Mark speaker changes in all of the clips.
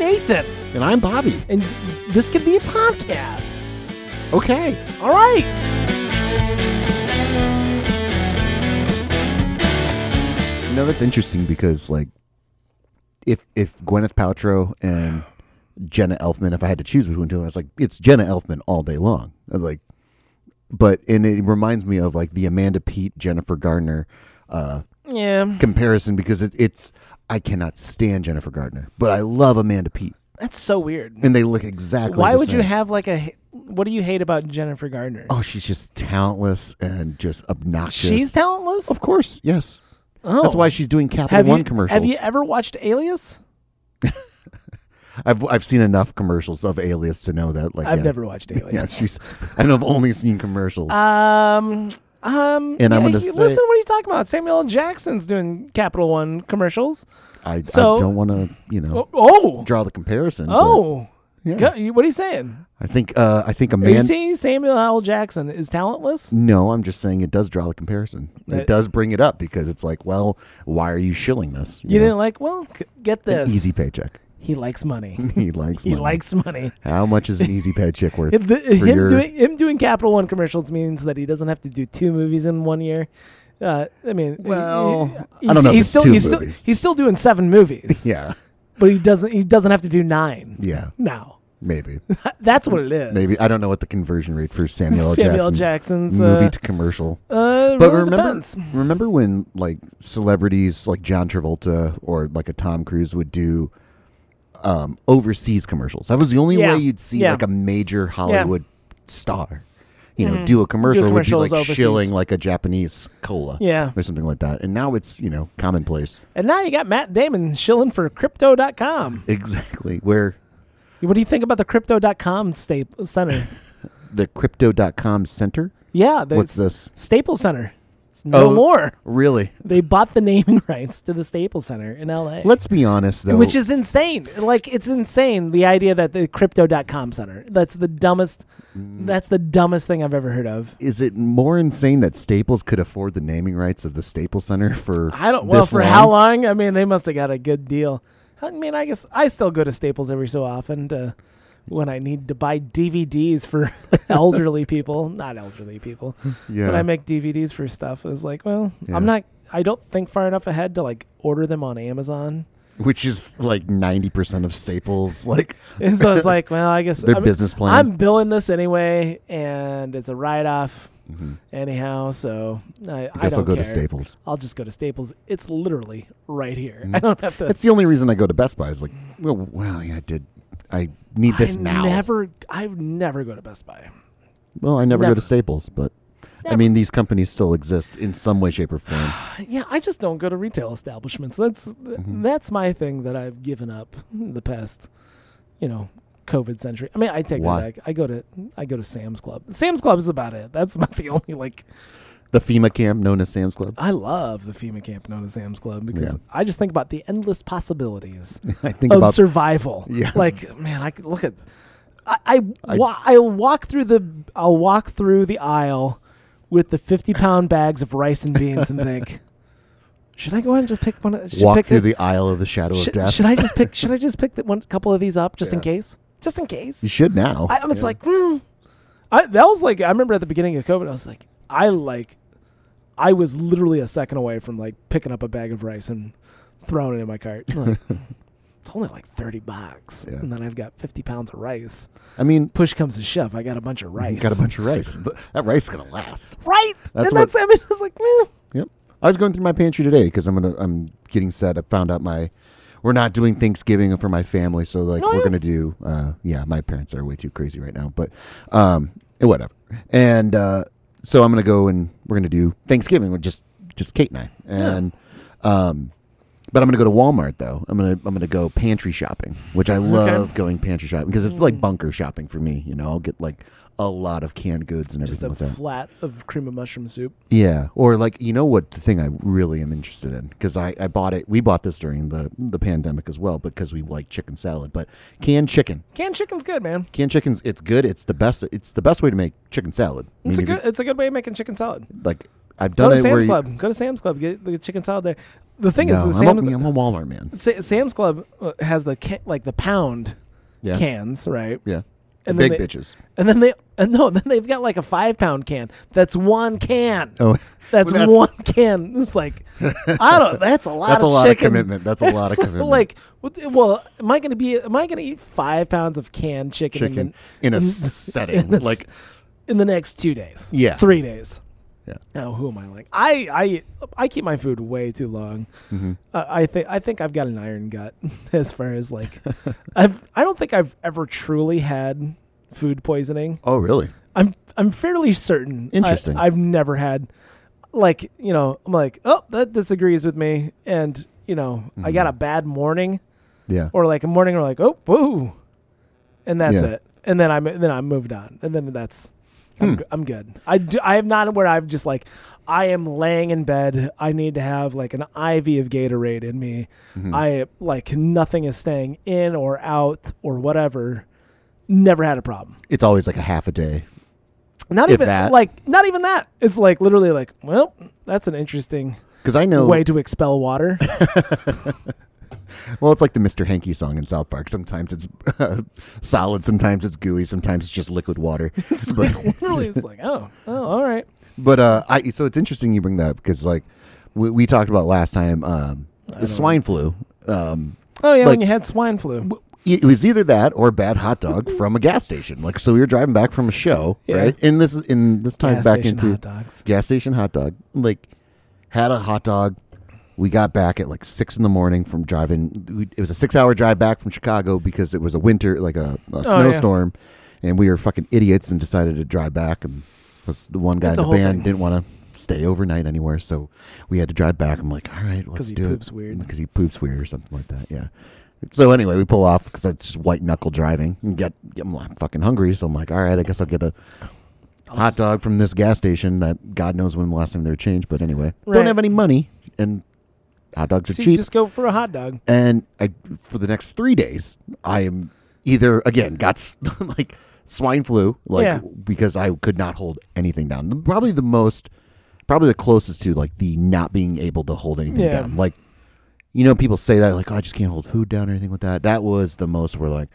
Speaker 1: Ethan,
Speaker 2: And I'm Bobby.
Speaker 1: and this could be a podcast.
Speaker 2: Okay.
Speaker 1: All right.
Speaker 2: You know, that's interesting because, like, if if Gwyneth Paltrow and Jenna Elfman, if I had to choose between two, I was like, it's Jenna Elfman all day long. I was Like, but and it reminds me of like the Amanda Pete Jennifer Gardner uh,
Speaker 1: Yeah,
Speaker 2: comparison because it, it's I cannot stand Jennifer Gardner, but I love Amanda Pete,
Speaker 1: that's so weird.
Speaker 2: and they look exactly.
Speaker 1: Why
Speaker 2: the
Speaker 1: would you
Speaker 2: same.
Speaker 1: have like a? What do you hate about Jennifer Gardner?
Speaker 2: Oh, she's just talentless and just obnoxious.
Speaker 1: She's talentless.
Speaker 2: of course, yes.
Speaker 1: Oh.
Speaker 2: That's why she's doing Capital
Speaker 1: have
Speaker 2: One
Speaker 1: you,
Speaker 2: commercials.
Speaker 1: Have you ever watched Alias?
Speaker 2: I've I've seen enough commercials of Alias to know that. Like,
Speaker 1: I've
Speaker 2: yeah,
Speaker 1: never watched Alias.
Speaker 2: Yeah, she's. I know I've only seen commercials.
Speaker 1: Um, um,
Speaker 2: And I'm
Speaker 1: yeah,
Speaker 2: gonna
Speaker 1: you-
Speaker 2: say-
Speaker 1: listen. What are you talking about? Samuel L. Jackson's doing Capital One commercials.
Speaker 2: I,
Speaker 1: so-
Speaker 2: I don't want to, you know,
Speaker 1: Oh, oh,
Speaker 2: draw the comparison. but,
Speaker 1: oh.
Speaker 2: yeah.
Speaker 1: Go- you- what are you saying?
Speaker 2: I think uh, I think a
Speaker 1: Are you
Speaker 2: man.
Speaker 1: saying Samuel L. Jackson is talentless?
Speaker 2: No, I'm just saying it does draw the comparison.
Speaker 1: That-
Speaker 2: it does bring it up because it's like, well, why are you shilling this?
Speaker 1: You
Speaker 2: know,
Speaker 1: didn't like? Well, c- get
Speaker 2: an
Speaker 1: this.
Speaker 2: easy paycheck.
Speaker 1: He likes money.
Speaker 2: He likes.
Speaker 1: he
Speaker 2: money.
Speaker 1: likes money.
Speaker 2: How much is an easy paycheck worth?
Speaker 1: If the,
Speaker 2: for
Speaker 1: him
Speaker 2: your-
Speaker 1: doing him doing Capital One commercials means that he doesn't have to do two movies in one year. Uh, I mean,
Speaker 2: Well,
Speaker 1: he-
Speaker 2: I
Speaker 1: he's-
Speaker 2: don't know if
Speaker 1: He's
Speaker 2: it's
Speaker 1: still
Speaker 2: two
Speaker 1: he's still
Speaker 2: movies.
Speaker 1: he's still doing seven movies,
Speaker 2: yeah,
Speaker 1: but he doesn't he doesn't have to do nine
Speaker 2: yeah,
Speaker 1: now.
Speaker 2: maybe,
Speaker 1: That's what it is.
Speaker 2: maybe. I don't know what the conversion rate for Samuel L.
Speaker 1: Samuel L.
Speaker 2: Jackson's
Speaker 1: Jackson's,
Speaker 2: movie
Speaker 1: uh,
Speaker 2: to commercial.
Speaker 1: Uh,
Speaker 2: But
Speaker 1: really
Speaker 2: remember,
Speaker 1: depends.
Speaker 2: remember when like celebrities like John Travolta or like a Tom Cruise would do um, overseas commercials. That was the only
Speaker 1: Yeah.
Speaker 2: way you'd see
Speaker 1: Yeah.
Speaker 2: like a major Hollywood star, you know, do a commercial
Speaker 1: Do
Speaker 2: would be
Speaker 1: commercials
Speaker 2: like
Speaker 1: overseas.
Speaker 2: shilling like a Japanese cola,
Speaker 1: Yeah.
Speaker 2: or something like that. And now it's you know commonplace.
Speaker 1: And now you got Matt Damon shilling for crypto.com.
Speaker 2: Exactly where
Speaker 1: What do you think about the crypto.com staple center?
Speaker 2: the crypto.com center.
Speaker 1: Yeah, the
Speaker 2: What's this?
Speaker 1: Staple Center. It's no
Speaker 2: Oh.
Speaker 1: more.
Speaker 2: Really?
Speaker 1: They bought the naming rights to the Staple Center in LA.
Speaker 2: Let's be honest though.
Speaker 1: which is insane. Like it's insane the idea that the crypto.com center. That's the dumbest
Speaker 2: Mm.
Speaker 1: that's the dumbest thing I've ever heard of.
Speaker 2: is it more insane that Staples could afford the naming rights of the Staples Center for
Speaker 1: I don't well
Speaker 2: this
Speaker 1: for how long? I mean, they must have got a good deal. I mean, I guess I still go to Staples every so often to when I need to buy DVDs for elderly people, not elderly people.
Speaker 2: Yeah.
Speaker 1: When I make DVDs for stuff, it's like, well,
Speaker 2: Yeah.
Speaker 1: I'm not. I don't think far enough ahead to like order them on Amazon.
Speaker 2: which is like 90% of Staples. Like,
Speaker 1: And so it's like, well, I guess
Speaker 2: Their
Speaker 1: I mean,
Speaker 2: business plan.
Speaker 1: I'm billing this anyway, and it's a write off
Speaker 2: Mm-hmm.
Speaker 1: anyhow. So I,
Speaker 2: I
Speaker 1: I
Speaker 2: guess
Speaker 1: don't
Speaker 2: I'll go to
Speaker 1: care.
Speaker 2: Staples.
Speaker 1: I'll just go to Staples. It's literally right here.
Speaker 2: Mm-hmm.
Speaker 1: I don't have to.
Speaker 2: That's the only reason I go to Best Buy is like, well, well yeah, I did. I need this
Speaker 1: I
Speaker 2: now.
Speaker 1: Never, I would never go to Best Buy.
Speaker 2: well, I never, go
Speaker 1: never.
Speaker 2: to Staples, but
Speaker 1: Never.
Speaker 2: I mean, these companies still exist in some way, shape, or form.
Speaker 1: Yeah, I just don't go to retail establishments. That's
Speaker 2: Mm-hmm.
Speaker 1: that's my thing that I've given up the past, you know, COVID century. I mean, I take
Speaker 2: Why?
Speaker 1: that back. I go to I go to Sam's Club. Sam's Club is about it. That's about the only like
Speaker 2: the FEMA camp known as Sam's Club.
Speaker 1: I love the FEMA camp known as Sam's Club because
Speaker 2: Yeah.
Speaker 1: I just think about the endless possibilities
Speaker 2: I think
Speaker 1: of
Speaker 2: about
Speaker 1: survival.
Speaker 2: Yeah.
Speaker 1: Like, man, I could look at I I,
Speaker 2: I-
Speaker 1: wa- I'll walk through the I'll walk through the aisle with the 50 pound bags of rice and beans and think should I go ahead and just pick one of should
Speaker 2: walk
Speaker 1: pick
Speaker 2: through
Speaker 1: a-
Speaker 2: the aisle of the shadow
Speaker 1: should,
Speaker 2: of death.
Speaker 1: should I just pick should I just pick the one couple of these up just in
Speaker 2: Yeah.
Speaker 1: case? Just in case.
Speaker 2: you should now.
Speaker 1: I, I'm just
Speaker 2: Yeah.
Speaker 1: like, hmm. I, that was like, I remember at the beginning of COVID, I was like, I like, I was literally a second away from like picking up a bag of rice and throwing it in my cart. I'm like, it's only like 30 bucks.
Speaker 2: Yeah.
Speaker 1: And then I've got 50 pounds of rice.
Speaker 2: I mean,
Speaker 1: Push comes to shove. I got a bunch of rice.
Speaker 2: got a bunch of rice. Th- that rice is going to last.
Speaker 1: Right.
Speaker 2: That's
Speaker 1: and
Speaker 2: what-
Speaker 1: that's, I mean, I was like, hmm. meh.
Speaker 2: Yep. I was going through my pantry today because I'm gonna I'm getting set. I found out my we're not doing Thanksgiving for my family, so like
Speaker 1: Oh,
Speaker 2: we're
Speaker 1: yeah.
Speaker 2: gonna do. Uh, yeah, my parents are way too crazy right now, but um, eh, whatever. And uh, so I'm gonna go and we're gonna do Thanksgiving with just just Kate and I. And um, but I'm gonna go to Walmart though. I'm gonna I'm gonna go pantry shopping, which I love going pantry shopping because it's like bunker shopping for me. You know, I'll get like a lot of canned goods and
Speaker 1: Just
Speaker 2: everything
Speaker 1: a
Speaker 2: like that.
Speaker 1: flat of cream of mushroom soup.
Speaker 2: Yeah, or like you know what the thing I really am interested in because I, I bought it. We bought this during the the pandemic as well because we like chicken salad. But canned chicken,
Speaker 1: Canned chicken's good, man.
Speaker 2: canned chickens, it's good. It's the best. It's the best way to make chicken salad. I
Speaker 1: It's a
Speaker 2: mean, if you-
Speaker 1: good, it's a good way of making chicken salad.
Speaker 2: like I've
Speaker 1: Go to
Speaker 2: done it where
Speaker 1: Sam's
Speaker 2: you-
Speaker 1: Club. Go to Sam's Club. Get the chicken salad there. The thing
Speaker 2: No,
Speaker 1: is, the
Speaker 2: I'm,
Speaker 1: Sam's,
Speaker 2: a, I'm a Walmart man.
Speaker 1: Sa- Sam's Club uh, has the ca- like the pound
Speaker 2: Yeah,
Speaker 1: cans, right?
Speaker 2: yeah.
Speaker 1: And
Speaker 2: Big
Speaker 1: then they,
Speaker 2: bitches.
Speaker 1: And then they and no, then they've got like a five pound can. That's one can.
Speaker 2: Oh,
Speaker 1: That's,
Speaker 2: That's-
Speaker 1: one can. It's like I don't. That's a lot.
Speaker 2: that's a
Speaker 1: of
Speaker 2: lot
Speaker 1: chicken.
Speaker 2: of commitment. That's a lot of
Speaker 1: It's
Speaker 2: commitment.
Speaker 1: Like, what the- well, am I going to be? Am I going to eat five pounds of canned chicken,
Speaker 2: chicken
Speaker 1: In,
Speaker 2: in a
Speaker 1: in-
Speaker 2: setting
Speaker 1: in a s-
Speaker 2: like
Speaker 1: the, in the next two days?
Speaker 2: Yeah.
Speaker 1: three days.
Speaker 2: Yeah.
Speaker 1: Now, who am I like? I I I keep my food way too long.
Speaker 2: Mhm.
Speaker 1: I I think I think I've got an iron gut as far as like I've I don't think I've ever truly had food poisoning.
Speaker 2: oh really?
Speaker 1: I'm I'm fairly certain. I-
Speaker 2: Interesting.
Speaker 1: I've never had like you know I'm like oh that disagrees with me, and you know I got a bad morning
Speaker 2: Yeah.
Speaker 1: or like a morning or like oh whoa, and that's
Speaker 2: Yeah.
Speaker 1: it, and then I'm then I moved on, and then that's. I'm,
Speaker 2: Hmm.
Speaker 1: g- I'm good. I do, I have not where I've just like I am laying in bed. I need to have like an IV of Gatorade in me.
Speaker 2: Mhm.
Speaker 1: I like nothing is staying in or out or whatever. Never had a problem.
Speaker 2: it's always like a half a day.
Speaker 1: Not
Speaker 2: If
Speaker 1: even
Speaker 2: that.
Speaker 1: like not even that. It's like literally like, well, that's an interesting
Speaker 2: Because I know.
Speaker 1: way to expel water.
Speaker 2: Well, it's like the Mr. Hanky song in South Park. Sometimes it's solid, sometimes it's gooey, sometimes it's just liquid water. but
Speaker 1: literally, it's like, oh, oh, all right.
Speaker 2: but uh, I so it's interesting you bring that up because like we, we talked about last time um, the swine flu. Um,
Speaker 1: Oh yeah, when
Speaker 2: Like-
Speaker 1: you had swine flu,
Speaker 2: it was either that or a bad hot dog from a gas station. Like so, we were driving back from a show,
Speaker 1: Yeah.
Speaker 2: right? And this is in this ties
Speaker 1: Gas
Speaker 2: back
Speaker 1: station
Speaker 2: into
Speaker 1: hot dogs.
Speaker 2: gas station hot dog. Like had a hot dog. We got back at like six in the morning from driving. we- It was a six-hour drive back from Chicago because it was a winter, like a, a
Speaker 1: Oh, yeah.
Speaker 2: snowstorm, and we were fucking idiots and decided to drive back. And this, the one guy
Speaker 1: That's the
Speaker 2: in the
Speaker 1: whole
Speaker 2: band
Speaker 1: thing.
Speaker 2: didn't want to stay overnight anywhere, so we had to drive back. I'm like, all right, let's
Speaker 1: he
Speaker 2: do
Speaker 1: poops
Speaker 2: it
Speaker 1: weird.
Speaker 2: because he poops weird or something like that. Yeah. So anyway, we pull off because it's just white knuckle driving. And get, I'm like fucking hungry, so I'm like, all right, I guess I'll get a
Speaker 1: I'll
Speaker 2: hot
Speaker 1: just-
Speaker 2: dog from this gas station that God knows when the last time they were changed, but anyway,
Speaker 1: Right.
Speaker 2: don't have any money and hot dogs are
Speaker 1: So you
Speaker 2: cheap.
Speaker 1: just go for a hot dog.
Speaker 2: and I, for the next three days, I am either again got s- like swine flu, like
Speaker 1: Yeah.
Speaker 2: because I could not hold anything down. Probably the most, probably the closest to like the not being able to hold anything
Speaker 1: Yeah.
Speaker 2: down. Like, you know, people say that like, oh, I just can't hold food down or anything with that. That was the most where like,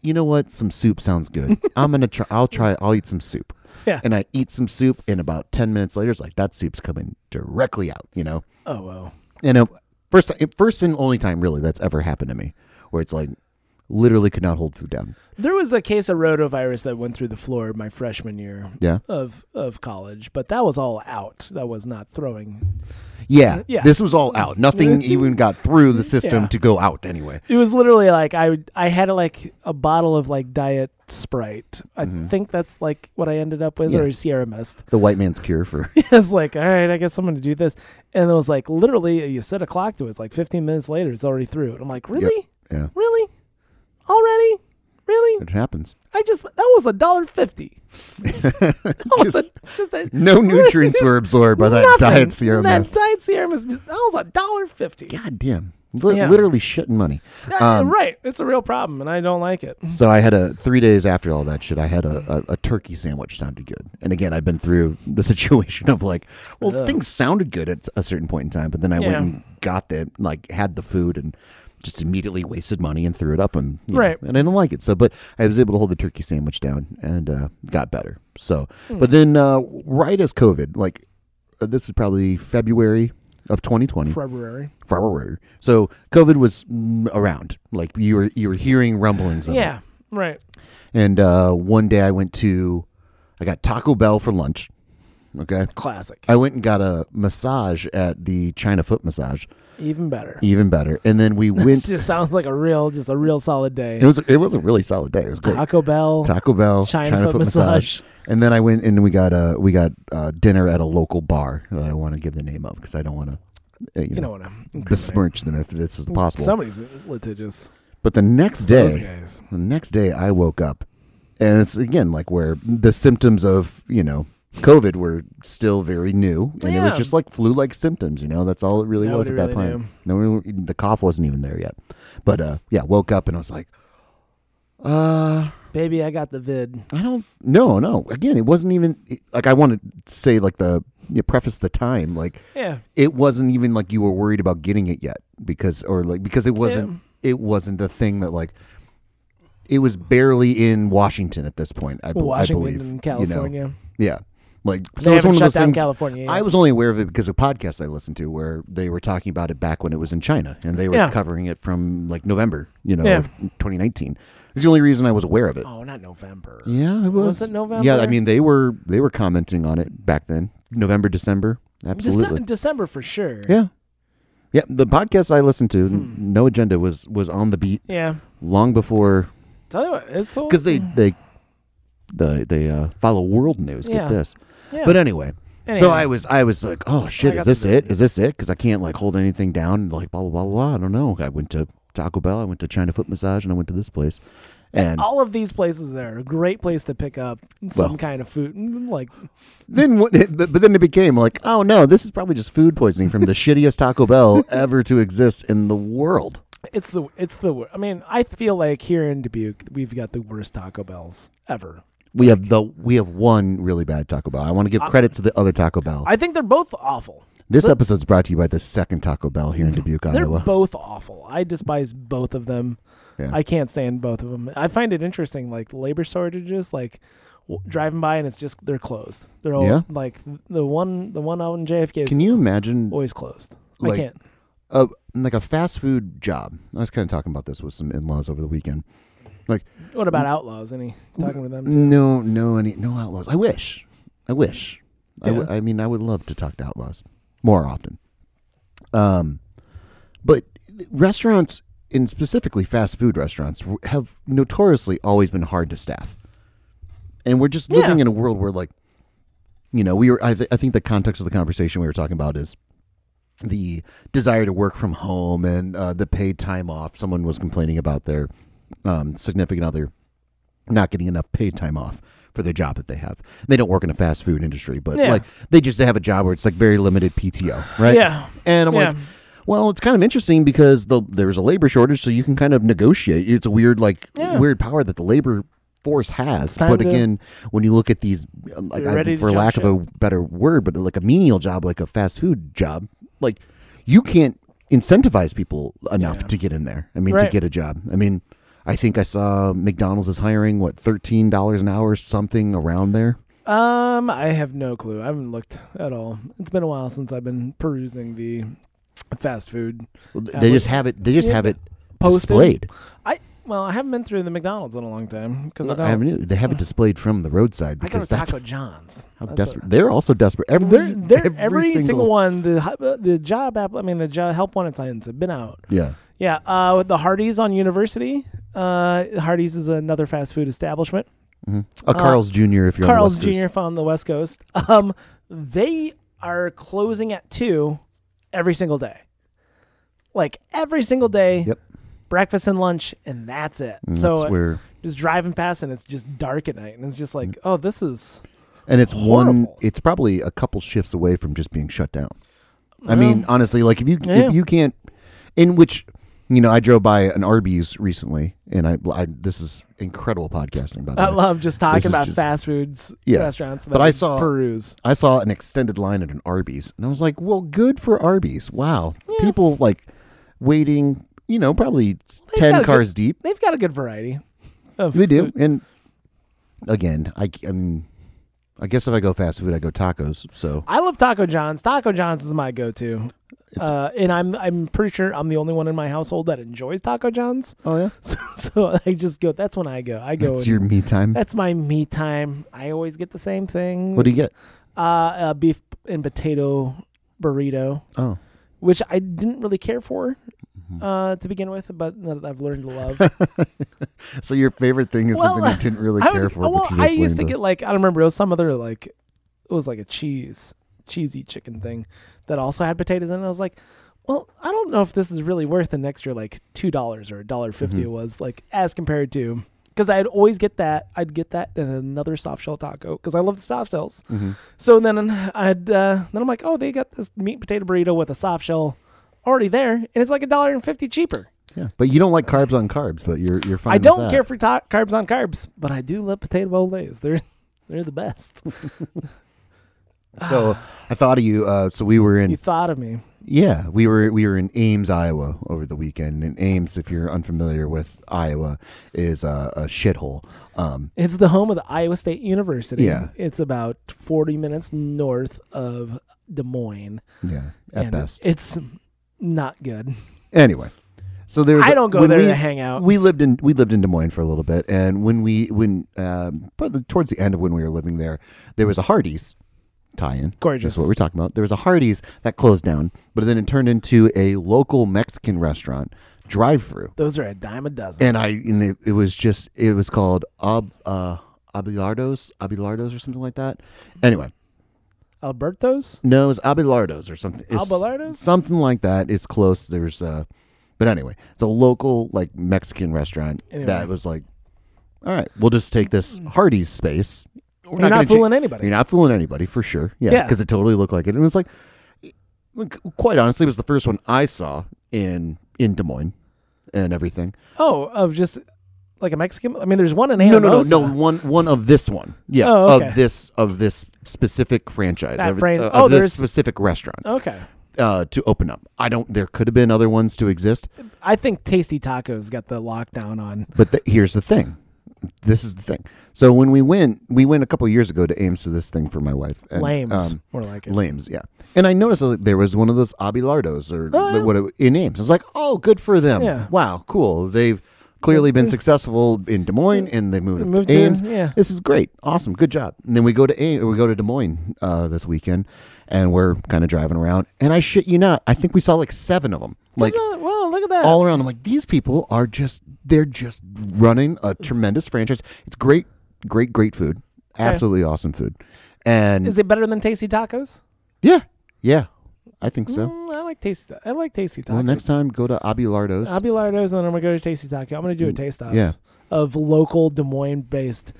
Speaker 2: you know what, some soup sounds good. I'm gonna try. I'll try. I'll eat some soup.
Speaker 1: Yeah.
Speaker 2: And I eat some soup, and about ten minutes later, it's like that soup's coming directly out. You know
Speaker 1: Oh well.
Speaker 2: and uh, first first and only time really that's ever happened to me where it's like literally could not hold food down
Speaker 1: There was a case of rotavirus that went through the floor my freshman year
Speaker 2: yeah
Speaker 1: of of college, but that was all out. That was not throwing.
Speaker 2: yeah,
Speaker 1: Yeah.
Speaker 2: this was all out nothing even got through the system
Speaker 1: Yeah.
Speaker 2: to go out anyway
Speaker 1: It was literally like I would- I had like a bottle of like diet Sprite. I think that's like what I ended up with,
Speaker 2: Mm-hmm. Yeah.
Speaker 1: or Sierra Mist.
Speaker 2: the white man's cure for
Speaker 1: It's like, all right, I guess I'm going to do this. And it was like, literally, you set a clock to it. It's like 15 minutes later, it's already through. And I'm like, really?
Speaker 2: yeah
Speaker 1: Really? Already? Really?
Speaker 2: it happens
Speaker 1: I just, that was a dollar fifty. That was a-
Speaker 2: Just-
Speaker 1: just a-
Speaker 2: no nutrients were absorbed by that
Speaker 1: nothing.
Speaker 2: diet serum
Speaker 1: That
Speaker 2: mess.
Speaker 1: diet serum is, that was a dollar fifty.
Speaker 2: god Um, damn Li-
Speaker 1: Yeah.
Speaker 2: literally shitting money
Speaker 1: Yeah, right. It's a real problem, and I don't like it.
Speaker 2: so i had a three days after all that shit i had a, a, a turkey sandwich sounded good and again i've been through the situation of like well
Speaker 1: Ugh.
Speaker 2: things sounded good at a certain point in time but then i went
Speaker 1: Yeah.
Speaker 2: and got the like had the food and just immediately wasted money and threw it up and you
Speaker 1: Right.
Speaker 2: know, and i didn't like it so but i was able to hold the turkey sandwich down and uh, got better so
Speaker 1: Hmm.
Speaker 2: but then uh, right as covid like uh, this is probably february of 2020
Speaker 1: February.
Speaker 2: February. so covid was mm, around like you were you were hearing rumblings of it.
Speaker 1: Yeah, right.
Speaker 2: And uh, one day I went to, I got Taco Bell for lunch. Okay.
Speaker 1: Classic.
Speaker 2: I went and got a massage at the China foot massage,
Speaker 1: Even better.
Speaker 2: even better. And then we
Speaker 1: It
Speaker 2: went.
Speaker 1: just sounds like a real, just a real solid
Speaker 2: It
Speaker 1: day.
Speaker 2: was it was a really solid day. It was great.
Speaker 1: Taco Bell,
Speaker 2: Taco Bell,
Speaker 1: China
Speaker 2: China,
Speaker 1: foot
Speaker 2: foot, massage. and then I went and we got uh we got uh, dinner at a local bar that I want to give the name of because I don't want to, uh,
Speaker 1: you
Speaker 2: you,
Speaker 1: know
Speaker 2: know,
Speaker 1: what I'm Mm,
Speaker 2: besmirch them if this is possible.
Speaker 1: Somebody's litigious.
Speaker 2: but the next
Speaker 1: Those
Speaker 2: day,
Speaker 1: guys.
Speaker 2: the next day I woke up, and it's again like where the symptoms of you know COVID were still very new, and it
Speaker 1: Yeah.
Speaker 2: was just like flu-like symptoms. You know, that's all it really was at
Speaker 1: Nobody
Speaker 2: that
Speaker 1: really
Speaker 2: point. No, one- the cough wasn't even there yet. But uh, yeah, woke up and I was like, uh,
Speaker 1: Baby, I got the vid.
Speaker 2: I don't. No, no. Again, it wasn't even it- like I want to say like the you know, preface the time like
Speaker 1: Yeah.
Speaker 2: it wasn't even like you were worried about getting it yet because or like because it wasn't it wasn't the thing that like it was barely in Washington at this point. I, bel
Speaker 1: Washington
Speaker 2: I believe
Speaker 1: and
Speaker 2: you know.
Speaker 1: California.
Speaker 2: Yeah. Like
Speaker 1: They
Speaker 2: so it's
Speaker 1: haven't
Speaker 2: one of
Speaker 1: shut
Speaker 2: those
Speaker 1: down
Speaker 2: things.
Speaker 1: California.
Speaker 2: I
Speaker 1: yet.
Speaker 2: was only aware of it because of podcasts I listened to where they were talking about it back when it was in China and they were
Speaker 1: Yeah.
Speaker 2: covering it from like November, you know,
Speaker 1: Yeah.
Speaker 2: of 2019. It's the only reason I was aware of it.
Speaker 1: oh, not November.
Speaker 2: Yeah, it was.
Speaker 1: Was it November?
Speaker 2: Yeah, I mean they were they were commenting on it back then, November, December, absolutely.
Speaker 1: Dece- December for sure.
Speaker 2: Yeah, yeah. The podcast I listened to, n-
Speaker 1: Hmm.
Speaker 2: No Agenda, was was on the beat
Speaker 1: Yeah.
Speaker 2: long before
Speaker 1: Tell you what, it's all
Speaker 2: because they they they, they uh, follow world news.
Speaker 1: Yeah.
Speaker 2: Get this,
Speaker 1: Yeah.
Speaker 2: but anyway,
Speaker 1: Anyhow.
Speaker 2: so I was I was like, oh shit,
Speaker 1: I
Speaker 2: is
Speaker 1: got
Speaker 2: this
Speaker 1: the-
Speaker 2: it? Is this it? Because I can't like hold anything down. Like blah blah blah blah. I don't know. I went to Taco Bell. I went to China Foot Massage, and I went to this place. And
Speaker 1: all of these places there are a great place to pick up some
Speaker 2: Well.
Speaker 1: kind of food. Mm, Like
Speaker 2: then, what- but then it became like, oh no, this is probably just food poisoning from the shittiest Taco Bell ever to exist in the world.
Speaker 1: it's the it's the. wor- I mean, I feel like here in Dubuque we've got the worst Taco Bells ever.
Speaker 2: We have the we have one really bad Taco Bell. I want to give credit to the other Taco Bell.
Speaker 1: I think they're both awful.
Speaker 2: this episode's brought to you by the second Taco Bell here in Dubuque,
Speaker 1: They're
Speaker 2: Iowa.
Speaker 1: both awful. I despise both of them.
Speaker 2: Yeah.
Speaker 1: I can't stand both of them. I find it interesting, like labor shortages, like w- driving by and it's just they're closed. They're all
Speaker 2: Yeah.
Speaker 1: like the one the one out in JFK is
Speaker 2: Can you imagine
Speaker 1: always closed. I
Speaker 2: like,
Speaker 1: can't.
Speaker 2: a like a fast food job? I was kind of talking about this with some in-laws over the weekend.
Speaker 1: What
Speaker 2: Mm.
Speaker 1: about outlaws? Any talking to them? Too?
Speaker 2: No, no, any no outlaws. I wish, I wish. I w I
Speaker 1: Yeah.
Speaker 2: I mean, I would love to talk to outlaws more often. Um, but restaurants, and specifically fast food restaurants, w- have notoriously always been hard to staff, and we're just living
Speaker 1: Yeah.
Speaker 2: in a world where, like, you know, we were. I, th- I think the context of the conversation we were talking about is the desire to work from home and uh, the paid time off. Someone was complaining about their um, significant other not getting enough paid time off for their job that they have. They don't work in a fast food industry, but
Speaker 1: Yeah.
Speaker 2: like they just have a job where it's like very limited PTO, right?
Speaker 1: Yeah.
Speaker 2: And I'm like,
Speaker 1: Yeah.
Speaker 2: well, it's kind of interesting because the, there's a labor shortage, so you can kind of negotiate. It's a weird, like,
Speaker 1: Yeah.
Speaker 2: weird power that the labor force has.
Speaker 1: time
Speaker 2: But
Speaker 1: to-
Speaker 2: again, when you look at these, uh, like,
Speaker 1: You're
Speaker 2: I-
Speaker 1: ready to
Speaker 2: for
Speaker 1: jump
Speaker 2: lack of a better word, but like a menial job, like a fast food job, like you can't incentivize people enough
Speaker 1: Yeah.
Speaker 2: to get in there. I mean, to
Speaker 1: Right.
Speaker 2: get a job. I mean, I think I saw McDonald's is hiring what thirteen dollars an hour, something around there.
Speaker 1: Um, I have no clue. I haven't looked at all. It's been a while since I've been perusing the fast food.
Speaker 2: Well,
Speaker 1: Yeah,
Speaker 2: They
Speaker 1: but-
Speaker 2: just have it. They just
Speaker 1: yeah,
Speaker 2: have it
Speaker 1: posted.
Speaker 2: displayed.
Speaker 1: I well, I haven't been through the McDonald's in a long time because I
Speaker 2: No,
Speaker 1: don't.
Speaker 2: I haven't. either. They have it displayed from the roadside
Speaker 1: I go to
Speaker 2: because that's
Speaker 1: Taco John's.
Speaker 2: how
Speaker 1: That's
Speaker 2: desperate they're also desperate. Every,
Speaker 1: what- They're, they're, every,
Speaker 2: every,
Speaker 1: single, one, the hu- the job app, I mean the job help wanted signs have been out.
Speaker 2: Yeah,
Speaker 1: Yeah, uh, with the Hardee's on University. Uh, Hardee's is another fast food establishment.
Speaker 2: hmm a Carl's Jr. If you're
Speaker 1: Uh, Carl's
Speaker 2: on the West Coast.
Speaker 1: Jr. found the West Coast. Um, they are closing at two every single day, like every single day.
Speaker 2: Yep.
Speaker 1: Breakfast and lunch, and that's it.
Speaker 2: And
Speaker 1: so
Speaker 2: Mm, that's
Speaker 1: uh,
Speaker 2: where
Speaker 1: just driving past, and it's just dark at night, and it's just
Speaker 2: Mm.
Speaker 1: like, oh, this is.
Speaker 2: and it's one.
Speaker 1: horrible.
Speaker 2: It's probably a couple shifts away from just being shut down. I
Speaker 1: Well,
Speaker 2: mean, honestly, like if you
Speaker 1: Yeah.
Speaker 2: if you can't, in which you know, I drove by an Arby's recently, and I, I this is incredible podcasting by the
Speaker 1: I
Speaker 2: way.
Speaker 1: love just
Speaker 2: Uh, This
Speaker 1: talking
Speaker 2: is
Speaker 1: about
Speaker 2: just-
Speaker 1: fast foods
Speaker 2: Yeah.
Speaker 1: restaurants. That
Speaker 2: But I
Speaker 1: we
Speaker 2: saw-
Speaker 1: peruse.
Speaker 2: I saw an extended line at an Arby's, and I was like, "Well, good for Arby's! Wow, people like waiting, you know, probably
Speaker 1: got a
Speaker 2: ten
Speaker 1: good-
Speaker 2: cars deep.
Speaker 1: They've got a good variety. Of
Speaker 2: They do,
Speaker 1: food.
Speaker 2: and again, I, c- I mean, I guess if I go fast food, I go tacos. So
Speaker 1: I love Taco John's. Taco John's is my go-to, uh, and I'm I'm pretty sure I'm the only one in my household that enjoys Taco John's.
Speaker 2: oh yeah,
Speaker 1: So, so I just go. That's when I go. I go.
Speaker 2: that's
Speaker 1: and-
Speaker 2: your me time.
Speaker 1: that's my me time. I always get the same thing.
Speaker 2: What do you get?
Speaker 1: Uh, a beef and potato burrito,
Speaker 2: Oh,
Speaker 1: which I didn't really care for
Speaker 2: Mhm.
Speaker 1: uh, to begin with, but now that I've learned to love.
Speaker 2: so your favorite thing is
Speaker 1: Well,
Speaker 2: something you didn't really
Speaker 1: I
Speaker 2: care
Speaker 1: would-
Speaker 2: for,
Speaker 1: well,
Speaker 2: but you just
Speaker 1: I used to
Speaker 2: learned
Speaker 1: get like I don't remember. It was some other like it was like a cheese cheesy chicken
Speaker 2: Mm-hmm.
Speaker 1: thing that also had potatoes in it. I was like, well, I don't know if this is really worth an extra like two dollars or a dollar 50
Speaker 2: Mhm.
Speaker 1: It was like as compared to because I'd always get that. I'd get that and another soft shell taco because I love the soft shells.
Speaker 2: Mhm.
Speaker 1: So then I'd uh, then I'm like, oh, they got this meat potato burrito with a soft shell already there, and it's like a dollar and fifty cheaper.
Speaker 2: Yeah, but you don't like carbs on carbs, but you're you're fine.
Speaker 1: I
Speaker 2: with
Speaker 1: don't
Speaker 2: that.
Speaker 1: care for ta- carbs on carbs, but I do love potato bolognese. They're they're the best.
Speaker 2: So I thought of you. Uh, so we were in
Speaker 1: you thought of me.
Speaker 2: Yeah, we were we were in Ames, Iowa, over the weekend. And Ames, if you're unfamiliar with Iowa, is a, a shithole. Um,
Speaker 1: It's the home of the Iowa State University.
Speaker 2: Yeah.
Speaker 1: It's about 40 minutes north of Des Moines.
Speaker 2: yeah, at
Speaker 1: and
Speaker 2: best.
Speaker 1: It's not good.
Speaker 2: anyway, so there's
Speaker 1: I don't go
Speaker 2: when
Speaker 1: there
Speaker 2: we-
Speaker 1: to hang out.
Speaker 2: We lived in we lived in Des Moines for a little bit, and when we when um, but the- towards the end of when we were living there, there was a Hardee's tie-in.
Speaker 1: Gorgeous.
Speaker 2: That's what we're talking about. There was a Hardee's that closed down, but then it turned into a local Mexican restaurant drive-through.
Speaker 1: Those are a dime a dozen.
Speaker 2: and I and it, it was just it was called Ab uh Abilardos Abilardos or something like that. Anyway,
Speaker 1: Alberto's?
Speaker 2: no, it's Abilardos or something. It's
Speaker 1: Abelardos?
Speaker 2: something like that. It's close. There's uh, but anyway, it's a local like Mexican restaurant
Speaker 1: Anyway. Mm.
Speaker 2: that was like, all right, we'll just take this Hardee's space. We're
Speaker 1: You're not,
Speaker 2: gonna cha-
Speaker 1: fooling anybody.
Speaker 2: You're not fooling anybody for sure. Yeah,
Speaker 1: Yeah.
Speaker 2: because it totally looked like it. And it was like, like, quite honestly, it was the first one I saw in in Des Moines and everything.
Speaker 1: Oh, of just like a Mexican? I mean, there's one in
Speaker 2: No,
Speaker 1: Anamosa.
Speaker 2: no, no, no. One, one of this one. Yeah,
Speaker 1: Oh, okay.
Speaker 2: of this of this specific franchise.
Speaker 1: That
Speaker 2: of,
Speaker 1: fran-
Speaker 2: uh,
Speaker 1: oh,
Speaker 2: of this
Speaker 1: there's-
Speaker 2: specific restaurant
Speaker 1: Okay.
Speaker 2: uh, to open up. I don't. There could have been other ones to exist,
Speaker 1: I think Tasty Tacos got the lockdown on.
Speaker 2: but the, here's the thing. This is the thing. So when we went, we went a couple years ago to Ames to this thing for my wife. And,
Speaker 1: Lames,
Speaker 2: um,
Speaker 1: more like it.
Speaker 2: Lames, yeah. And I noticed like, there was one of those Abelardos or
Speaker 1: Oh, yeah.
Speaker 2: what it, in Ames. I was like, oh, good for them.
Speaker 1: Yeah.
Speaker 2: Wow, cool. They've clearly been successful in Des Moines, and they moved,
Speaker 1: Moved
Speaker 2: to
Speaker 1: to-
Speaker 2: Ames.
Speaker 1: yeah.
Speaker 2: this is great, awesome, good job. And then we go to Ames, we go to Des Moines uh, this weekend, and we're kind of driving around. And I shit you not, I think we saw like seven of them, like
Speaker 1: Look at that. Whoa, look at that.
Speaker 2: all around. I'm like, these people are just they're just running a tremendous franchise. It's great, great, great food, absolutely awesome food, and
Speaker 1: Is it better than Tasty Tacos?
Speaker 2: yeah, yeah, I think so.
Speaker 1: Mm, I like tasty. I like tasty tacos.
Speaker 2: Well, next time go to Abelardo's.
Speaker 1: Abelardo's, and then I'm gonna go to Tasty Taco. I'm gonna do a taste off.
Speaker 2: Mm, yeah.
Speaker 1: Of local Des Moines based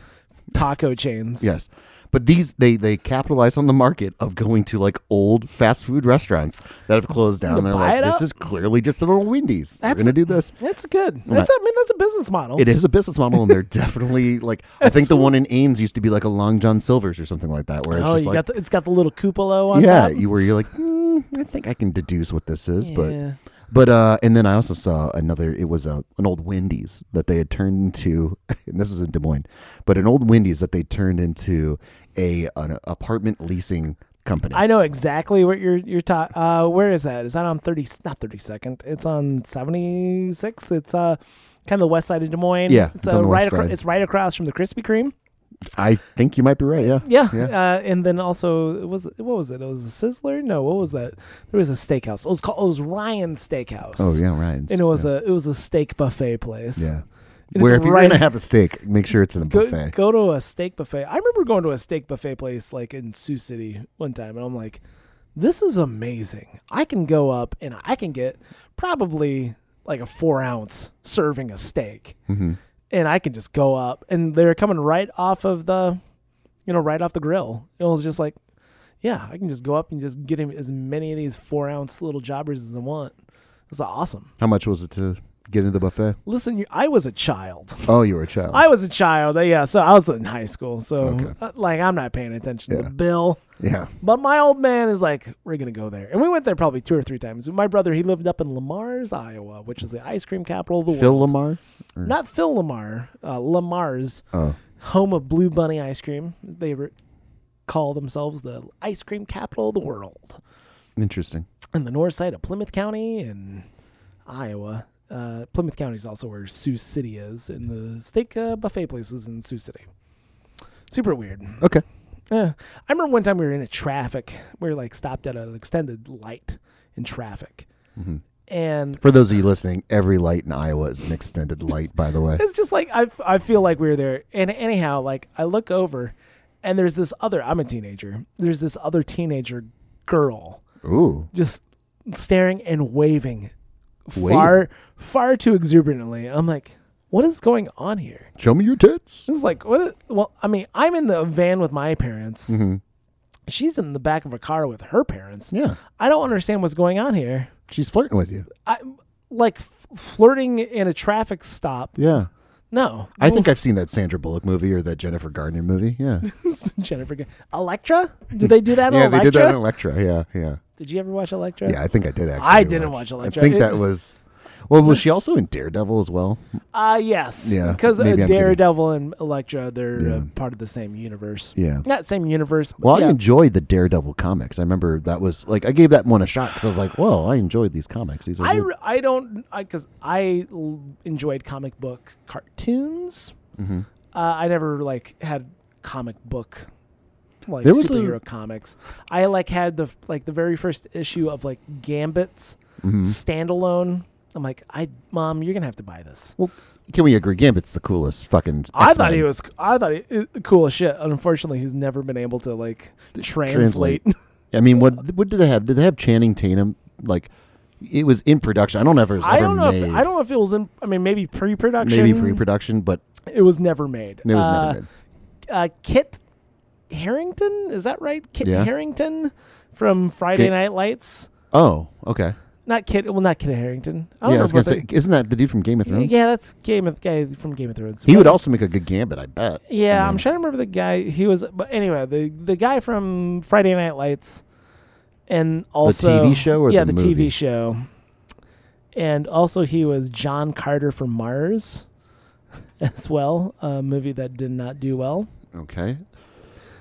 Speaker 1: taco chains.
Speaker 2: yes, but these they they capitalize on the market of going to like old fast food restaurants that have closed down.
Speaker 1: Gonna
Speaker 2: And they're
Speaker 1: buy
Speaker 2: like,
Speaker 1: it
Speaker 2: this
Speaker 1: up?
Speaker 2: is clearly just an old Wendy's. We're
Speaker 1: That's-
Speaker 2: gonna do this.
Speaker 1: That's good. That's I mean that's a business model.
Speaker 2: It is a business model, and they're definitely like I think the one in Ames used to be like a Long John Silver's or something like that, where it's
Speaker 1: oh,
Speaker 2: just
Speaker 1: you
Speaker 2: like
Speaker 1: got the, it's got the little cupola on
Speaker 2: yeah,
Speaker 1: top.
Speaker 2: you where you're like hmm, I think I can deduce what this is, but
Speaker 1: Yeah.
Speaker 2: But uh, and then I also saw another. It was a an old Wendy's that they had turned into, and this is in Des Moines, but an old Wendy's that they turned into a an apartment leasing company.
Speaker 1: I know exactly what you're you're talking. Uh, where is that? Is that on thirty? Not thirty second. It's on seventy sixth. It's uh, kind of the west side of Des Moines.
Speaker 2: Yeah,
Speaker 1: it's,
Speaker 2: it's
Speaker 1: uh,
Speaker 2: on the
Speaker 1: right.
Speaker 2: west
Speaker 1: acro-
Speaker 2: side.
Speaker 1: it's right across from the Krispy Kreme.
Speaker 2: I think you might be right. Yeah,
Speaker 1: Yeah.
Speaker 2: Yeah.
Speaker 1: Uh, and then also, it was what was it? It was a Sizzler? No, what was that? There was a steakhouse. It was called. It was Ryan's Steakhouse.
Speaker 2: Oh yeah, Ryan's.
Speaker 1: And it was
Speaker 2: yeah.
Speaker 1: a it was a steak buffet place.
Speaker 2: yeah.
Speaker 1: it's
Speaker 2: Where if you're
Speaker 1: right-
Speaker 2: gonna have a steak, make sure it's in a
Speaker 1: Go,
Speaker 2: buffet.
Speaker 1: go to a steak buffet. I remember going to a steak buffet place like in Sioux City one time, and I'm like, "This is amazing. I can go up and I can get probably like a four ounce serving of steak,
Speaker 2: Mhm.
Speaker 1: and I can just go up, and they're coming right off of the, you know, right off the grill. It was just like, yeah, I can just go up and just get him as many of these four ounce little jobbers as I want. It's awesome.
Speaker 2: How much was it to get into the buffet?
Speaker 1: Listen, you, I was a child.
Speaker 2: Oh, you were a child.
Speaker 1: I was a child. uh, Yeah, so I was in high school. So
Speaker 2: Okay.
Speaker 1: uh, like I'm not paying attention to
Speaker 2: Yeah.
Speaker 1: the bill.
Speaker 2: yeah.
Speaker 1: But my old man is like, we're gonna go there, and we went there probably two or three times. My brother, he lived up in Lamar's, Iowa, which is the ice cream capital of the
Speaker 2: Phil
Speaker 1: world.
Speaker 2: Lamar.
Speaker 1: Not Phil Lamar, uh, Lamar's
Speaker 2: Oh,
Speaker 1: home of Blue Bunny ice cream. They re- call themselves the ice cream capital of the world
Speaker 2: interesting.
Speaker 1: in the north side of Plymouth County and Iowa. Uh, Plymouth County is also where Sioux City is, and the steak uh, buffet place was in Sioux City. Super weird.
Speaker 2: Okay.
Speaker 1: Yeah. I remember one time we were in a traffic. We were like stopped at an extended light in traffic,
Speaker 2: Mhm.
Speaker 1: and
Speaker 2: For those of you listening, every light in Iowa is an extended light. By the way,
Speaker 1: it's just like I, f- I feel like we were there. And anyhow, like I look over, and there's this other. I'm a teenager. There's this other teenager girl
Speaker 2: ooh,
Speaker 1: just staring and waving
Speaker 2: Waving?
Speaker 1: far far too exuberantly. I'm like, what is going on here?
Speaker 2: show me your tits.
Speaker 1: This is like what is, well, I mean, I'm in the van with my parents.
Speaker 2: Mhm.
Speaker 1: She's in the back of a car with her parents.
Speaker 2: Yeah.
Speaker 1: I don't understand what's going on here.
Speaker 2: She's flirting with you.
Speaker 1: I like f- flirting in a traffic stop.
Speaker 2: Yeah.
Speaker 1: No,
Speaker 2: I think I've seen that Sandra Bullock movie or that Jennifer Gardner movie. Yeah.
Speaker 1: Jennifer. Gar- Electra? Did they do that? on
Speaker 2: yeah,
Speaker 1: Electra?
Speaker 2: they did that in Electra. Yeah, yeah.
Speaker 1: Did you ever watch Electra?
Speaker 2: Yeah, I think I did actually.
Speaker 1: I didn't watch Electra.
Speaker 2: I think
Speaker 1: It-
Speaker 2: that was. Well, was she also in Daredevil as well?
Speaker 1: Uh yes.
Speaker 2: Yeah,
Speaker 1: Because uh,
Speaker 2: maybe I'm kidding.
Speaker 1: Daredevil and Electra, they're uh,
Speaker 2: Yeah.
Speaker 1: part of the same universe.
Speaker 2: Yeah.
Speaker 1: Not same universe. But
Speaker 2: Well,
Speaker 1: yeah.
Speaker 2: I enjoyed the Daredevil comics. I remember that was like I gave that one a shot because I was like, "Whoa, I enjoyed these comics." These are
Speaker 1: I,
Speaker 2: good.
Speaker 1: re- I don't because I l- enjoyed comic book cartoons.
Speaker 2: Mhm.
Speaker 1: Uh, I never like had comic book like
Speaker 2: There was a-
Speaker 1: superhero comics. I like had the f- like the very first issue of like Gambit's
Speaker 2: Mm-hmm.
Speaker 1: standalone. I'm like, I mom, you're gonna have to buy this.
Speaker 2: Well, can we agree? Gambit's the coolest fucking.
Speaker 1: I thought
Speaker 2: X-Men.
Speaker 1: he was. I thought he uh, cool as shit. Unfortunately, he's never been able to like translate.
Speaker 2: I mean, what what did they have? Did they have Channing Tatum? Like, it was in production. I don't know if it was
Speaker 1: I
Speaker 2: ever
Speaker 1: don't know.
Speaker 2: made.
Speaker 1: If, I don't know if it was in. I mean, maybe pre-production.
Speaker 2: maybe pre-production, but
Speaker 1: It was never made.
Speaker 2: it was
Speaker 1: Uh,
Speaker 2: never made.
Speaker 1: uh, Kit Harrington. Is that right? Kit
Speaker 2: Yeah.
Speaker 1: Harrington from Friday
Speaker 2: Kit-
Speaker 1: Night Lights.
Speaker 2: Oh, okay.
Speaker 1: Not Kit. Well, not Kit Harrington. I don't
Speaker 2: Yeah, I
Speaker 1: know
Speaker 2: was gonna
Speaker 1: about
Speaker 2: say, isn't that the dude from Game of
Speaker 1: the,
Speaker 2: Thrones?
Speaker 1: Yeah, that's Game of guy from Game of Thrones.
Speaker 2: He
Speaker 1: But-
Speaker 2: would also make a good Gambit, I bet.
Speaker 1: Yeah,
Speaker 2: I
Speaker 1: I'm
Speaker 2: mean-
Speaker 1: trying to remember the guy. He was, but anyway, the the guy from Friday Night Lights, and also
Speaker 2: TV show or
Speaker 1: yeah,
Speaker 2: the
Speaker 1: the,
Speaker 2: movie?
Speaker 1: TV show, and also he was John Carter from Mars, as well. A movie that did not do well.
Speaker 2: Okay.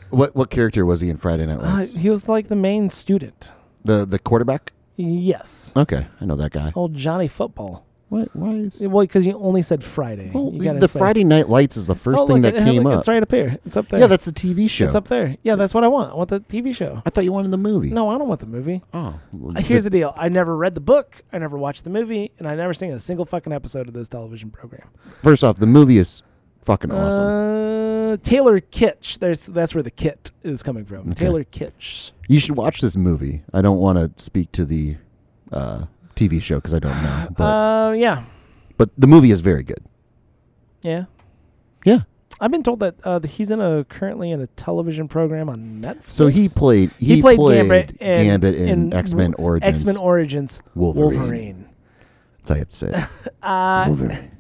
Speaker 2: What what character was he in Friday Night
Speaker 1: Uh,
Speaker 2: Lights?
Speaker 1: he was like the main student.
Speaker 2: the the quarterback.
Speaker 1: Yes,
Speaker 2: Okay, I know that guy.
Speaker 1: old Johnny Football.
Speaker 2: What? Why is?
Speaker 1: Well, because Oh, you only said Friday.
Speaker 2: Well,
Speaker 1: you gotta
Speaker 2: the
Speaker 1: say-
Speaker 2: Friday Night Lights is the
Speaker 1: Oh,
Speaker 2: first thing
Speaker 1: look,
Speaker 2: that
Speaker 1: it-
Speaker 2: came
Speaker 1: look,
Speaker 2: up.
Speaker 1: It's right up here. It's up there.
Speaker 2: Yeah, that's the TV show.
Speaker 1: it's up there. Yeah, that's what I want. I want the TV show.
Speaker 2: I thought you wanted the movie.
Speaker 1: No, I don't want the movie.
Speaker 2: Oh, well,
Speaker 1: Here's the deal. I never read the book, I never watched the movie, and I never seen a single fucking episode of this television program.
Speaker 2: first off, the movie is fucking awesome.
Speaker 1: Uh, Taylor Kitsch. There's that's where the kit is coming from.
Speaker 2: Okay.
Speaker 1: Taylor Kitsch.
Speaker 2: You should watch this movie. I don't want to speak to the uh, TV show because I don't know, but
Speaker 1: Uh, yeah,
Speaker 2: but the movie is very good.
Speaker 1: yeah.
Speaker 2: Yeah.
Speaker 1: I've been told that uh, that he's in a currently in a television program on Netflix.
Speaker 2: So he played. He,
Speaker 1: played Gambit in-
Speaker 2: Gambit in
Speaker 1: in
Speaker 2: X Men Origins.
Speaker 1: X Men Origins
Speaker 2: Wolverine.
Speaker 1: Wolverine.
Speaker 2: That's how you have to say it.
Speaker 1: Uh,
Speaker 2: Wolverine.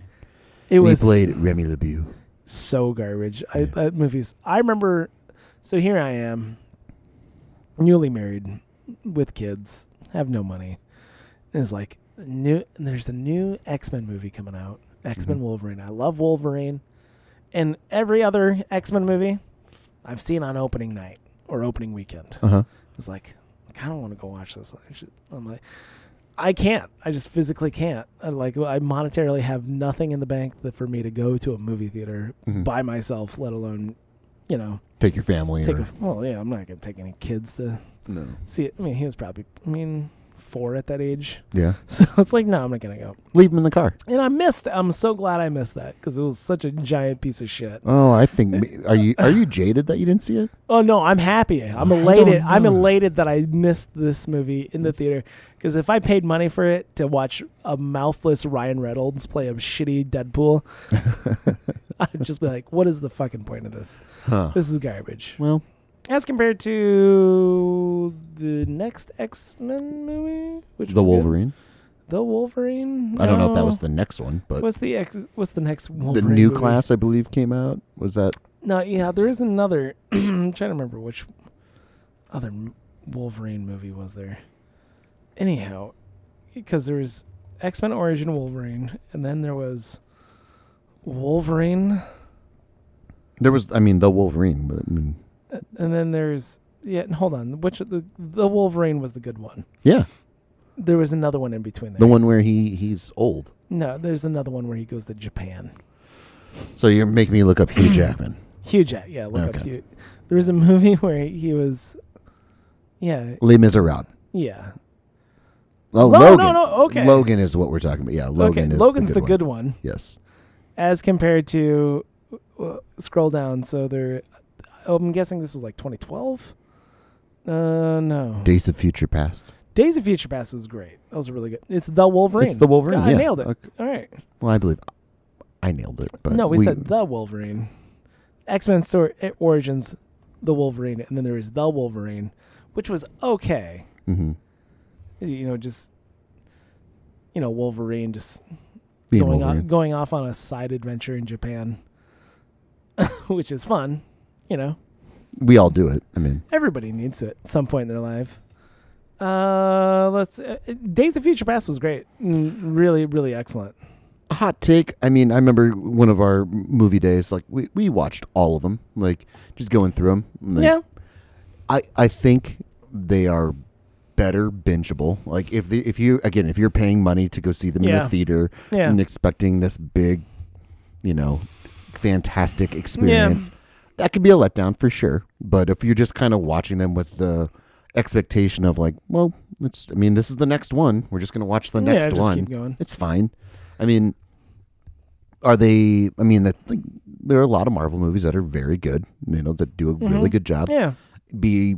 Speaker 1: It
Speaker 2: And
Speaker 1: was
Speaker 2: he played Remy LeBeau.
Speaker 1: so garbage. I,
Speaker 2: Yeah.
Speaker 1: that movies. I remember. So here I am, newly married, with kids, have no money, and it's like new. and There's a new X Men movie coming out. X Men
Speaker 2: Mhm.
Speaker 1: Wolverine. I love Wolverine, and every other X Men movie I've seen on opening night or opening weekend.
Speaker 2: Uh huh.
Speaker 1: It's like I kind of want to go watch this. I should- I'm like, I can't. I just physically can't. I like I monetarily have nothing in the bank that for me to go to a movie theater
Speaker 2: Mhm.
Speaker 1: by myself, let alone, you know,
Speaker 2: Take your family.
Speaker 1: take
Speaker 2: or,
Speaker 1: a well. Yeah, I'm not gonna take any kids to
Speaker 2: no.
Speaker 1: see it. I mean, he was probably I mean four at that age,
Speaker 2: Yeah.
Speaker 1: so it's like no, I'm not gonna go.
Speaker 2: Leave him in the car.
Speaker 1: And I missed. I'm so glad I missed that because it was such a giant piece of shit.
Speaker 2: Oh, I think. ma- Are you are you jaded that you didn't see it?
Speaker 1: Oh no, I'm happy. I'm
Speaker 2: I don't
Speaker 1: elated. I'm
Speaker 2: know.
Speaker 1: elated that I missed this movie in the theater because if I paid money for it to watch a mouthless Ryan Reynolds play a shitty Deadpool, I'd just be like, "What is the fucking point of this?
Speaker 2: Huh.
Speaker 1: This is garbage."
Speaker 2: Well,
Speaker 1: As compared to the next X Men movie, which
Speaker 2: the
Speaker 1: was good.
Speaker 2: Wolverine.
Speaker 1: the Wolverine.
Speaker 2: I don't know if that
Speaker 1: No.
Speaker 2: was the next one, but
Speaker 1: What's the X? What's the next
Speaker 2: the
Speaker 1: Wolverine?
Speaker 2: new
Speaker 1: movie?
Speaker 2: class I believe came out. Was that
Speaker 1: No, yeah, there is another. I'm trying to remember which other m- Wolverine movie was there. Anyhow, because there was X Men Origin Wolverine, and then there was Wolverine,
Speaker 2: there was? I mean, the Wolverine. But, I mean,
Speaker 1: uh, and then there's yeah. and Hold on, which of the the Wolverine was the good one?
Speaker 2: yeah,
Speaker 1: There was another one in between there.
Speaker 2: the one where he he's old.
Speaker 1: No, there's another one where he goes to Japan.
Speaker 2: So you're making me look up Hugh Jackman.
Speaker 1: Hugh Jack, yeah, look up
Speaker 2: Okay.
Speaker 1: Hugh. There was a movie where he was, yeah,
Speaker 2: Les Miserables.
Speaker 1: yeah.
Speaker 2: Oh,
Speaker 1: No,
Speaker 2: Logan.
Speaker 1: no, no, okay.
Speaker 2: Logan is what we're talking about. Yeah, Logan
Speaker 1: okay,
Speaker 2: is
Speaker 1: Logan's
Speaker 2: the
Speaker 1: the
Speaker 2: good, one.
Speaker 1: good one.
Speaker 2: Yes.
Speaker 1: as compared to uh, scroll down. So they're, I'm guessing this was like 2012. Uh, no.
Speaker 2: Days of Future Past.
Speaker 1: Days of Future Past was great. That was really good. It's the Wolverine.
Speaker 2: It's the Wolverine.
Speaker 1: I
Speaker 2: yeah.
Speaker 1: nailed it.
Speaker 2: Okay.
Speaker 1: All right.
Speaker 2: Well, I believe I nailed it. But
Speaker 1: no, we, said the Wolverine. X Men story eh, Origins, the Wolverine, and then there was the
Speaker 2: mm-hmm.
Speaker 1: Wolverine, which was okay.
Speaker 2: hmm
Speaker 1: You know, just you know, Wolverine just
Speaker 2: Being
Speaker 1: going
Speaker 2: Wolverine.
Speaker 1: on going off on a side adventure in Japan, which is fun. You know,
Speaker 2: We all do it. I mean,
Speaker 1: everybody needs it at some point in their life. Uh, let's. Uh, Days of Future Past was great. Mm, Really, really excellent.
Speaker 2: a hot take. I mean, I remember one of our movie days. Like we, we watched all of them. Like just going through them.
Speaker 1: yeah,
Speaker 2: I, I think they are better bingeable. Like if the, if you again if you're paying money to go see them in
Speaker 1: Yeah.
Speaker 2: a theater
Speaker 1: Yeah.
Speaker 2: and expecting this big, you know, fantastic experience, that could be a letdown for sure. But if you're just kind of watching them with the expectation of like, well, it's I mean this is the next one. We're just gonna watch the
Speaker 1: yeah,
Speaker 2: next
Speaker 1: just
Speaker 2: one.
Speaker 1: Keep going.
Speaker 2: It's fine. I mean, are they? I mean, I think there are a lot of Marvel movies that are very good. You know, that do a really
Speaker 1: Mhm.
Speaker 2: good job
Speaker 1: Yeah,
Speaker 2: be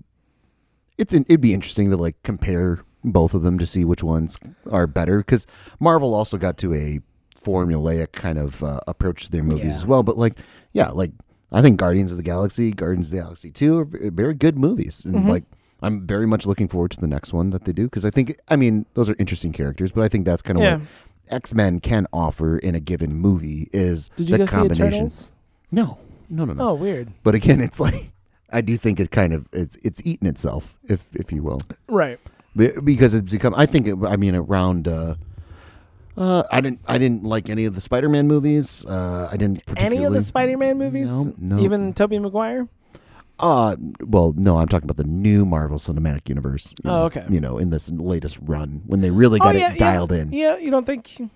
Speaker 2: it's in, it'd be interesting to like compare both of them to see which ones are better because Marvel also got to a formulaic kind of uh, approach to their movies
Speaker 1: Yeah.
Speaker 2: as well. But like, yeah, like I think Guardians of the Galaxy, Guardians of the Galaxy Two are v- very good movies, and
Speaker 1: Mhm.
Speaker 2: like I'm very much looking forward to the next one that they do because I think I mean those are interesting characters, but I think that's kind of
Speaker 1: yeah.
Speaker 2: what X Men can offer in a given movie is
Speaker 1: Did you
Speaker 2: the
Speaker 1: guys see
Speaker 2: combination.
Speaker 1: Eternals?
Speaker 2: No, no, no, no.
Speaker 1: Oh, weird.
Speaker 2: But again, it's like I do think it kind of it's it's eaten itself, if if you will,
Speaker 1: Right.
Speaker 2: Be- because it's become. I think it, I mean around. Uh, uh, I didn't I didn't like any of the Spider-Man movies. Uh, I didn't particularly
Speaker 1: Any of the Spider-Man movies?
Speaker 2: No, no.
Speaker 1: Even Tobey Maguire?
Speaker 2: Uh, well, no, I'm talking about the new Marvel Cinematic Universe. you
Speaker 1: Oh,
Speaker 2: know,
Speaker 1: okay.
Speaker 2: You know, in this latest run when they really got
Speaker 1: oh, yeah,
Speaker 2: it dialed
Speaker 1: yeah.
Speaker 2: in.
Speaker 1: Yeah, you don't think you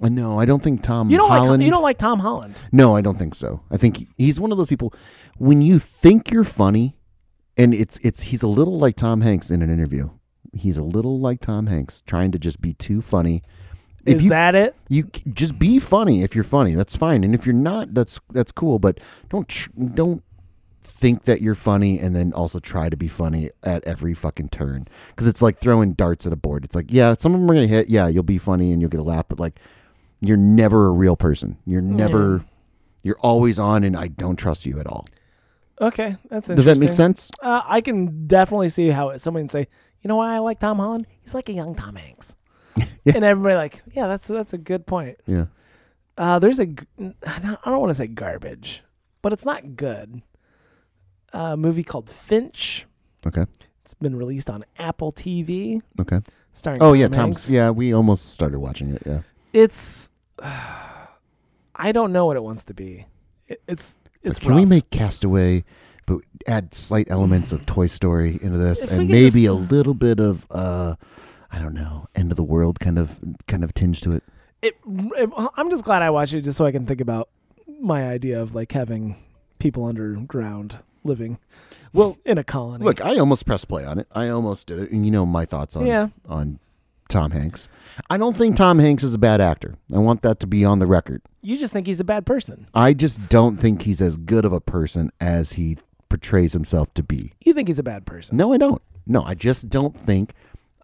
Speaker 2: Uh, no, I don't think Tom
Speaker 1: don't
Speaker 2: Holland.
Speaker 1: like you don't like Tom Holland.
Speaker 2: No, I don't think so. I think he- he's one of those people when you think you're funny and it's it's he's a little like Tom Hanks in an interview. He's a little like Tom Hanks trying to just be too funny. If
Speaker 1: Is
Speaker 2: you
Speaker 1: that it?
Speaker 2: you c- just be funny if you're funny, that's fine. And if you're not, that's that's cool, but don't tr- don't think that you're funny and then also try to be funny at every fucking turn cuz it's like throwing darts at a board. It's like, yeah, some of them are going to hit. Yeah, you'll be funny and you'll get a laugh, but like you're never a real person. You're never you're always on and I don't trust you at all.
Speaker 1: Okay, that's interesting.
Speaker 2: Does that make sense?
Speaker 1: Uh, I can definitely see how someone can say, you know why I like Tom Holland? He's like a young Tom Hanks.
Speaker 2: Yeah.
Speaker 1: And everybody like, yeah, that's that's a good point.
Speaker 2: Yeah.
Speaker 1: Uh, there's a, g- I don't, I don't want to say garbage, but it's not good. A movie called Finch.
Speaker 2: Okay.
Speaker 1: It's been released on Apple TV,
Speaker 2: Okay.
Speaker 1: starring.
Speaker 2: Oh yeah,
Speaker 1: Tom Hanks.
Speaker 2: Tom's yeah, we almost started watching it, yeah.
Speaker 1: it's I don't know what it wants to be. It, it's
Speaker 2: But
Speaker 1: it's
Speaker 2: can we
Speaker 1: rough.
Speaker 2: make Castaway, but add slight elements of Toy Story into this,
Speaker 1: If we
Speaker 2: and
Speaker 1: could
Speaker 2: maybe a
Speaker 1: just-
Speaker 2: little bit of uh, I don't know, end of the world kind of kind of tinge to it.
Speaker 1: it, it- I'm just glad I watched it just so I can think about my idea of like having people underground living
Speaker 2: Well,
Speaker 1: in a colony.
Speaker 2: look, I almost pressed play on it. I almost did it, and you know my thoughts on
Speaker 1: Yeah.
Speaker 2: on Tom Hanks. I don't think Tom Hanks is a bad actor. I want that to be on the record.
Speaker 1: you just think he's a bad person.
Speaker 2: I just don't think he's as good of a person as he portrays himself to be.
Speaker 1: You think he's a bad person.
Speaker 2: No, I don't. No, I just don't think.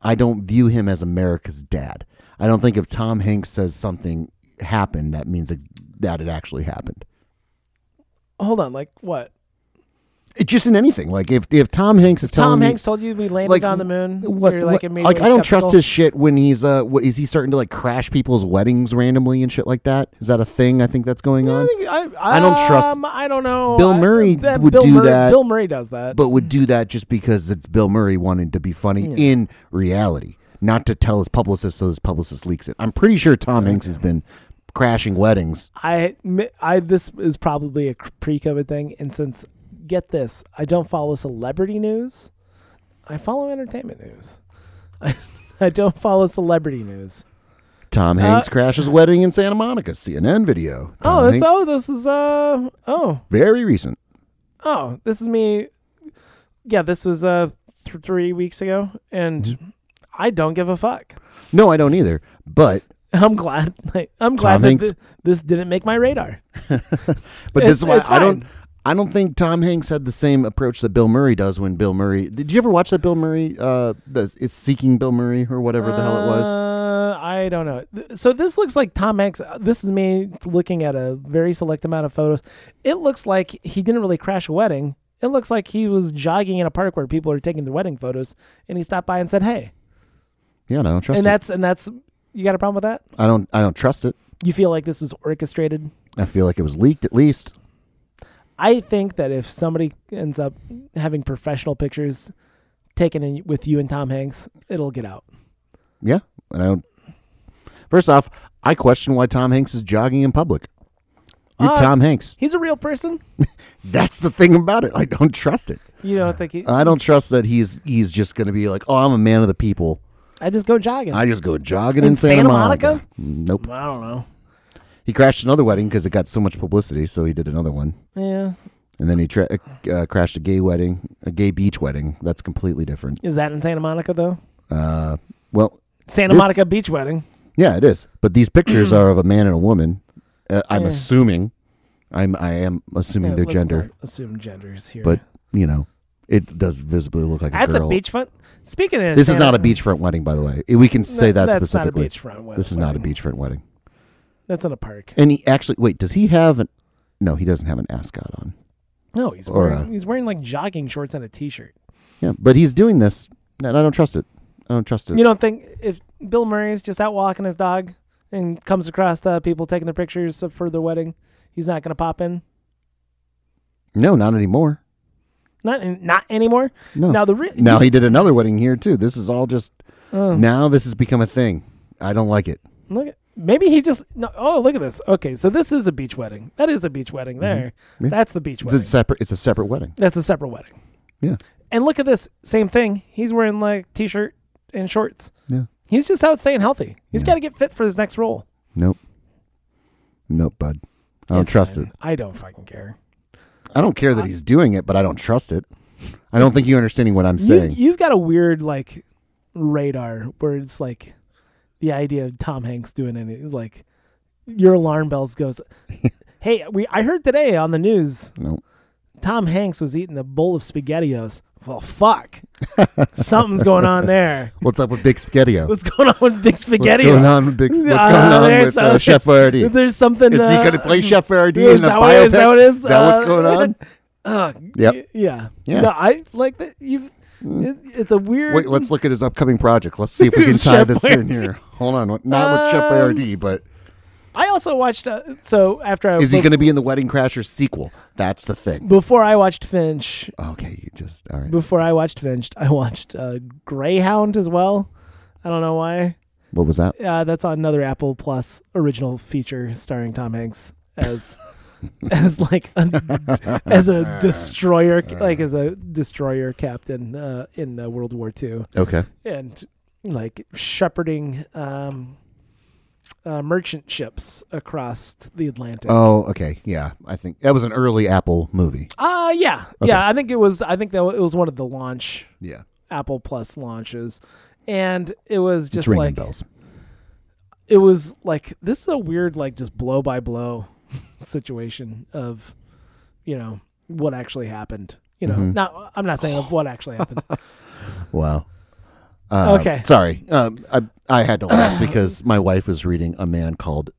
Speaker 2: I don't view him as America's dad. I don't think if Tom Hanks says something happened, that means it, that it actually happened.
Speaker 1: Hold on, like what?
Speaker 2: It just in anything. Like if, if Tom Hanks is telling
Speaker 1: Tom
Speaker 2: me-
Speaker 1: Hanks told you we landed
Speaker 2: like,
Speaker 1: on the moon.
Speaker 2: what,
Speaker 1: You're like
Speaker 2: what-
Speaker 1: immediately
Speaker 2: like I don't
Speaker 1: skeptical?
Speaker 2: trust his shit when he's uh what is he starting to like crash people's weddings randomly and shit like that? Is that a thing? I think that's going
Speaker 1: I,
Speaker 2: on.
Speaker 1: think-
Speaker 2: I don't trust-
Speaker 1: um, I don't know.
Speaker 2: Bill
Speaker 1: I-
Speaker 2: Murray
Speaker 1: that-
Speaker 2: would
Speaker 1: Bill
Speaker 2: do
Speaker 1: Murray-
Speaker 2: that.
Speaker 1: Bill Murray does that.
Speaker 2: but would do that just because it's Bill Murray wanting to be funny in reality, not to tell his publicist so his publicist leaks it. I'm pretty sure Tom Hanks has been crashing weddings.
Speaker 1: I, mi- I, this is probably a cr- pre-COVID thing, and since get this, I don't follow celebrity news. I follow entertainment news. I, I don't follow celebrity news.
Speaker 2: Tom Hanks crashes wedding in Santa Monica, CNN video. Tom
Speaker 1: Uh, Oh, this,
Speaker 2: Hanks-
Speaker 1: oh, this is uh, oh,
Speaker 2: very recent.
Speaker 1: oh, this is me. Yeah, this was uh, th- three weeks ago, and
Speaker 2: Mm-hmm.
Speaker 1: I don't give a fuck.
Speaker 2: No, I don't either. But
Speaker 1: I'm glad. Like, I'm glad that
Speaker 2: Hanks-
Speaker 1: thi- this didn't make my radar.
Speaker 2: but
Speaker 1: It's-
Speaker 2: this is why
Speaker 1: it's
Speaker 2: I don't.
Speaker 1: fine.
Speaker 2: I don't think Tom Hanks had the same approach that Bill Murray does when Bill Murray. Did you ever watch that Bill Murray? Uh, the it's seeking Bill Murray or whatever the hell it was.
Speaker 1: Uh, I don't know. Th- So this looks like Tom Hanks. uh, This is me looking at a very select amount of photos. It looks like he didn't really crash a wedding. It looks like he was jogging in a park where people are taking their wedding photos, and he stopped by and said, "Hey."
Speaker 2: Yeah, and I don't trust.
Speaker 1: And
Speaker 2: it.
Speaker 1: that's and that's you got a problem with that?
Speaker 2: I don't I don't trust it.
Speaker 1: You feel like this was orchestrated?
Speaker 2: I feel like it was leaked at least.
Speaker 1: I think that if somebody ends up having professional pictures taken in with you and Tom Hanks, it'll get out.
Speaker 2: Yeah, and I don't. First off, I question why Tom Hanks is jogging in public. You're
Speaker 1: Ah.
Speaker 2: Tom Hanks.
Speaker 1: He's a real person.
Speaker 2: That's the thing about it. I don't trust it.
Speaker 1: You don't think he,
Speaker 2: I don't trust that he's he's just going to be like, oh, I'm a man of the people.
Speaker 1: I just go jogging. I,
Speaker 2: I just go jogging in,
Speaker 1: In
Speaker 2: Santa,
Speaker 1: Santa
Speaker 2: Monica.
Speaker 1: Monica?
Speaker 2: Nope.
Speaker 1: don't know.
Speaker 2: He crashed another wedding because it got so much publicity, so he did another one.
Speaker 1: Yeah.
Speaker 2: And then he tra- uh, crashed a gay wedding, a gay beach wedding. That's completely different.
Speaker 1: Is that in Santa Monica though?
Speaker 2: Uh, well,
Speaker 1: Santa
Speaker 2: This-
Speaker 1: Monica beach wedding.
Speaker 2: yeah, it is. But these pictures are of a man and a woman. Uh, I'm
Speaker 1: Yeah.
Speaker 2: assuming. I'm I am assuming
Speaker 1: Yeah,
Speaker 2: their
Speaker 1: let's
Speaker 2: gender.
Speaker 1: not Assume genders here.
Speaker 2: But you know, it does visibly look like
Speaker 1: that's
Speaker 2: a girl.
Speaker 1: a beachfront. Speaking of
Speaker 2: This is
Speaker 1: Santa-
Speaker 2: not a beachfront wedding, by the way. Eh, We can say that
Speaker 1: that's
Speaker 2: specifically.
Speaker 1: Not a beachfront. wed-
Speaker 2: this is not a
Speaker 1: wedding.
Speaker 2: beachfront wedding.
Speaker 1: That's in a park.
Speaker 2: And he actually wait, does he have an no, he doesn't have an ascot on.
Speaker 1: No, he's
Speaker 2: Or
Speaker 1: wearing,
Speaker 2: a-
Speaker 1: he's wearing like jogging shorts and a t-shirt.
Speaker 2: Yeah. But he's doing this and I don't trust it. I don't trust it.
Speaker 1: You don't think if Bill Murray's just out walking his dog and comes across the people taking their pictures of- for their wedding, he's not going to pop in?
Speaker 2: no, not anymore.
Speaker 1: Not in, not anymore.
Speaker 2: No.
Speaker 1: Now the re-
Speaker 2: now he did another wedding here too. This is all just
Speaker 1: Oh,
Speaker 2: now this has become a thing. I don't like it.
Speaker 1: look at, maybe he just no, oh look at this. Okay, so this is a beach wedding. That is a beach wedding. There,
Speaker 2: Mm-hmm. Yeah.
Speaker 1: that's the beach
Speaker 2: It's
Speaker 1: wedding.
Speaker 2: a separate it's a separate wedding.
Speaker 1: that's a separate wedding.
Speaker 2: Yeah.
Speaker 1: And look at this same thing. He's wearing like t-shirt and shorts.
Speaker 2: Yeah.
Speaker 1: He's just out staying healthy. He's
Speaker 2: Yeah.
Speaker 1: got to get fit for his next role.
Speaker 2: Nope. Nope, bud. I don't
Speaker 1: It's
Speaker 2: trust
Speaker 1: fine.
Speaker 2: it.
Speaker 1: I don't fucking care.
Speaker 2: I don't care that he's doing it, but I don't trust it. I don't think you're understanding what I'm
Speaker 1: You,
Speaker 2: saying.
Speaker 1: you've got a weird like radar where it's like the idea of Tom Hanks doing any like your alarm bells goes. hey, we I heard today on the news
Speaker 2: no.
Speaker 1: Tom Hanks was eating a bowl of spaghettios. Well, fuck, something's going on there.
Speaker 2: What's up with Big Spaghettio?
Speaker 1: What's going on with Ah, Big
Speaker 2: What's
Speaker 1: Spaghetti?
Speaker 2: going on with Big? What's going on with uh, Chef Boyardee?
Speaker 1: There's something.
Speaker 2: Is he
Speaker 1: uh,
Speaker 2: going to play Chef Boyardee
Speaker 1: Is
Speaker 2: in a
Speaker 1: that what it
Speaker 2: biopic?
Speaker 1: is? Is that what it is?
Speaker 2: Is that what's
Speaker 1: Uh,
Speaker 2: going on?
Speaker 1: Uh,
Speaker 2: Yep.
Speaker 1: y- yeah.
Speaker 2: Yeah. Hmm.
Speaker 1: No, I like that. You've. It, it's a weird.
Speaker 2: Wait, let's look at his upcoming project. Let's see if we can tie
Speaker 1: Chef
Speaker 2: this in here. Hold on, what- not with Chef
Speaker 1: Um,
Speaker 2: Boyardee, but
Speaker 1: I also watched. Uh, so after I
Speaker 2: is he
Speaker 1: bef-
Speaker 2: going to be in the Wedding Crashers sequel? That's the thing.
Speaker 1: before I watched Finch,
Speaker 2: Okay, you just all right.
Speaker 1: before I watched Finch, I watched uh, Greyhound as well. I don't know why.
Speaker 2: What was that?
Speaker 1: Uh, that's on another Apple Plus original feature starring Tom Hanks as as like a, as a destroyer,
Speaker 2: Uh.
Speaker 1: like as a destroyer captain uh, in uh, World War II.
Speaker 2: Okay,
Speaker 1: and like shepherding um, uh, merchant ships across the Atlantic.
Speaker 2: Oh, okay. Yeah, I think that was an early Apple movie.
Speaker 1: uh, yeah,
Speaker 2: Okay.
Speaker 1: yeah. I think it was. I think that it was one of the launch
Speaker 2: Yeah,
Speaker 1: Apple Plus launches, and it was
Speaker 2: it's
Speaker 1: just
Speaker 2: ringing
Speaker 1: like
Speaker 2: bells.
Speaker 1: it was like this is a weird like just blow by blow situation of you know what actually happened. You know,
Speaker 2: Mhm.
Speaker 1: not I'm not saying of what actually happened.
Speaker 2: Wow. Uh,
Speaker 1: Okay.
Speaker 2: Sorry, um, I I had to laugh because my wife was reading a man called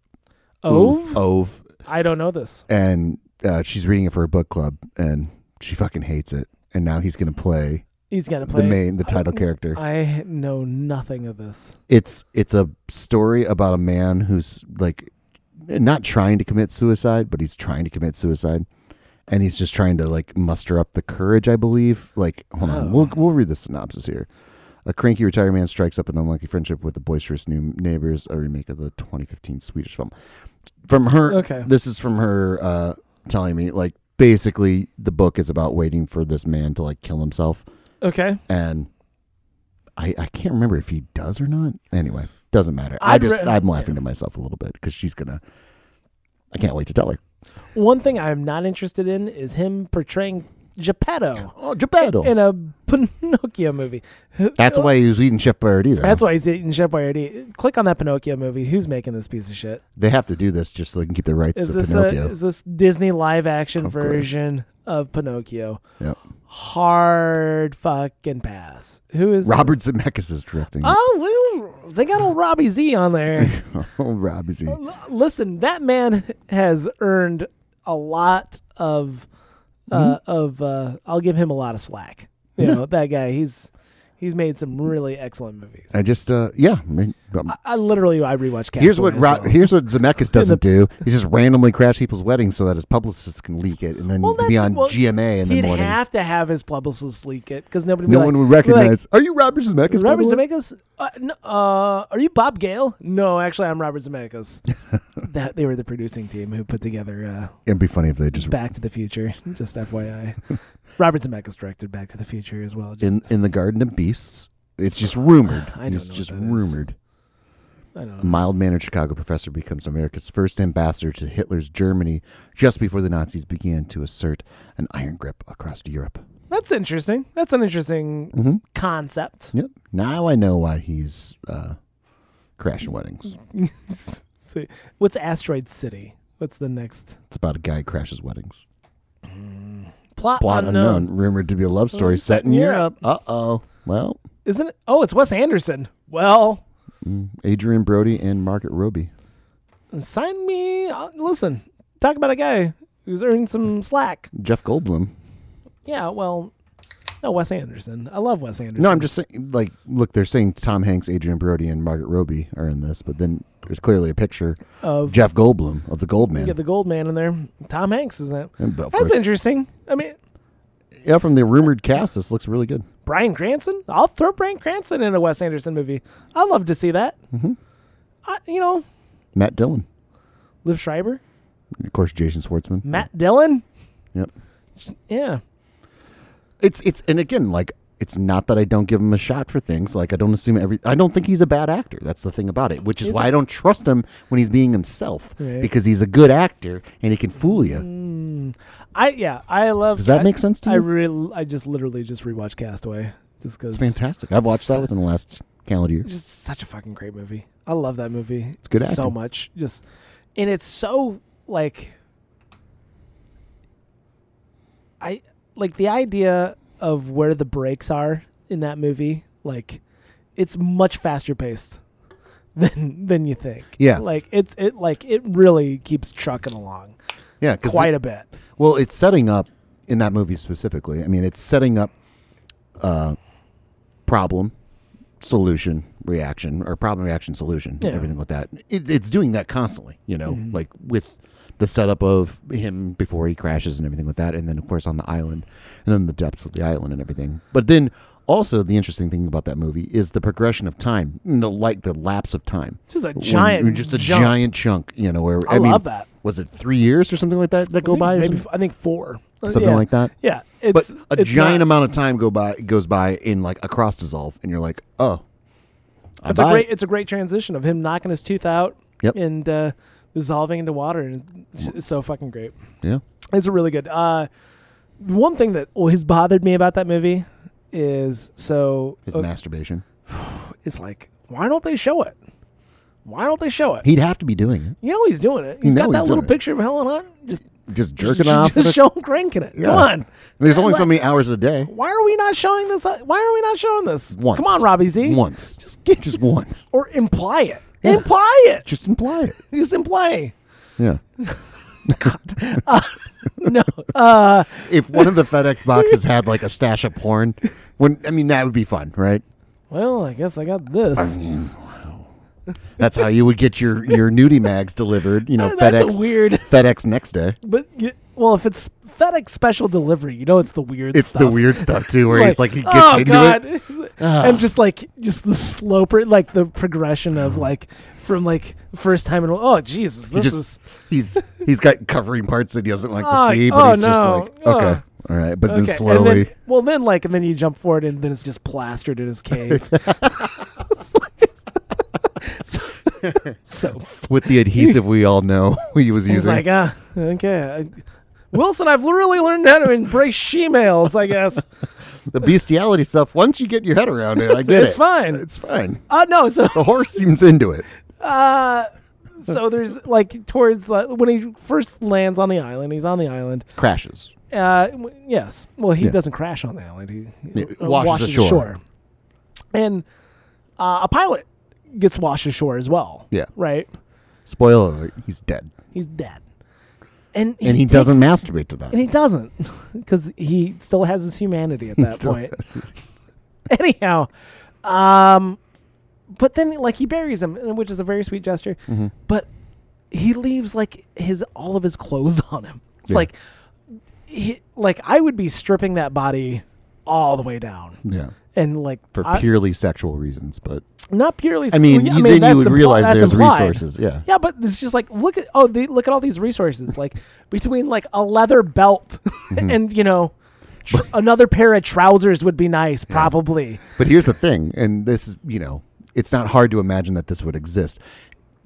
Speaker 1: Ove,
Speaker 2: Ove
Speaker 1: I don't know this.
Speaker 2: and uh, she's reading it for her book club, and she fucking hates it. And now he's gonna play,
Speaker 1: He's gonna play.
Speaker 2: the main, the title character.
Speaker 1: I know nothing of this.
Speaker 2: it's it's a story about a man who's like not trying to commit suicide, but he's trying to commit suicide, and he's just trying to like muster up the courage. I believe. Like, hold
Speaker 1: Oh.
Speaker 2: on, we'll we'll read the synopsis here. A cranky retired man strikes up an unlucky friendship with the boisterous new neighbors. A remake of the 2015 Swedish film. From her,
Speaker 1: Okay.
Speaker 2: this is from her uh, telling me like basically the book is about waiting for this man to like kill himself
Speaker 1: Okay.
Speaker 2: and I I can't remember if he does or not. Anyway, doesn't matter. i
Speaker 1: I'd
Speaker 2: just
Speaker 1: re-
Speaker 2: I'm laughing to myself a little bit because she's gonna. I can't wait to tell her.
Speaker 1: One thing I'm not interested in is him portraying Geppetto
Speaker 2: Oh, Geppetto.
Speaker 1: in a Pinocchio movie. Who-
Speaker 2: that's why he was eating Chef Boyardee. Though.
Speaker 1: That's why he's eating Chef Boyardee. Click on that Pinocchio movie. Who's making this piece of shit?
Speaker 2: they have to do this just so they can keep their rights
Speaker 1: Is
Speaker 2: to
Speaker 1: this
Speaker 2: Pinocchio.
Speaker 1: a, is this Disney live action
Speaker 2: Of course.
Speaker 1: version of Pinocchio?
Speaker 2: Yep.
Speaker 1: Hard fucking pass. Who is
Speaker 2: Robert Zemeckis is directing. it.
Speaker 1: Oh, well, they got old Robbie Z on there.
Speaker 2: oh, Rob is he?
Speaker 1: L- listen, that man has earned a lot
Speaker 2: Hmm?
Speaker 1: of uh, of. Uh, I'll give him a lot of slack. You know that guy. He's He's made some really excellent movies.
Speaker 2: I just, uh, yeah. I mean, um,
Speaker 1: I, I literally I rewatched. Castaway
Speaker 2: here's what
Speaker 1: as
Speaker 2: Ro-
Speaker 1: well.
Speaker 2: here's what Zemeckis doesn't do. He just randomly crash people's weddings so that his publicists can leak it and then
Speaker 1: Well, that's-
Speaker 2: be on
Speaker 1: well,
Speaker 2: GMA in the
Speaker 1: He'd
Speaker 2: morning.
Speaker 1: have to have his publicist leak it because nobody.
Speaker 2: no
Speaker 1: be like-
Speaker 2: one
Speaker 1: be
Speaker 2: would
Speaker 1: like,
Speaker 2: recognize. Are you Robert Zemeckis? by the
Speaker 1: Robert
Speaker 2: way?"
Speaker 1: Zemeckis? Uh, no, uh, are you Bob Gale? No, actually, I'm Robert Zemeckis. that they were the producing team who put together
Speaker 2: It'd be funny if they
Speaker 1: uh,
Speaker 2: just
Speaker 1: Back to the Future. Just FYI, Robert Zemeckis directed Back to the Future as well. Just,
Speaker 2: in in the Garden of Beasts. It's just rumored.
Speaker 1: I don't
Speaker 2: it's
Speaker 1: know what
Speaker 2: just
Speaker 1: that is.
Speaker 2: rumored.
Speaker 1: I don't
Speaker 2: A
Speaker 1: know.
Speaker 2: mild mannered Chicago professor becomes America's first ambassador to Hitler's Germany just before the Nazis began to assert an iron grip across Europe.
Speaker 1: That's interesting. That's an interesting
Speaker 2: Mm-hmm.
Speaker 1: concept.
Speaker 2: Yep. Now I know why he's uh, crashing weddings.
Speaker 1: So, what's Asteroid City? What's the next
Speaker 2: It's about a guy who crashes weddings.
Speaker 1: plot?
Speaker 2: Plot
Speaker 1: unknown.
Speaker 2: unknown, rumored to be a love story
Speaker 1: it's
Speaker 2: set in
Speaker 1: set in
Speaker 2: Europe. Uh oh. Well,
Speaker 1: Isn't it? Oh, it's Wes Anderson. Well,
Speaker 2: mm, Adrian Brody and Margaret Roby.
Speaker 1: sign me. uh, Listen, talk about a guy who's earned some slack.
Speaker 2: Jeff Goldblum.
Speaker 1: Yeah, well, no, Wes Anderson. I love Wes Anderson.
Speaker 2: No, I'm just saying, like, look, they're saying Tom Hanks, Adrian Brody, and Margaret Roby are in this, but then there's clearly a picture
Speaker 1: of
Speaker 2: of Jeff Goldblum of the
Speaker 1: you
Speaker 2: Goldman.
Speaker 1: get the gold man in there. Tom Hanks is that.
Speaker 2: And, of
Speaker 1: That's
Speaker 2: course,
Speaker 1: interesting. I mean,
Speaker 2: yeah, from the rumored cast, this looks really good.
Speaker 1: Brian Cranston. I'll throw Brian Cranston in a Wes Anderson movie. I'd love to see that.
Speaker 2: Mhm.
Speaker 1: I, you know,
Speaker 2: Matt Dillon,
Speaker 1: Liv Schreiber,
Speaker 2: of course, Jason Schwartzman.
Speaker 1: Matt Dillon.
Speaker 2: Yep.
Speaker 1: Yeah.
Speaker 2: It's it's and again, like, it's not that I don't give him a shot for things. Like, I don't assume every. I don't think he's a bad actor. That's the thing about it, which is
Speaker 1: He's
Speaker 2: why
Speaker 1: a-
Speaker 2: I don't trust him when he's being himself
Speaker 1: Right.
Speaker 2: because he's a good actor and he can fool you.
Speaker 1: Mm, I yeah. I love.
Speaker 2: Does that
Speaker 1: I,
Speaker 2: make sense to
Speaker 1: I
Speaker 2: you?
Speaker 1: re- I just literally just rewatched Castaway just because
Speaker 2: it's fantastic. I've watched that
Speaker 1: So-
Speaker 2: within the last calendar year.
Speaker 1: just such a fucking great movie. I love that movie. It's
Speaker 2: good
Speaker 1: so
Speaker 2: acting.
Speaker 1: much. Just and it's so like I like the idea of where the breaks are in that movie. Like it's much faster paced than than you think.
Speaker 2: Yeah.
Speaker 1: like it's it like it really keeps trucking along
Speaker 2: Yeah, because
Speaker 1: quite a bit.
Speaker 2: Well, it's setting up in that movie specifically. I mean, it's setting up uh, problem, solution, reaction, or problem, reaction, solution,
Speaker 1: Yeah. Mm-hmm.
Speaker 2: everything like that. It, it's doing that constantly, you know, like with the setup of him before he crashes and everything like that, and then of course on the island, and then the depths of the island and everything. But then also the interesting thing about that movie is the progression of time, the like the lapse of time.
Speaker 1: Just a
Speaker 2: When-
Speaker 1: giant,
Speaker 2: just a
Speaker 1: jump.
Speaker 2: giant chunk, you know. Where
Speaker 1: I,
Speaker 2: mean,
Speaker 1: love that.
Speaker 2: was it three years or something like that that
Speaker 1: I
Speaker 2: go
Speaker 1: think
Speaker 2: by? Or
Speaker 1: maybe
Speaker 2: something?
Speaker 1: f- I think four, Uh,
Speaker 2: something
Speaker 1: yeah.
Speaker 2: like that.
Speaker 1: Yeah, it's
Speaker 2: But a
Speaker 1: it's
Speaker 2: giant
Speaker 1: nuts.
Speaker 2: amount of time go by goes by in like a cross dissolve, and you're like, oh, I
Speaker 1: It's a
Speaker 2: buy
Speaker 1: great.
Speaker 2: it.
Speaker 1: It's a great transition of him knocking his tooth out
Speaker 2: Yep.
Speaker 1: and uh, dissolving into water, and it's it's so fucking great.
Speaker 2: yeah.
Speaker 1: It's really good. Uh, one thing that always bothered me about that movie is so
Speaker 2: His
Speaker 1: uh,
Speaker 2: masturbation.
Speaker 1: it's like why don't they show it? Why don't they show it?
Speaker 2: He'd have to be doing
Speaker 1: you know he's doing it.
Speaker 2: You
Speaker 1: He's got
Speaker 2: know
Speaker 1: that
Speaker 2: he's
Speaker 1: little
Speaker 2: doing it.
Speaker 1: picture of Helen Hunt. Just
Speaker 2: it, just
Speaker 1: just,
Speaker 2: jerking off. with
Speaker 1: just
Speaker 2: a-
Speaker 1: show him cranking it.
Speaker 2: Yeah.
Speaker 1: Come on.
Speaker 2: There's only
Speaker 1: Why-
Speaker 2: so many hours a day.
Speaker 1: Why are we not showing this? uh, Why are we not showing this?
Speaker 2: Once.
Speaker 1: Come on, Robbie Z.
Speaker 2: Once.
Speaker 1: Just get
Speaker 2: Just once.
Speaker 1: or imply it.
Speaker 2: Yeah.
Speaker 1: Imply it.
Speaker 2: Just imply it.
Speaker 1: Just imply.
Speaker 2: Yeah.
Speaker 1: No. Uh,
Speaker 2: If one of the FedEx boxes had like a stash of porn, when I mean that would be fun, right?
Speaker 1: well, I guess I got this.
Speaker 2: That's how you would get your your nudie mags delivered. You know,
Speaker 1: That's
Speaker 2: FedEx
Speaker 1: weird.
Speaker 2: FedEx next day.
Speaker 1: But you, well, if it's FedEx special delivery, you know it's the weird.
Speaker 2: It's
Speaker 1: stuff.
Speaker 2: the weird stuff too, where he's like he gets
Speaker 1: oh
Speaker 2: into it.
Speaker 1: god, and
Speaker 2: Ah.
Speaker 1: just like just the slope, or, like the progression of like from like first time and oh Jesus,
Speaker 2: He
Speaker 1: this is
Speaker 2: just he's he's got covering parts that he doesn't like
Speaker 1: Oh,
Speaker 2: to see, but
Speaker 1: oh,
Speaker 2: he's just
Speaker 1: no. Ah.
Speaker 2: like, okay, all right. But
Speaker 1: okay.
Speaker 2: then slowly,
Speaker 1: And then, well, then like and then you jump forward and then it's just plastered in his cave. so
Speaker 2: with the adhesive we all know he was
Speaker 1: He's
Speaker 2: using,
Speaker 1: like, ah, okay. I- Wilson, I've really learned how to embrace she-males, I guess.
Speaker 2: the bestiality stuff. Once you get your head around it, I get
Speaker 1: It's
Speaker 2: it.
Speaker 1: fine.
Speaker 2: It's fine.
Speaker 1: Uh, no, so,
Speaker 2: The horse seems into it.
Speaker 1: uh, so there's like towards uh, when he first lands on the island, he's on the island.
Speaker 2: Crashes.
Speaker 1: Uh, w- yes. Well, he
Speaker 2: Yeah.
Speaker 1: doesn't crash on the island. He, he
Speaker 2: Yeah, washes ashore.
Speaker 1: And uh, a pilot gets washed ashore as well.
Speaker 2: Yeah.
Speaker 1: Right.
Speaker 2: Spoiler alert: he's dead,
Speaker 1: He's dead. And he,
Speaker 2: and he
Speaker 1: takes-
Speaker 2: doesn't masturbate to that.
Speaker 1: And he doesn't because he still has his humanity at
Speaker 2: He
Speaker 1: that
Speaker 2: still
Speaker 1: point.
Speaker 2: has his-
Speaker 1: Anyhow, um, but then like he buries him, and- which is a very sweet gesture.
Speaker 2: Mhm.
Speaker 1: But he leaves like his all of his clothes on him. It's
Speaker 2: Yeah.
Speaker 1: like, he, like I would be stripping that body all the way down,
Speaker 2: Yeah.
Speaker 1: and like
Speaker 2: For
Speaker 1: I-
Speaker 2: purely sexual reasons, but
Speaker 1: not purely.
Speaker 2: I mean,
Speaker 1: yeah,
Speaker 2: you- then
Speaker 1: that's
Speaker 2: you would
Speaker 1: impli-
Speaker 2: realize
Speaker 1: that's
Speaker 2: there's
Speaker 1: implied.
Speaker 2: resources. Yeah.
Speaker 1: Yeah, but it's just like look at oh they, look at all these resources like between like a leather belt
Speaker 2: Mm-hmm.
Speaker 1: and you know tr- another pair of trousers would be nice probably.
Speaker 2: But here's the thing, and this is, you know, it's not hard to imagine that this would exist.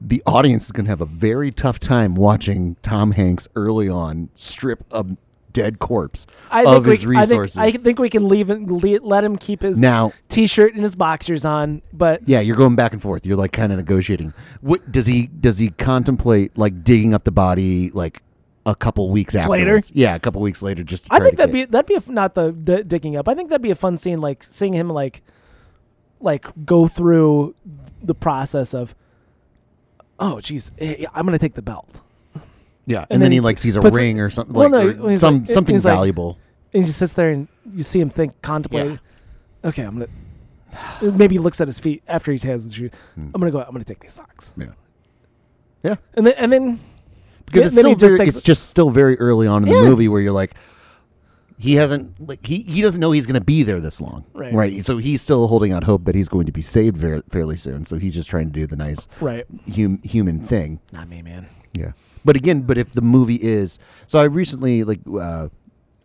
Speaker 2: The audience is going to have a very tough time watching Tom Hanks early on strip a dead corpse
Speaker 1: I think
Speaker 2: of his
Speaker 1: we,
Speaker 2: resources.
Speaker 1: I think, I think we can leave and le- let him keep his
Speaker 2: now,
Speaker 1: t-shirt and his boxers on, but
Speaker 2: yeah, you're going back and forth. You're like kind of negotiating. What does he does he contemplate like digging up the body like a couple weeks
Speaker 1: Later?
Speaker 2: afterwards? Yeah, a couple weeks later. Just to
Speaker 1: I
Speaker 2: try
Speaker 1: think
Speaker 2: to
Speaker 1: that'd
Speaker 2: get-
Speaker 1: be that'd be a f not the, the digging up. I think that'd be a fun scene, like seeing him like like go through the process of oh geez, eh, I'm gonna take the belt.
Speaker 2: yeah, and, then,
Speaker 1: then
Speaker 2: he
Speaker 1: he
Speaker 2: like sees a
Speaker 1: puts-
Speaker 2: ring or something
Speaker 1: Well,
Speaker 2: like
Speaker 1: no,
Speaker 2: or
Speaker 1: he's
Speaker 2: some
Speaker 1: like-
Speaker 2: something
Speaker 1: he's like-
Speaker 2: valuable.
Speaker 1: And he just sits there and you see him think, contemplate. Okay, I'm gonna. Maybe he looks at his feet after he has his shoe.
Speaker 2: Hmm.
Speaker 1: I'm gonna go. out, I'm gonna take these socks.
Speaker 2: yeah, yeah.
Speaker 1: And then and then
Speaker 2: because
Speaker 1: Yeah,
Speaker 2: it's
Speaker 1: then
Speaker 2: still
Speaker 1: he just
Speaker 2: very,
Speaker 1: takes-
Speaker 2: it's just still very early on in the
Speaker 1: Yeah.
Speaker 2: movie where you're like he hasn't like he, he doesn't know he's going to be there this long
Speaker 1: Right.
Speaker 2: so he's still holding out hope that he's going to be saved very, fairly soon so he's just trying to do the nice
Speaker 1: right.
Speaker 2: hum, human thing
Speaker 1: Not me, man.
Speaker 2: yeah but again but if the movie is so i recently like uh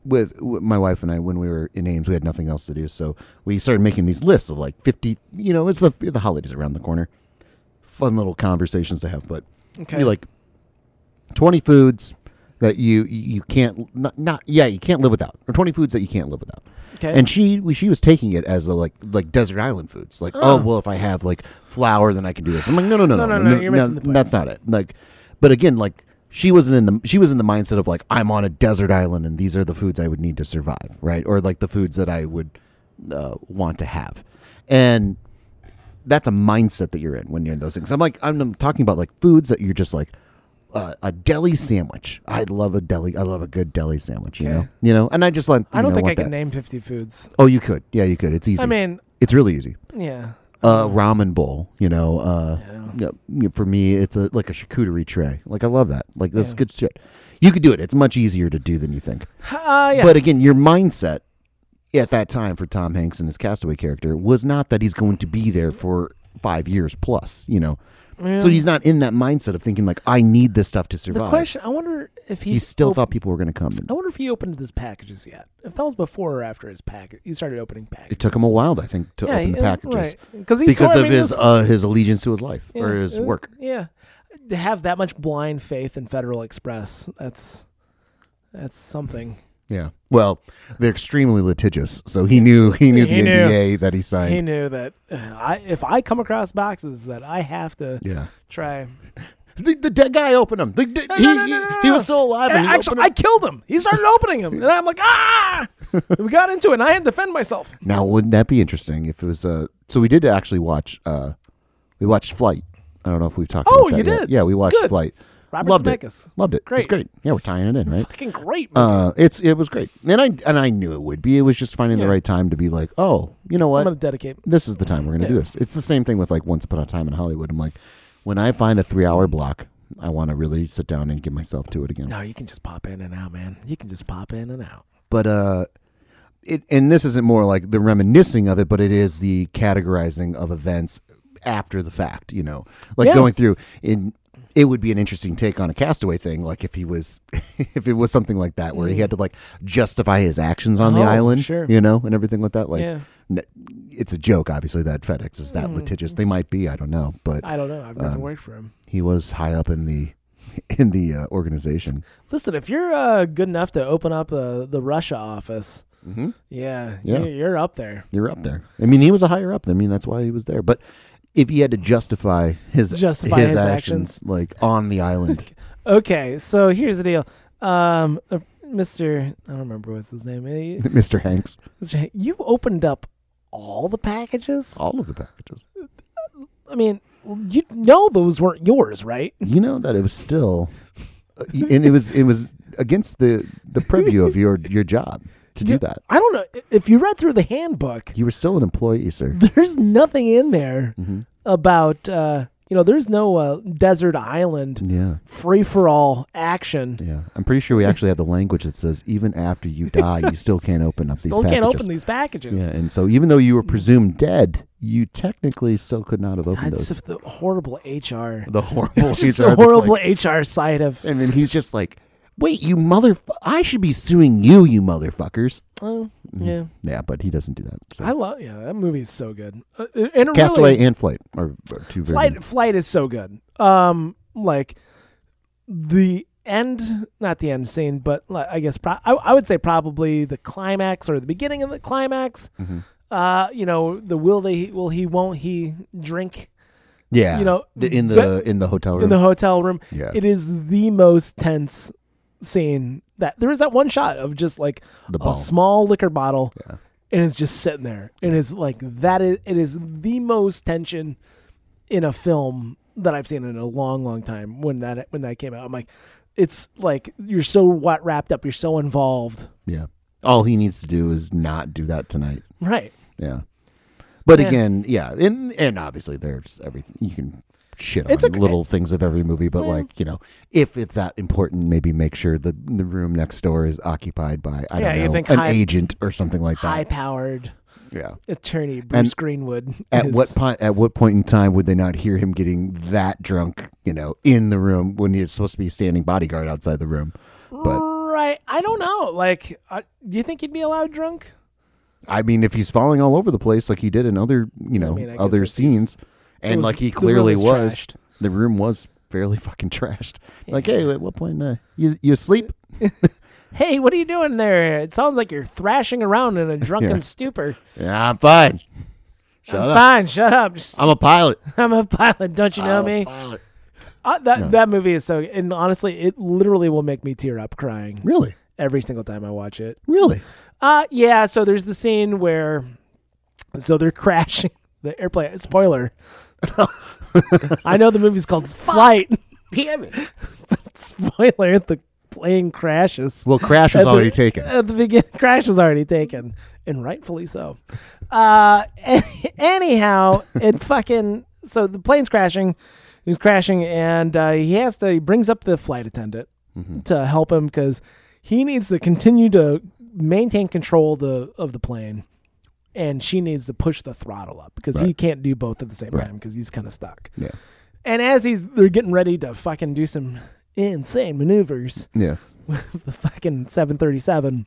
Speaker 2: with, with my wife and I, when we were in Ames, we had nothing else to do, so we started making these lists of like fifty. You know, it's the the holidays around the corner. Fun little conversations to have, but
Speaker 1: Okay.
Speaker 2: be like 20 foods that you you can't not, not yeah you can't live without or 20 foods that you can't live without
Speaker 1: okay.
Speaker 2: and she we- she was taking it as a like like desert island foods like oh,
Speaker 1: Oh.
Speaker 2: well if i have like flour then i can do this i'm like no no no no
Speaker 1: No,
Speaker 2: no,
Speaker 1: no, no, you're missing the point.
Speaker 2: that's not it like but again like she wasn't in the she was in the mindset of like i'm on a desert island and these are the foods i would need to survive right or like the foods that i would uh, want to have and that's a mindset that you're in when you're in those things. I'm like, I'm talking about like foods that you're just like uh, a deli sandwich. I love a deli. I love a good deli sandwich. You
Speaker 1: Okay.
Speaker 2: know, you know, and I just like. You
Speaker 1: I don't
Speaker 2: know,
Speaker 1: think
Speaker 2: want
Speaker 1: I can
Speaker 2: that.
Speaker 1: name 50 foods.
Speaker 2: Oh, you could. Yeah, you could. It's easy.
Speaker 1: I mean, Mm.
Speaker 2: it's really easy.
Speaker 1: yeah.
Speaker 2: Uh, ramen bowl. You know, uh, yeah, yeah, for me, it's a like a charcuterie tray. Like I love that. Like that's
Speaker 1: Yeah.
Speaker 2: good shit. You could do it. It's much easier to do than you think.
Speaker 1: Uh, yeah.
Speaker 2: But again, your mindset at that time for Tom Hanks and his castaway character was not that he's going to be there for five years plus, you know. So
Speaker 1: Yeah.
Speaker 2: he's not in that mindset of thinking like I need this stuff to survive.
Speaker 1: the question, oh, I wonder if he
Speaker 2: he still
Speaker 1: op-
Speaker 2: thought people were going to come. And
Speaker 1: I wonder if he opened his packages yet. If that was before or after his package, he started opening packages.
Speaker 2: it took him a while, I think, to
Speaker 1: yeah,
Speaker 2: open the
Speaker 1: he- uh,
Speaker 2: packages
Speaker 1: right. Because he's
Speaker 2: because
Speaker 1: sort- I
Speaker 2: of
Speaker 1: mean,
Speaker 2: his
Speaker 1: this-
Speaker 2: uh, his allegiance to his life or
Speaker 1: Yeah,
Speaker 2: his
Speaker 1: uh,
Speaker 2: work.
Speaker 1: Yeah, to have that much blind faith in Federal Express, that's that's something.
Speaker 2: Yeah. Well, they're extremely litigious, so he knew he knew
Speaker 1: He
Speaker 2: the
Speaker 1: knew.
Speaker 2: NDA that he signed.
Speaker 1: He knew that uh, I, if I come across boxes that I have to
Speaker 2: yeah.
Speaker 1: try.
Speaker 2: The, the dead guy opened him. The, the-
Speaker 1: No,
Speaker 2: he,
Speaker 1: no, no, no,
Speaker 2: he-
Speaker 1: no,
Speaker 2: he
Speaker 1: no.
Speaker 2: was still alive.
Speaker 1: And
Speaker 2: And he
Speaker 1: actually,
Speaker 2: opened
Speaker 1: I
Speaker 2: him.
Speaker 1: killed him. He started opening him, and I'm like, ah! we got into it, and I had to defend myself.
Speaker 2: Now, wouldn't that be interesting if it was Uh, so we did actually watch. Uh, we watched Flight. I don't know if we've talked.
Speaker 1: Oh,
Speaker 2: about that
Speaker 1: you
Speaker 2: yet.
Speaker 1: did?
Speaker 2: Yeah, we watched
Speaker 1: Good.
Speaker 2: Flight.
Speaker 1: Robert
Speaker 2: Loved
Speaker 1: Zemeckis.
Speaker 2: it. Loved it. It was
Speaker 1: Great.
Speaker 2: great. Yeah, we're tying it in, right?
Speaker 1: Fucking great. man.
Speaker 2: Uh, it's it was great, and I and I knew it would be. It was just finding the
Speaker 1: Yeah.
Speaker 2: right time to be like, oh, you know
Speaker 1: I'm
Speaker 2: what?
Speaker 1: gonna dedicate.
Speaker 2: this is the time we're going to do
Speaker 1: Yeah.
Speaker 2: this. It's the same thing with like Once Upon a Time in Hollywood. I'm like, when I find a three hour block, I want to really sit down and give myself to it again.
Speaker 1: No, you can just pop in and out, man. You can just pop in and out.
Speaker 2: but uh it and this isn't more like the reminiscing of it but it is the categorizing of events after the fact you know like
Speaker 1: Yeah.
Speaker 2: going through in it would be an interesting take on a castaway thing like if he was if it was something like that where he had to like justify his actions on the
Speaker 1: Oh,
Speaker 2: island
Speaker 1: sure.
Speaker 2: you know and everything like that like
Speaker 1: Yeah. Mm-hmm.
Speaker 2: n- it's a joke obviously that fedex is that litigious they might be i don't know but um,
Speaker 1: I don't know. I've never worked for him.
Speaker 2: he was high up in the in the uh, organization
Speaker 1: Listen, if you're uh, good enough to open up uh, the Russia office,
Speaker 2: mm-hmm.
Speaker 1: yeah,
Speaker 2: Yeah.
Speaker 1: you- you're up there.
Speaker 2: You're up there. I mean, he was a higher up. I mean, that's why he was there. But if he had to justify his
Speaker 1: Justify his actions.
Speaker 2: like on the island,
Speaker 1: Okay, so here's the deal. Um, uh, Mr. I don't remember what's his name. Eh,
Speaker 2: Mr. Hanks,
Speaker 1: Mr. Hank, You opened up all the packages?
Speaker 2: all of the packages.
Speaker 1: I mean, you know those weren't yours, right?
Speaker 2: You know that it was uh, still, and it was it was against the the purview of your your job. to do
Speaker 1: You-
Speaker 2: that.
Speaker 1: I don't know if you read through the handbook.
Speaker 2: You were still an employee, sir.
Speaker 1: There's nothing in there
Speaker 2: Mhm.
Speaker 1: about uh, you know. There's no uh, desert island
Speaker 2: Yeah,
Speaker 1: free for all action.
Speaker 2: yeah. I'm pretty sure we actually have the language that says even after you die, you still can't open up these
Speaker 1: Still
Speaker 2: packages.
Speaker 1: can't open these packages.
Speaker 2: Yeah, and so even though you were presumed dead, you technically still could not have opened
Speaker 1: That's
Speaker 2: those.
Speaker 1: the horrible HR.
Speaker 2: The horrible
Speaker 1: Just
Speaker 2: HR
Speaker 1: the
Speaker 2: that's
Speaker 1: horrible
Speaker 2: like-
Speaker 1: HR side of.
Speaker 2: and then he's just like, "Wait, you mother! I should be suing you, you motherfuckers."
Speaker 1: Oh,
Speaker 2: Mhm.
Speaker 1: yeah,
Speaker 2: Yeah, but he doesn't do that. So.
Speaker 1: I love. Yeah, that movie's so good. Uh, and it
Speaker 2: Castaway
Speaker 1: really,
Speaker 2: and Flight are, are two very
Speaker 1: flight, flight is so good. Um, like the end, not the end scene, but like, I guess pro- I, I would say probably the climax or the beginning of the climax.
Speaker 2: Mhm.
Speaker 1: Uh, you know, the will they, will he, won't he drink
Speaker 2: Yeah,
Speaker 1: you know,
Speaker 2: the, in the in the hotel room.
Speaker 1: in the hotel room.
Speaker 2: yeah,
Speaker 1: It is the most tense scene that there is that one shot of just like
Speaker 2: the
Speaker 1: a
Speaker 2: ball.
Speaker 1: small liquor bottle
Speaker 2: Yeah.
Speaker 1: and it's just sitting there and it's like that is it is the most tension in a film that i've seen in a long long time when that when that came out i'm like it's like you're so what wrapped up you're so involved
Speaker 2: yeah. All he needs to do is not do that tonight.
Speaker 1: right
Speaker 2: Yeah, but
Speaker 1: Yeah.
Speaker 2: again, yeah, and and obviously there's everything you can shit on
Speaker 1: It's okay.
Speaker 2: little things of every movie, but
Speaker 1: Well-
Speaker 2: like you know, if it's that important, maybe make sure the the room next door is occupied by I
Speaker 1: Yeah,
Speaker 2: don't
Speaker 1: you
Speaker 2: know
Speaker 1: think
Speaker 2: an
Speaker 1: high-
Speaker 2: agent or something like
Speaker 1: high
Speaker 2: that.
Speaker 1: powered
Speaker 2: Yeah.
Speaker 1: attorney bruce
Speaker 2: And
Speaker 1: greenwood
Speaker 2: At
Speaker 1: is-
Speaker 2: what point? At what point in time would they not hear him getting that drunk? You know, in the room when he's supposed to be standing bodyguard outside the room. but-
Speaker 1: right i don't know like I, do you think he'd be allowed drunk
Speaker 2: I mean, if he's falling all over the place like he did in other, you know,
Speaker 1: mean, I guess
Speaker 2: other
Speaker 1: if he's-
Speaker 2: scenes,
Speaker 1: it
Speaker 2: and
Speaker 1: was-
Speaker 2: like he
Speaker 1: the room
Speaker 2: clearly
Speaker 1: is
Speaker 2: was,
Speaker 1: trashed.
Speaker 2: the room was fairly fucking trashed. Like, hey, at what point uh, you you asleep?
Speaker 1: hey what are you doing there it sounds like you're thrashing around in a drunken
Speaker 2: Yeah.
Speaker 1: stupor
Speaker 2: Yeah, I'm fine. Shut
Speaker 1: i'm
Speaker 2: up.
Speaker 1: fine shut up Just-
Speaker 2: I'm a pilot.
Speaker 1: I'm a pilot. Don't you know
Speaker 2: I'm a
Speaker 1: me?
Speaker 2: pilot.
Speaker 1: Uh, that
Speaker 2: No.
Speaker 1: that movie is so. And honestly, it literally will make me tear up crying
Speaker 2: Really,
Speaker 1: every single time I watch it.
Speaker 2: really.
Speaker 1: Uh yeah. So there's the scene where, so they're crashing the airplane. Spoiler. I know the movie's called Flight.
Speaker 2: Damn it.
Speaker 1: Spoiler: the plane crashes.
Speaker 2: Well, crash was
Speaker 1: At the-
Speaker 2: already taken.
Speaker 1: At the beginning, crash is already taken, and rightfully so. Uh, anyhow, it fucking so the plane's crashing. He's crashing, and uh, he has to. He brings up the flight attendant
Speaker 2: Mm-hmm.
Speaker 1: to help him because he needs to continue to maintain control of the of the plane, and she needs to push the throttle up because he
Speaker 2: Right.
Speaker 1: can't do both at the same
Speaker 2: Right.
Speaker 1: time because he's kind of stuck.
Speaker 2: Yeah,
Speaker 1: And as he's they're getting ready to fucking do some insane maneuvers
Speaker 2: yeah.
Speaker 1: with the fucking 737.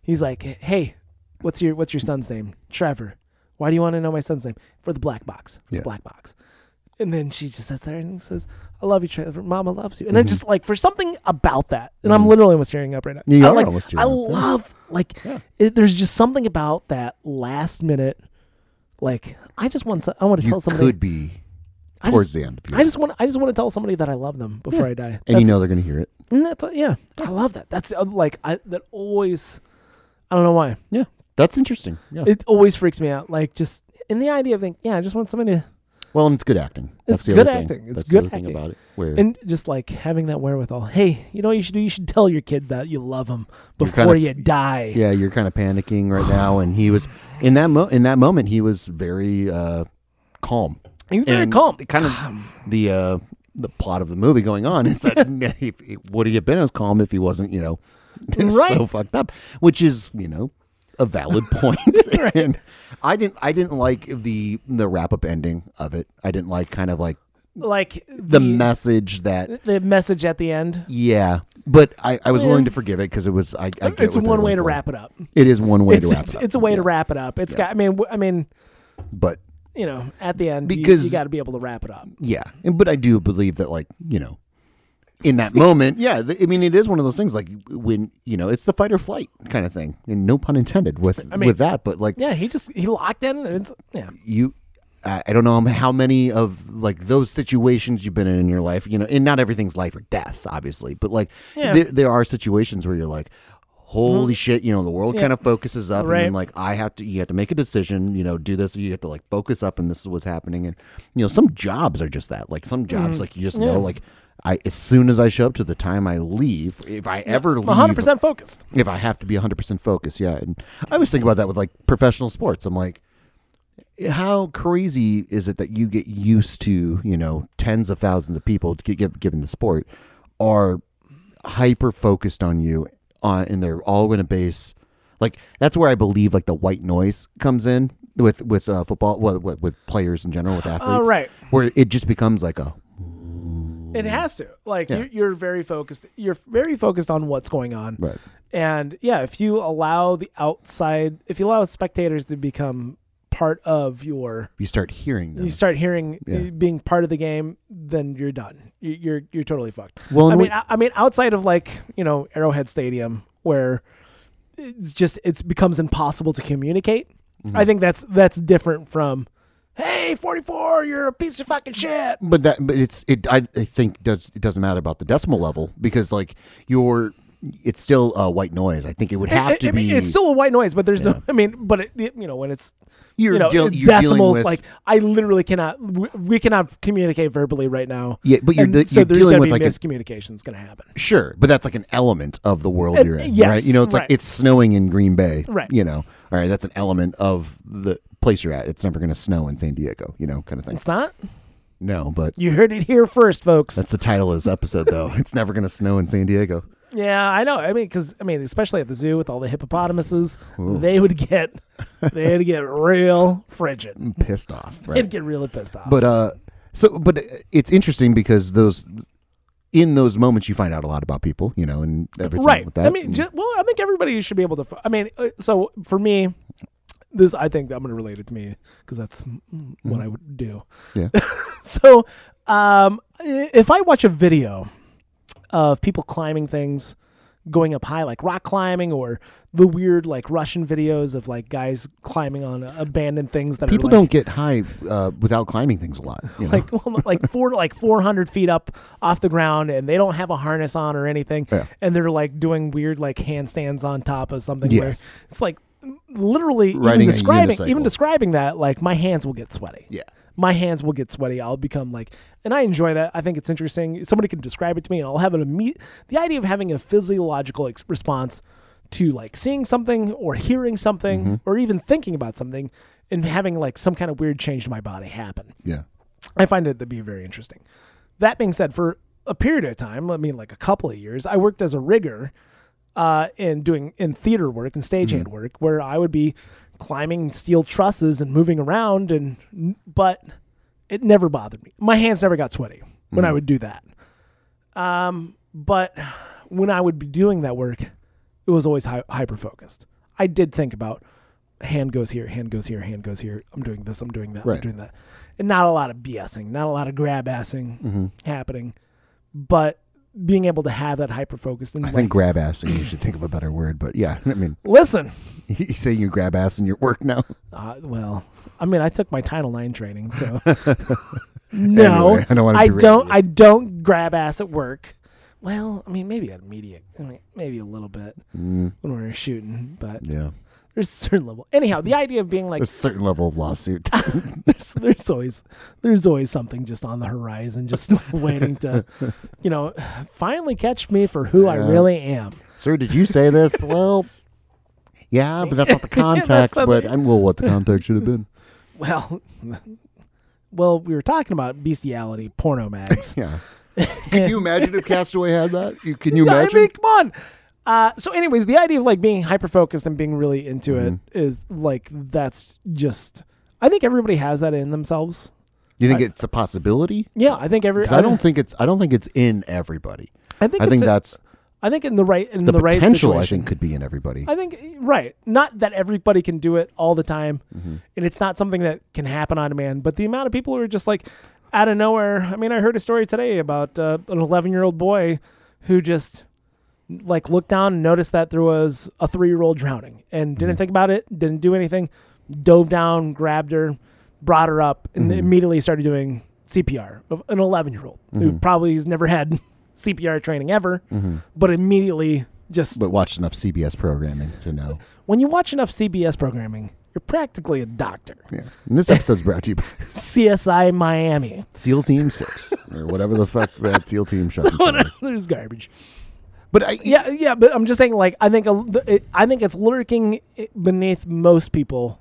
Speaker 1: He's like, "Hey, what's your what's your son's name? Trevor. Why do you want to know my son's name? For the black box. For
Speaker 2: Yeah.
Speaker 1: the black box." And then she just sits there and says, "I love you, Trevor. Mama loves you." And I
Speaker 2: Mm-hmm.
Speaker 1: just like for something about that, and I'm
Speaker 2: Mhm.
Speaker 1: literally almost tearing up right now.
Speaker 2: You
Speaker 1: I,
Speaker 2: are
Speaker 1: like,
Speaker 2: almost tearing
Speaker 1: I
Speaker 2: up, yeah.
Speaker 1: love like
Speaker 2: Yeah.
Speaker 1: it, there's just something about that last minute. Like I just want to, I want to
Speaker 2: You
Speaker 1: tell somebody.
Speaker 2: could be
Speaker 1: I
Speaker 2: towards
Speaker 1: just,
Speaker 2: the end. Of your
Speaker 1: I just want I just want to tell somebody that I love them before I die.
Speaker 2: and
Speaker 1: That's-
Speaker 2: you know they're gonna hear it.
Speaker 1: and that's yeah, I love that. That's uh, like I that always. I don't know why
Speaker 2: Yeah, that's interesting. Yeah.
Speaker 1: it always freaks me out. Like just in the idea of thinking, yeah, I just want somebody to,
Speaker 2: well, and it's good acting. That's
Speaker 1: It's
Speaker 2: the
Speaker 1: good
Speaker 2: other
Speaker 1: acting.
Speaker 2: Thing.
Speaker 1: It's
Speaker 2: that's
Speaker 1: good
Speaker 2: the other
Speaker 1: acting.
Speaker 2: thing about it. Where
Speaker 1: and just like having that wherewithal. Hey, you know what you should do? You should tell your kid that you love him
Speaker 2: You're
Speaker 1: before
Speaker 2: kind of-
Speaker 1: you die.
Speaker 2: yeah you're kind of panicking right now and he was in that mo- in that moment he was very uh calm
Speaker 1: He's very
Speaker 2: And
Speaker 1: calm.
Speaker 2: it kind of the uh the plot of the movie going on is that he, he- would he have been as calm if he wasn't you know so
Speaker 1: Right.
Speaker 2: fucked up which is you know a valid point and i didn't i didn't like the the wrap up ending of it i didn't like kind of like
Speaker 1: Like
Speaker 2: the message that
Speaker 1: the message at the end.
Speaker 2: yeah but i i was
Speaker 1: Yeah.
Speaker 2: willing to forgive it because it was i, I get
Speaker 1: It's
Speaker 2: what they're
Speaker 1: one way
Speaker 2: going
Speaker 1: to
Speaker 2: for.
Speaker 1: wrap it up.
Speaker 2: it is one way
Speaker 1: it's,
Speaker 2: to wrap
Speaker 1: it's,
Speaker 2: it up.
Speaker 1: it's a way to
Speaker 2: Yeah.
Speaker 1: wrap it up. It's
Speaker 2: Yeah.
Speaker 1: got. I mean, w- I mean,
Speaker 2: but
Speaker 1: you know, at the end, you- you
Speaker 2: Because-
Speaker 1: got to be able to wrap it up.
Speaker 2: Yeah, and, but I do believe that, like you know, in that moment, yeah. th- I mean, it is one of those things, like when you know, it's the fight or flight kind of thing, and no pun intended with
Speaker 1: I mean-
Speaker 2: with that. But like
Speaker 1: Yeah, he just he locked in, and it's yeah.
Speaker 2: you, I, I don't know how many of like those situations you've been in in your life, you know, and not everything's life or death, obviously, but like
Speaker 1: Yeah. Mm-hmm.
Speaker 2: there there are situations where you're like. Holy shit! You know the world
Speaker 1: Yeah.
Speaker 2: kind of focuses up, and
Speaker 1: Right.
Speaker 2: then like I have to, you have to make a decision. You know, do this. You have to like
Speaker 1: Mm-hmm.
Speaker 2: focus up, and this is what's happening. And you know, some jobs are just that. Like some jobs, like you just know, like I as soon as I show up to the time I leave, if I ever leave,
Speaker 1: one hundred percent focused.
Speaker 2: if I have to be 100% focused, yeah. And I always think about that with like professional sports. I'm like, how crazy is it that you get used to, you know, tens of thousands of people to get- get- given the sport are hyper focused on you on, and they're all going to base like that's where I believe like the white noise comes in with with uh, football well, with, with players in general with athletes
Speaker 1: All right,
Speaker 2: where it just becomes like a
Speaker 1: it has to. Like
Speaker 2: Mm-hmm. Yeah.
Speaker 1: you, you're very focused. You're very focused on what's going on.
Speaker 2: right
Speaker 1: And yeah, if you allow the outside, if you allow spectators to become part of your,
Speaker 2: you start hearing them
Speaker 1: you start hearing eh,
Speaker 2: Yeah.
Speaker 1: being part of the game, then you're done. You, you're you're totally fucked.
Speaker 2: well
Speaker 1: I
Speaker 2: and
Speaker 1: mean,
Speaker 2: we-
Speaker 1: I, I mean, outside of like you know Arrowhead Stadium, where it's just it's becomes impossible to communicate.
Speaker 2: Mm-hmm.
Speaker 1: I think that's that's different from, hey, forty four, you're a piece of fucking shit.
Speaker 2: But that, but it's it. I, I think does it doesn't matter about the decimal level because like your, it's still uh, white noise. I think it would have
Speaker 1: I-
Speaker 2: to
Speaker 1: I mean,
Speaker 2: be.
Speaker 1: it's still a white noise, but there's no. I mean, but it, it- you know when it's
Speaker 2: you're
Speaker 1: you know
Speaker 2: deal-
Speaker 1: it's
Speaker 2: you're dealing
Speaker 1: decimals,
Speaker 2: with-
Speaker 1: like I literally cannot. We, we cannot communicate verbally right now.
Speaker 2: yeah, but you're,
Speaker 1: and
Speaker 2: de-
Speaker 1: so
Speaker 2: you're
Speaker 1: there's
Speaker 2: dealing
Speaker 1: gonna
Speaker 2: with
Speaker 1: be
Speaker 2: like a,
Speaker 1: miscommunications going to happen.
Speaker 2: sure, but that's like an element of the world
Speaker 1: Uh,
Speaker 2: you're in,
Speaker 1: yes,
Speaker 2: right? You know, it's
Speaker 1: right.
Speaker 2: like it's snowing in Green Bay,
Speaker 1: Right.
Speaker 2: You know, all right, that's an element of the place you're at. It's never going to snow in San Diego, you know, kind of thing.
Speaker 1: It's not.
Speaker 2: No, but
Speaker 1: You heard it here first, folks.
Speaker 2: that's the title of this episode, though. it's never going to snow in San Diego.
Speaker 1: Yeah, I know. I mean, because I mean, especially at the zoo with all the hippopotamuses, they would get they'd get real frigid.
Speaker 2: I'm pissed off, right?
Speaker 1: They'd get really pissed off.
Speaker 2: but uh so but it's interesting because those in those moments you find out a lot about people you know and everything
Speaker 1: right?
Speaker 2: with that
Speaker 1: I mean, ju- well, I think everybody should be able to. f- I mean, uh, so for me, this I think I'm going to relate it to me because that's mm, what I would do.
Speaker 2: Mm-hmm. Yeah.
Speaker 1: so, um, i- if I watch a video of people climbing things, going up high like rock climbing or the weird like Russian videos of like guys climbing on abandoned things that
Speaker 2: people
Speaker 1: are, like,
Speaker 2: don't get high uh, without climbing things a lot you know?
Speaker 1: like well, like four like 400 feet up off the ground and they don't have a harness on or anything
Speaker 2: Yeah.
Speaker 1: and they're like doing weird like handstands on top of something where
Speaker 2: Yes.
Speaker 1: it's like literally even
Speaker 2: Riding a
Speaker 1: describing even
Speaker 2: unicycle.
Speaker 1: describing that like my hands will get sweaty
Speaker 2: yeah
Speaker 1: my hands will get sweaty i'll become like and i enjoy that i think it's interesting somebody can describe it to me and i'll have an immediate the idea of having a physiological ex- response to like seeing something or hearing something
Speaker 2: Mm-hmm.
Speaker 1: or even thinking about something and having like some kind of weird change to my body happen
Speaker 2: yeah
Speaker 1: I find it to be very interesting. That being said, for a period of time, I mean, like a couple of years, I worked as a rigger uh, in doing in theater work and stagehand
Speaker 2: Mm-hmm.
Speaker 1: work, where I would be climbing steel trusses and moving around, and but it never bothered me. My hands never got sweaty when
Speaker 2: Mm-hmm.
Speaker 1: I would do that. Um, but when I would be doing that work, it was always hy- hyper focused. I did think about hand goes here, hand goes here, hand goes here. I'm doing this, I'm doing that, I'm
Speaker 2: Right.
Speaker 1: doing that. And not a lot of BSing, not a lot of grab assing
Speaker 2: Mm-hmm.
Speaker 1: happening, but being able to have that hyper focus and
Speaker 2: i
Speaker 1: like,
Speaker 2: think grab assing you should think of a better word but yeah i mean
Speaker 1: listen,
Speaker 2: you say you grab ass in your work now
Speaker 1: uh, well, I mean, I took my Title IX training, so no,
Speaker 2: Anyway, I don't wanna
Speaker 1: I
Speaker 2: derail
Speaker 1: don't,
Speaker 2: you.
Speaker 1: I don't grab ass at work. Well, I mean, maybe at media, I mean, maybe a little bit
Speaker 2: Mm,
Speaker 1: when we were shooting, but
Speaker 2: yeah
Speaker 1: there's a certain level. Anyhow, the idea of being like
Speaker 2: a certain level of lawsuit
Speaker 1: there's there's always there's always something just on the horizon, just waiting to, you know, finally catch me for who I
Speaker 2: Yeah.
Speaker 1: really am.
Speaker 2: sir did you say this well yeah but that's not the context
Speaker 1: not
Speaker 2: but
Speaker 1: the-
Speaker 2: i'm well what the context should have been
Speaker 1: Well, well, we were talking about bestiality, porno mags.
Speaker 2: yeah can you imagine if castaway had that you can you
Speaker 1: Yeah,
Speaker 2: imagine
Speaker 1: I mean, come on. Uh, so, anyways, the idea of like being hyper focused and being really into it
Speaker 2: Mm-hmm.
Speaker 1: is like that's just. I think everybody has that in themselves.
Speaker 2: You think
Speaker 1: I-
Speaker 2: it's a possibility?
Speaker 1: Yeah, I think every.
Speaker 2: 'Cause I don't think it's. I don't think it's in everybody.
Speaker 1: I think.
Speaker 2: I think
Speaker 1: it's a-
Speaker 2: that's
Speaker 1: I think in the right in
Speaker 2: the,
Speaker 1: the, right
Speaker 2: potential. I
Speaker 1: situation.
Speaker 2: think could be in everybody.
Speaker 1: I think right. Not that everybody can do it all the time, and it's not something that can happen on demand. But the amount of people who are just like out of nowhere. I mean, I heard a story today about uh, an 11 year old boy who just like looked down and noticed that there was a three year old drowning and didn't think about it, didn't do anything, dove down, grabbed her, brought her up, and immediately started doing CPR. of An 11 year old who probably has never had CPR training ever, but immediately just
Speaker 2: but watched enough CBS programming to know.
Speaker 1: when you watch enough CBS programming, You're practically a doctor.
Speaker 2: Yeah. And this episode's brought to you by
Speaker 1: CSI Miami.
Speaker 2: SEAL Team Six or whatever the fuck that SEAL Team shot.
Speaker 1: There's garbage.
Speaker 2: But I,
Speaker 1: Yeah, yeah, but I'm just saying. Like, I think a, the- it, I think it's lurking beneath most people.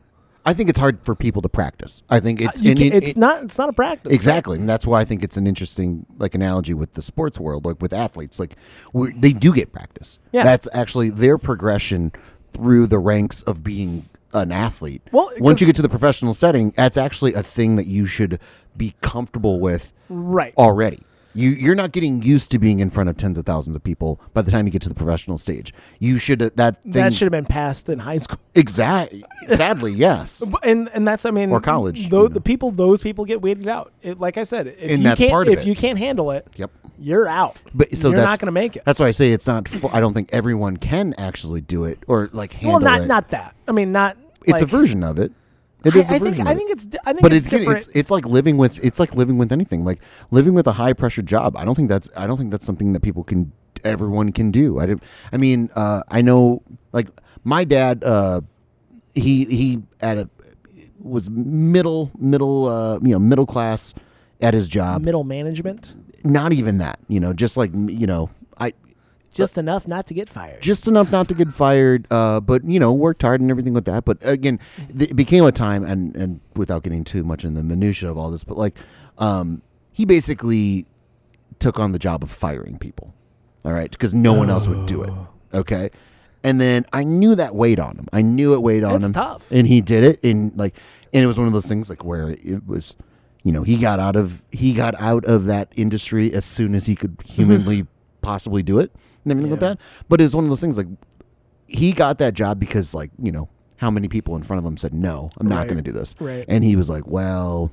Speaker 2: I think it's hard for people to practice. I think it's
Speaker 1: You
Speaker 2: and
Speaker 1: ca-
Speaker 2: it-
Speaker 1: it's
Speaker 2: it-
Speaker 1: not. It's not a practice.
Speaker 2: Exactly, and that's why I think it's an interesting like analogy with the sports world, like with athletes. Like we they do get practice.
Speaker 1: Yeah.
Speaker 2: that's actually their progression through the ranks of being an athlete.
Speaker 1: Well, 'cause-
Speaker 2: once you get to the professional setting, that's actually a thing that you should be comfortable with
Speaker 1: Right.
Speaker 2: already. You you're not getting used to being in front of tens of thousands of people by the time you get to the professional stage. You should that thing
Speaker 1: that should have been passed in high school.
Speaker 2: exactly. Sadly, yes.
Speaker 1: But- And and that's I mean
Speaker 2: Or college,
Speaker 1: Though
Speaker 2: you know.
Speaker 1: the people those people get weeded out. It, like I said, if
Speaker 2: And
Speaker 1: you
Speaker 2: that's
Speaker 1: can't
Speaker 2: part of
Speaker 1: if
Speaker 2: it.
Speaker 1: you can't handle it,
Speaker 2: Yep.
Speaker 1: you're out.
Speaker 2: But so
Speaker 1: you're
Speaker 2: that's
Speaker 1: not going to make it.
Speaker 2: That's why I say it's not. fu- I don't think everyone can actually do it or like
Speaker 1: Well,
Speaker 2: handle
Speaker 1: not
Speaker 2: it.
Speaker 1: not that. I mean, not.
Speaker 2: It's a
Speaker 1: like-
Speaker 2: version of it. It
Speaker 1: I,
Speaker 2: is a
Speaker 1: I
Speaker 2: version.
Speaker 1: think
Speaker 2: of
Speaker 1: I
Speaker 2: it.
Speaker 1: think it's di- I think
Speaker 2: but
Speaker 1: it's,
Speaker 2: it's, getting-
Speaker 1: different.
Speaker 2: it's it's like living with it's like living with anything like living with a high pressure job. I don't think that's I don't think that's something that people can everyone can do. I don't. I mean, uh, I know like my dad. Uh, he he at a was middle middle uh, you know middle class at his job.
Speaker 1: middle management,
Speaker 2: Not even that. You know, just like you know. I
Speaker 1: just enough not to get fired.
Speaker 2: just enough not to get fired, uh, but you know, worked hard and everything like that. But again, th- it became a time, and and without getting too much in the minutia of all this, but like, um, he basically took on the job of firing people, all right, because no one else would do it,
Speaker 1: Oh.
Speaker 2: okay. And then I knew that weighed on him. I knew it weighed on
Speaker 1: It's
Speaker 2: him,
Speaker 1: tough.
Speaker 2: and he did it, and like, and it was one of those things like where it was. You know, he got out of he got out of that industry as soon as he could humanly possibly do it and everything like
Speaker 1: Yeah.
Speaker 2: that. But it's one of those things like he got that job because like you know how many people in front of him said no, I'm not
Speaker 1: Right.
Speaker 2: going to do this,
Speaker 1: Right.
Speaker 2: and he was like, well,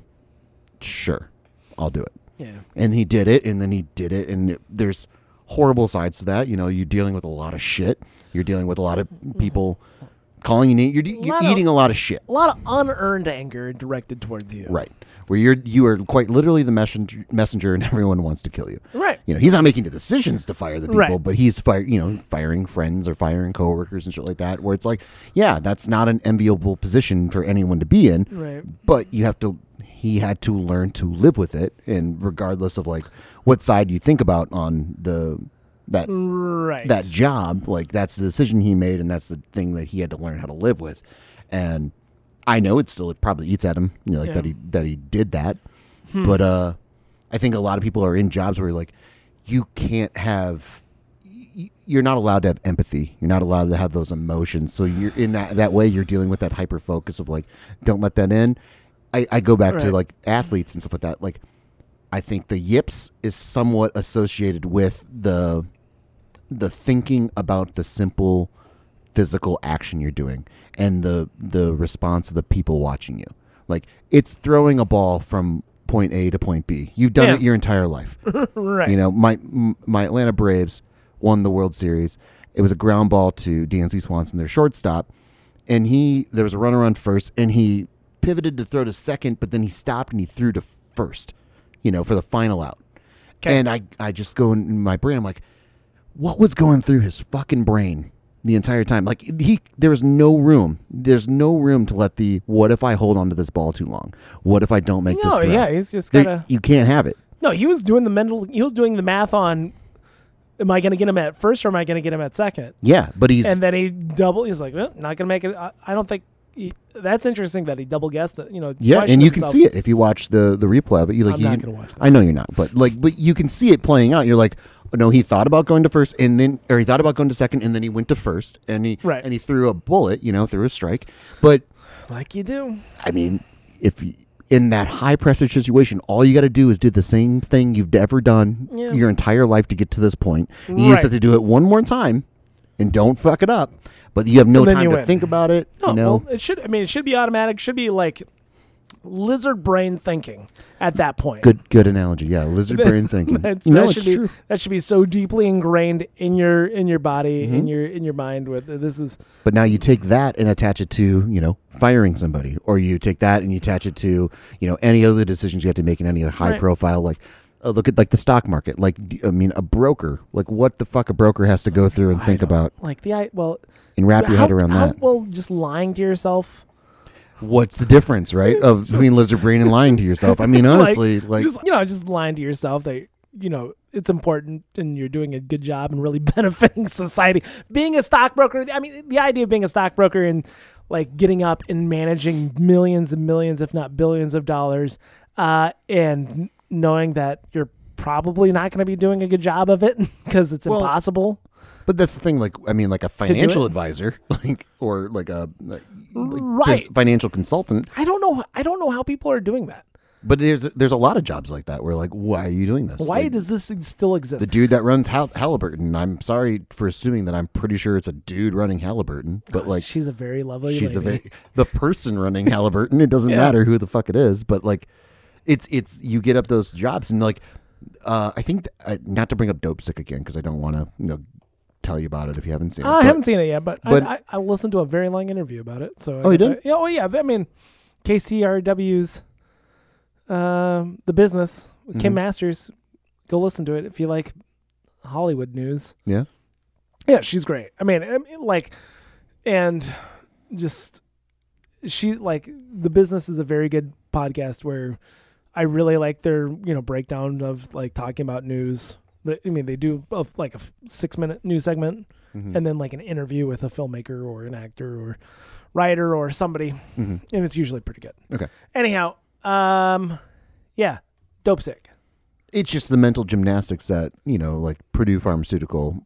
Speaker 2: sure, I'll do it,
Speaker 1: yeah.
Speaker 2: and he did it, and then he did it, and it, there's horrible sides to that. You know, you're dealing with a lot of shit, you're dealing with a lot of people calling you, na- you're, de- you're
Speaker 1: Lot of-
Speaker 2: eating a lot of shit.
Speaker 1: A lot of unearned anger directed towards you.
Speaker 2: Right. Where you're you are quite literally the messenger, messenger and everyone wants to kill you.
Speaker 1: Right.
Speaker 2: You know, he's not making the decisions to fire the people,
Speaker 1: Right.
Speaker 2: but he's fire you know, firing friends or firing coworkers and shit like that, where it's like, yeah, that's not an enviable position for anyone to be in.
Speaker 1: Right.
Speaker 2: But you have to he had to learn to live with it and regardless of like what side you think about on the that
Speaker 1: Right.
Speaker 2: that job like that's the decision he made and that's the thing that he had to learn how to live with and i know it still probably eats at him you know like
Speaker 1: Yeah. Hmm.
Speaker 2: that he that he did that but uh i think a lot of people are in jobs where like you can't have y- y- you're not allowed to have empathy. You're not allowed to have those emotions. So you're in that that way. You're dealing with that hyper focus of like, don't let that in. I, I go back to
Speaker 1: Right.
Speaker 2: like athletes and stuff like that. Like, I think the yips is somewhat associated with the the thinking about the simple physical action you're doing and the the response of the people watching you. Like it's throwing a ball from point A to point B. You've done
Speaker 1: Yeah.
Speaker 2: it your entire life.
Speaker 1: right.
Speaker 2: You know, my m- my Atlanta Braves won the World Series. It was a ground ball to Dansby Swanson, their shortstop, and he there was a runner on first, and he pivoted to throw to second, but then he stopped and he threw to first. You know, for the final out.
Speaker 1: 'Kay.
Speaker 2: And I I just go in my brain. I'm like, what was going through his fucking brain the entire time? Like he, there was no room. There's no room to let the what if I hold on to this ball too long? What if I don't make this
Speaker 1: No,
Speaker 2: throw?
Speaker 1: yeah, he's just
Speaker 2: There-
Speaker 1: gotta-
Speaker 2: you can't have it.
Speaker 1: No, he was doing the mental. He was doing the math on. Am I going to get him at first or am I going to get him at second?
Speaker 2: Yeah, but he's
Speaker 1: And then he double. He's like, well, not going to make it. I, I don't think. He, that's interesting that he double guessed it. You know.
Speaker 2: Yeah,
Speaker 1: questioned
Speaker 2: and you can
Speaker 1: himself.
Speaker 2: see it if you watch the the replay of it. You like
Speaker 1: I'm
Speaker 2: you
Speaker 1: not
Speaker 2: can-
Speaker 1: gonna watch that.
Speaker 2: I know you're not, but like, but you can see it playing out. You're like, oh, no, he thought about going to first, and then or he thought about going to second, and then he went to first, and he
Speaker 1: Right.
Speaker 2: and he threw a bullet, you know, threw a strike. But
Speaker 1: like you do.
Speaker 2: I mean, if y- in that high pressure situation, all you got to do is do the same thing you've ever done
Speaker 1: Yeah.
Speaker 2: your entire life to get to this point. You just
Speaker 1: Right.
Speaker 2: have to do it one more time, and don't fuck it up. But you have no
Speaker 1: And then
Speaker 2: time
Speaker 1: you
Speaker 2: to
Speaker 1: win.
Speaker 2: think about it.
Speaker 1: No,
Speaker 2: you know,
Speaker 1: well, it should. I mean, it should be automatic. Should be like lizard brain thinking at that point.
Speaker 2: good good analogy. Yeah, lizard brain thinking.
Speaker 1: That's,
Speaker 2: no,
Speaker 1: that
Speaker 2: it's
Speaker 1: should be
Speaker 2: true.
Speaker 1: that should be so deeply ingrained in your in your body
Speaker 2: Mm-hmm.
Speaker 1: in your in your mind. With this is
Speaker 2: But now you take that and attach it to, you know, firing somebody, or you take that and you attach it to, you know, any other decisions you have to make in any other high
Speaker 1: Right.
Speaker 2: profile, like, uh, look at like the stock market, like, d- I mean, a broker, like what the fuck a broker has to go through and think about
Speaker 1: like the I well
Speaker 2: and wrap your
Speaker 1: how-
Speaker 2: head around
Speaker 1: how-
Speaker 2: that.
Speaker 1: Well, just lying to yourself.
Speaker 2: what's the difference, right? Of between lizard brain and lying to yourself. I mean,
Speaker 1: Like,
Speaker 2: honestly, like,
Speaker 1: just, you know, just lying to yourself that you know it's important and you're doing a good job and really benefiting society. Being a stockbroker, I mean, the idea of being a stockbroker and like getting up and managing millions and millions, if not billions, of dollars, uh, and knowing that you're probably not going to be doing a good job of it because it's
Speaker 2: Well,
Speaker 1: impossible.
Speaker 2: but that's the thing. Like, I mean, like a
Speaker 1: do
Speaker 2: financial
Speaker 1: it.
Speaker 2: advisor, like, or like a like, like,
Speaker 1: Right.
Speaker 2: fi- financial consultant.
Speaker 1: I don't know. I don't know how people are doing that.
Speaker 2: But there's there's a lot of jobs like that where like, why are you doing this?
Speaker 1: Why
Speaker 2: Like,
Speaker 1: does this still exist?
Speaker 2: the dude that runs Hal- Halliburton? I'm sorry for assuming that I'm pretty sure it's a dude running Halliburton, but like
Speaker 1: she's a very lovely.
Speaker 2: she's a
Speaker 1: lady.
Speaker 2: very the person running Halliburton. It doesn't
Speaker 1: Yeah.
Speaker 2: matter who the fuck it is, but like, it's it's you get up those jobs and like, uh, I think uh, not to bring up Dope Sick again because I don't want to you know tell you about it if you haven't seen it.
Speaker 1: Oh, I
Speaker 2: but-
Speaker 1: haven't seen it yet, but,
Speaker 2: but-
Speaker 1: I, I, I listened to a very long interview about it. So
Speaker 2: Oh,
Speaker 1: I,
Speaker 2: you did?
Speaker 1: I- yeah, oh yeah. I mean, KCRW's um, the business. with Kim
Speaker 2: Mhm.
Speaker 1: Masters, go listen to it if you like Hollywood news.
Speaker 2: yeah,
Speaker 1: Yeah, she's great. I mean, I mean, like, and just she like the business is a very good podcast where I really like their you know breakdown of like talking about news. The- I mean, they do a, like a six minute news segment
Speaker 2: Mhm.
Speaker 1: and then like an interview with a filmmaker or an actor or writer or somebody,
Speaker 2: Mhm.
Speaker 1: and it's usually pretty good.
Speaker 2: Okay.
Speaker 1: Anyhow, um, yeah, dope sick.
Speaker 2: it's just the mental gymnastics that you know like purdue pharmaceutical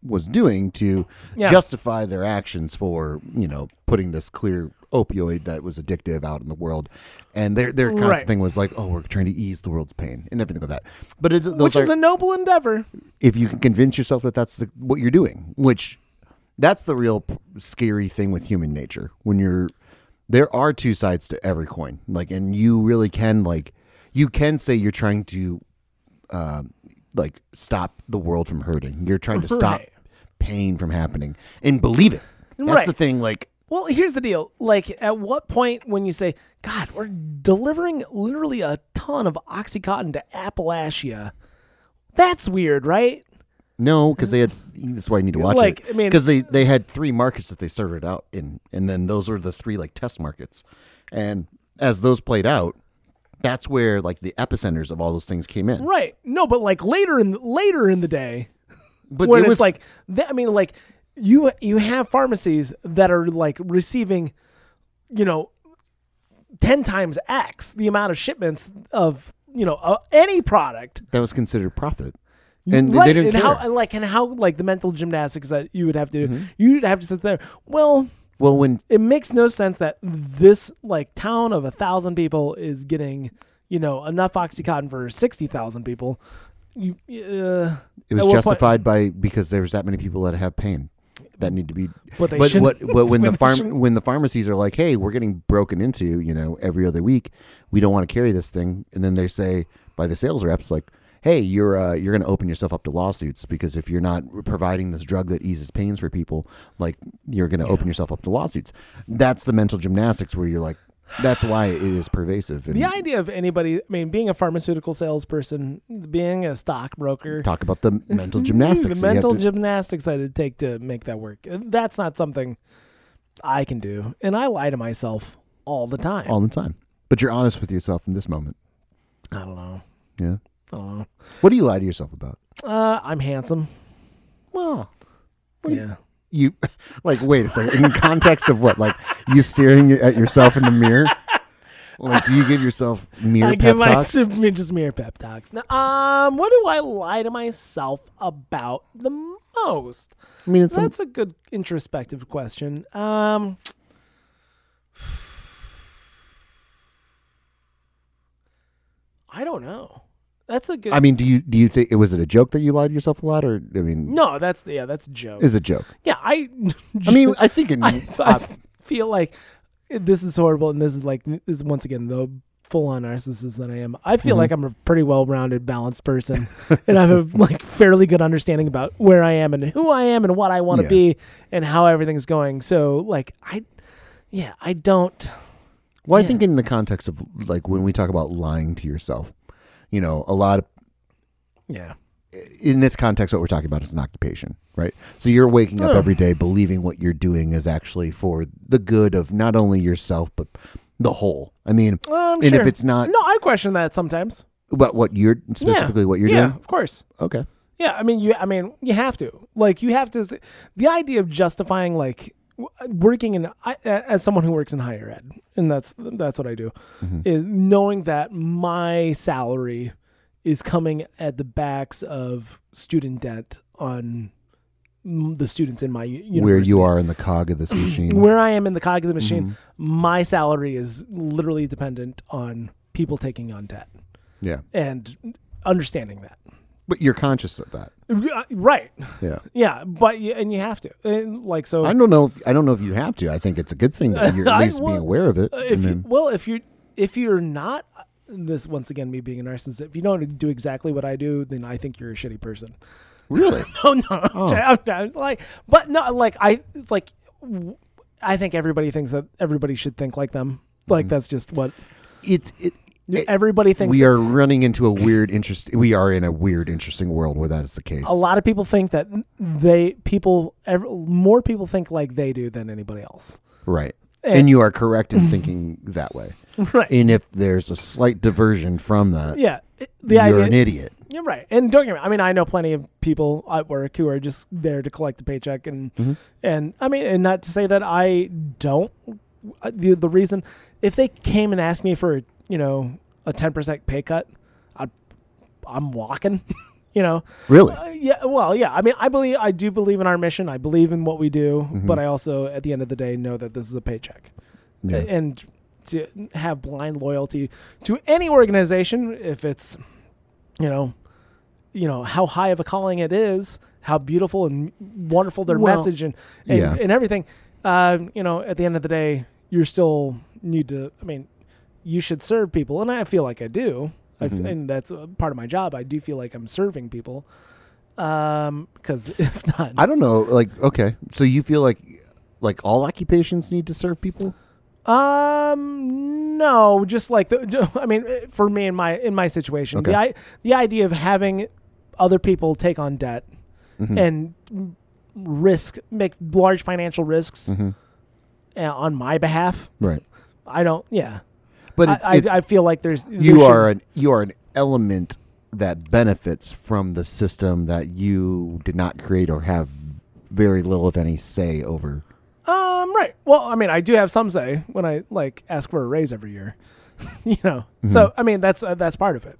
Speaker 2: was doing to
Speaker 1: Yeah.
Speaker 2: justify their actions for you know putting this clear opioid that was addictive out in the world and their their constant
Speaker 1: Right.
Speaker 2: thing was like oh we're trying to ease the world's pain and everything like that but it, those
Speaker 1: Which
Speaker 2: are,
Speaker 1: is a noble endeavor.
Speaker 2: if you can convince yourself that that's the, what you're doing, which that's the real p- scary thing with human nature. When you're there are two sides to every coin, like, and you really can like you can say you're trying to um, like stop the world from hurting. You're trying to stop
Speaker 1: Right.
Speaker 2: pain from happening, and believe it. That's
Speaker 1: Right.
Speaker 2: the thing. Like,
Speaker 1: Well, here's the deal. Like, at what point when you say, God, we're delivering literally a ton of Oxycontin to Appalachia, that's weird, right?
Speaker 2: No, because they had. That's why you need to watch
Speaker 1: Like,
Speaker 2: it.
Speaker 1: I mean-
Speaker 2: because they they had three markets that they started out in, and then those were the three like test markets, and as those played out, that's where like the epicenters of all those things came in.
Speaker 1: Right. No, but like later in later in the day,
Speaker 2: But
Speaker 1: when
Speaker 2: it was
Speaker 1: it's like th- I mean, like you you have pharmacies that are like receiving, you know, ten times X the amount of shipments of you know uh, any product.
Speaker 2: that was considered profit, and they-
Speaker 1: right.
Speaker 2: they didn't
Speaker 1: and
Speaker 2: care. Mm-hmm.
Speaker 1: how like and how like the mental gymnastics that you would have to do. You'd have to sit there. Well,
Speaker 2: well, when
Speaker 1: it makes no sense that this like town of a thousand people is getting you know enough oxycontin for sixty thousand people. You, uh,
Speaker 2: it
Speaker 1: at
Speaker 2: was
Speaker 1: what
Speaker 2: justified by because there was that many people that have pain that need to be.
Speaker 1: But they
Speaker 2: but
Speaker 1: shouldn't-
Speaker 2: what but when
Speaker 1: when
Speaker 2: the
Speaker 1: they
Speaker 2: farm
Speaker 1: shouldn't.
Speaker 2: when the pharmacies are like, hey, we're getting broken into, you know, every other week, we don't want to carry this thing, and then they say by the sales reps like. Hey, you're uh, you're going to open yourself up to lawsuits because if you're not providing this drug that eases pains for people, like you're going to open yourself up to lawsuits. That's the mental gymnastics where you're like, that's why it is pervasive. And
Speaker 1: The idea of anybody, I mean, being a pharmaceutical salesperson, being a stockbroker,
Speaker 2: talk about the mental gymnastics.
Speaker 1: the
Speaker 2: that you have
Speaker 1: mental
Speaker 2: to-
Speaker 1: gymnastics that it'd take to make that work, that's not something I can do. And I lie to myself all the time.
Speaker 2: all the time. But you're honest with yourself in this moment.
Speaker 1: I don't know.
Speaker 2: Yeah.
Speaker 1: I don't know.
Speaker 2: What do you lie to yourself about?
Speaker 1: Uh, I'm handsome.
Speaker 2: Well,
Speaker 1: Yeah.
Speaker 2: you like wait a second. In context of what? Like you staring at yourself in the mirror? Like do you give yourself mirror
Speaker 1: I
Speaker 2: pep
Speaker 1: give my
Speaker 2: talks?
Speaker 1: super, just mere pep talks. Now, um, what do I lie to myself about the most?
Speaker 2: I mean, it's some,
Speaker 1: That's a good introspective question. Um, I don't know. That's a good.
Speaker 2: I mean, do you do you think it was it a joke that you lied to yourself a lot, or I mean,
Speaker 1: no, that's yeah, that's a joke.
Speaker 2: is a joke?
Speaker 1: yeah, I.
Speaker 2: I mean, I think it.
Speaker 1: I,
Speaker 2: uh,
Speaker 1: Mm, I feel like this is horrible, and this is like this is once again the full-on narcissist that I am. I feel
Speaker 2: Mm-hmm.
Speaker 1: like I'm a pretty well-rounded, balanced person, and I have like fairly good understanding about where I am and who I am and what I want to
Speaker 2: Yeah.
Speaker 1: be and how everything's going. So, like, I, yeah, I don't.
Speaker 2: Well, I
Speaker 1: Yeah.
Speaker 2: think in the context of like when we talk about lying to yourself, you know, a lot of
Speaker 1: Yeah,
Speaker 2: in this context, what we're talking about is an occupation, right? So you're waking up
Speaker 1: Yeah.
Speaker 2: every day believing what you're doing is actually for the good of not only yourself but the whole. I mean,
Speaker 1: Um,
Speaker 2: and
Speaker 1: sure.
Speaker 2: if it's not
Speaker 1: no, I question that sometimes.
Speaker 2: about what you're specifically what you're
Speaker 1: yeah,
Speaker 2: doing,
Speaker 1: of course.
Speaker 2: okay,
Speaker 1: Yeah, I mean, you. I mean, you have to. Like, you have to. s- The idea of justifying, like, w- working in I, a- as someone who works in higher ed, and that's that's what I do,
Speaker 2: Mm-hmm.
Speaker 1: is knowing that my salary is coming at the backs of student debt on mm, the students in my u- university.
Speaker 2: where you are Mm-hmm. in the cog of this machine,
Speaker 1: where I am in the cog of the machine, my salary is literally dependent on people taking on debt
Speaker 2: yeah,
Speaker 1: and understanding that.
Speaker 2: but you're conscious of that,
Speaker 1: Uh, Right.
Speaker 2: yeah.
Speaker 1: Yeah, but you, and you have to. And like so
Speaker 2: I don't know. If, I don't know if you have to. I think it's a good thing that you're at
Speaker 1: I-
Speaker 2: least
Speaker 1: well,
Speaker 2: being aware of it.
Speaker 1: Uh,
Speaker 2: I
Speaker 1: if you,
Speaker 2: mean,
Speaker 1: well, if you're if you're not this once again me being a narcissist, if you don't do exactly what I do, then I think you're a shitty person.
Speaker 2: really,
Speaker 1: Oh no, I'm j- I'm, I'm like, but no, like I, it's like, w- I think everybody thinks that everybody should think like them. Like that's just what
Speaker 2: it's it. Mm-hmm. it-
Speaker 1: everybody thinks.
Speaker 2: we are running into a weird, interest. We are in a weird, interesting world where that is the case.
Speaker 1: a lot of people think that they people ev- more people think like they do than anybody else.
Speaker 2: Right.
Speaker 1: And-
Speaker 2: And, you are correct in thinking that way.
Speaker 1: Right.
Speaker 2: And if there's a slight diversion from that,
Speaker 1: Yeah. it- The
Speaker 2: you're
Speaker 1: idea.
Speaker 2: an idiot.
Speaker 1: You're right. And don't get me wrong, I mean, I know plenty of people at work who are just there to collect a paycheck and and I mean, and not to say that I don't uh, the the reason if they came and asked me for, you know, a 10% pay cut, I I'm walking, you know.
Speaker 2: Really?
Speaker 1: Uh, yeah, well, yeah. I mean, I believe I do believe in our mission. I believe in what we do, but I also at the end of the day know that this is a paycheck.
Speaker 2: Yeah.
Speaker 1: And to have blind loyalty to any organization if it's you know, you know how high of a calling it is, how beautiful and wonderful their
Speaker 2: Well,
Speaker 1: message and and,
Speaker 2: yeah.
Speaker 1: and everything. Uh, you know, at the end of the day, you're still need to. I mean, you should serve people, and I feel like I do, I
Speaker 2: Mm-hmm.
Speaker 1: f and that's uh part of my job. I do feel like I'm serving people, um, because if not,
Speaker 2: I don't know. Like, okay. So you feel like like all occupations need to serve people?
Speaker 1: Um, no, just like the. I mean, eh, for me in my in my situation, the I, the idea of having other people take on debt
Speaker 2: Mm-hmm.
Speaker 1: and m- risk make large financial risks
Speaker 2: Mm-hmm.
Speaker 1: eh, on my behalf.
Speaker 2: Right.
Speaker 1: I don't. Yeah,
Speaker 2: But
Speaker 1: I,
Speaker 2: it's,
Speaker 1: I,
Speaker 2: it's-
Speaker 1: I feel like there's there
Speaker 2: you
Speaker 1: should-
Speaker 2: are an you are an element that benefits from the system that you did not create or have very little if any say over.
Speaker 1: Um, right. Well, I mean, I do have some say when I like ask for a raise every year. you know, so
Speaker 2: Mm-hmm.
Speaker 1: I mean that's uh, that's part of it.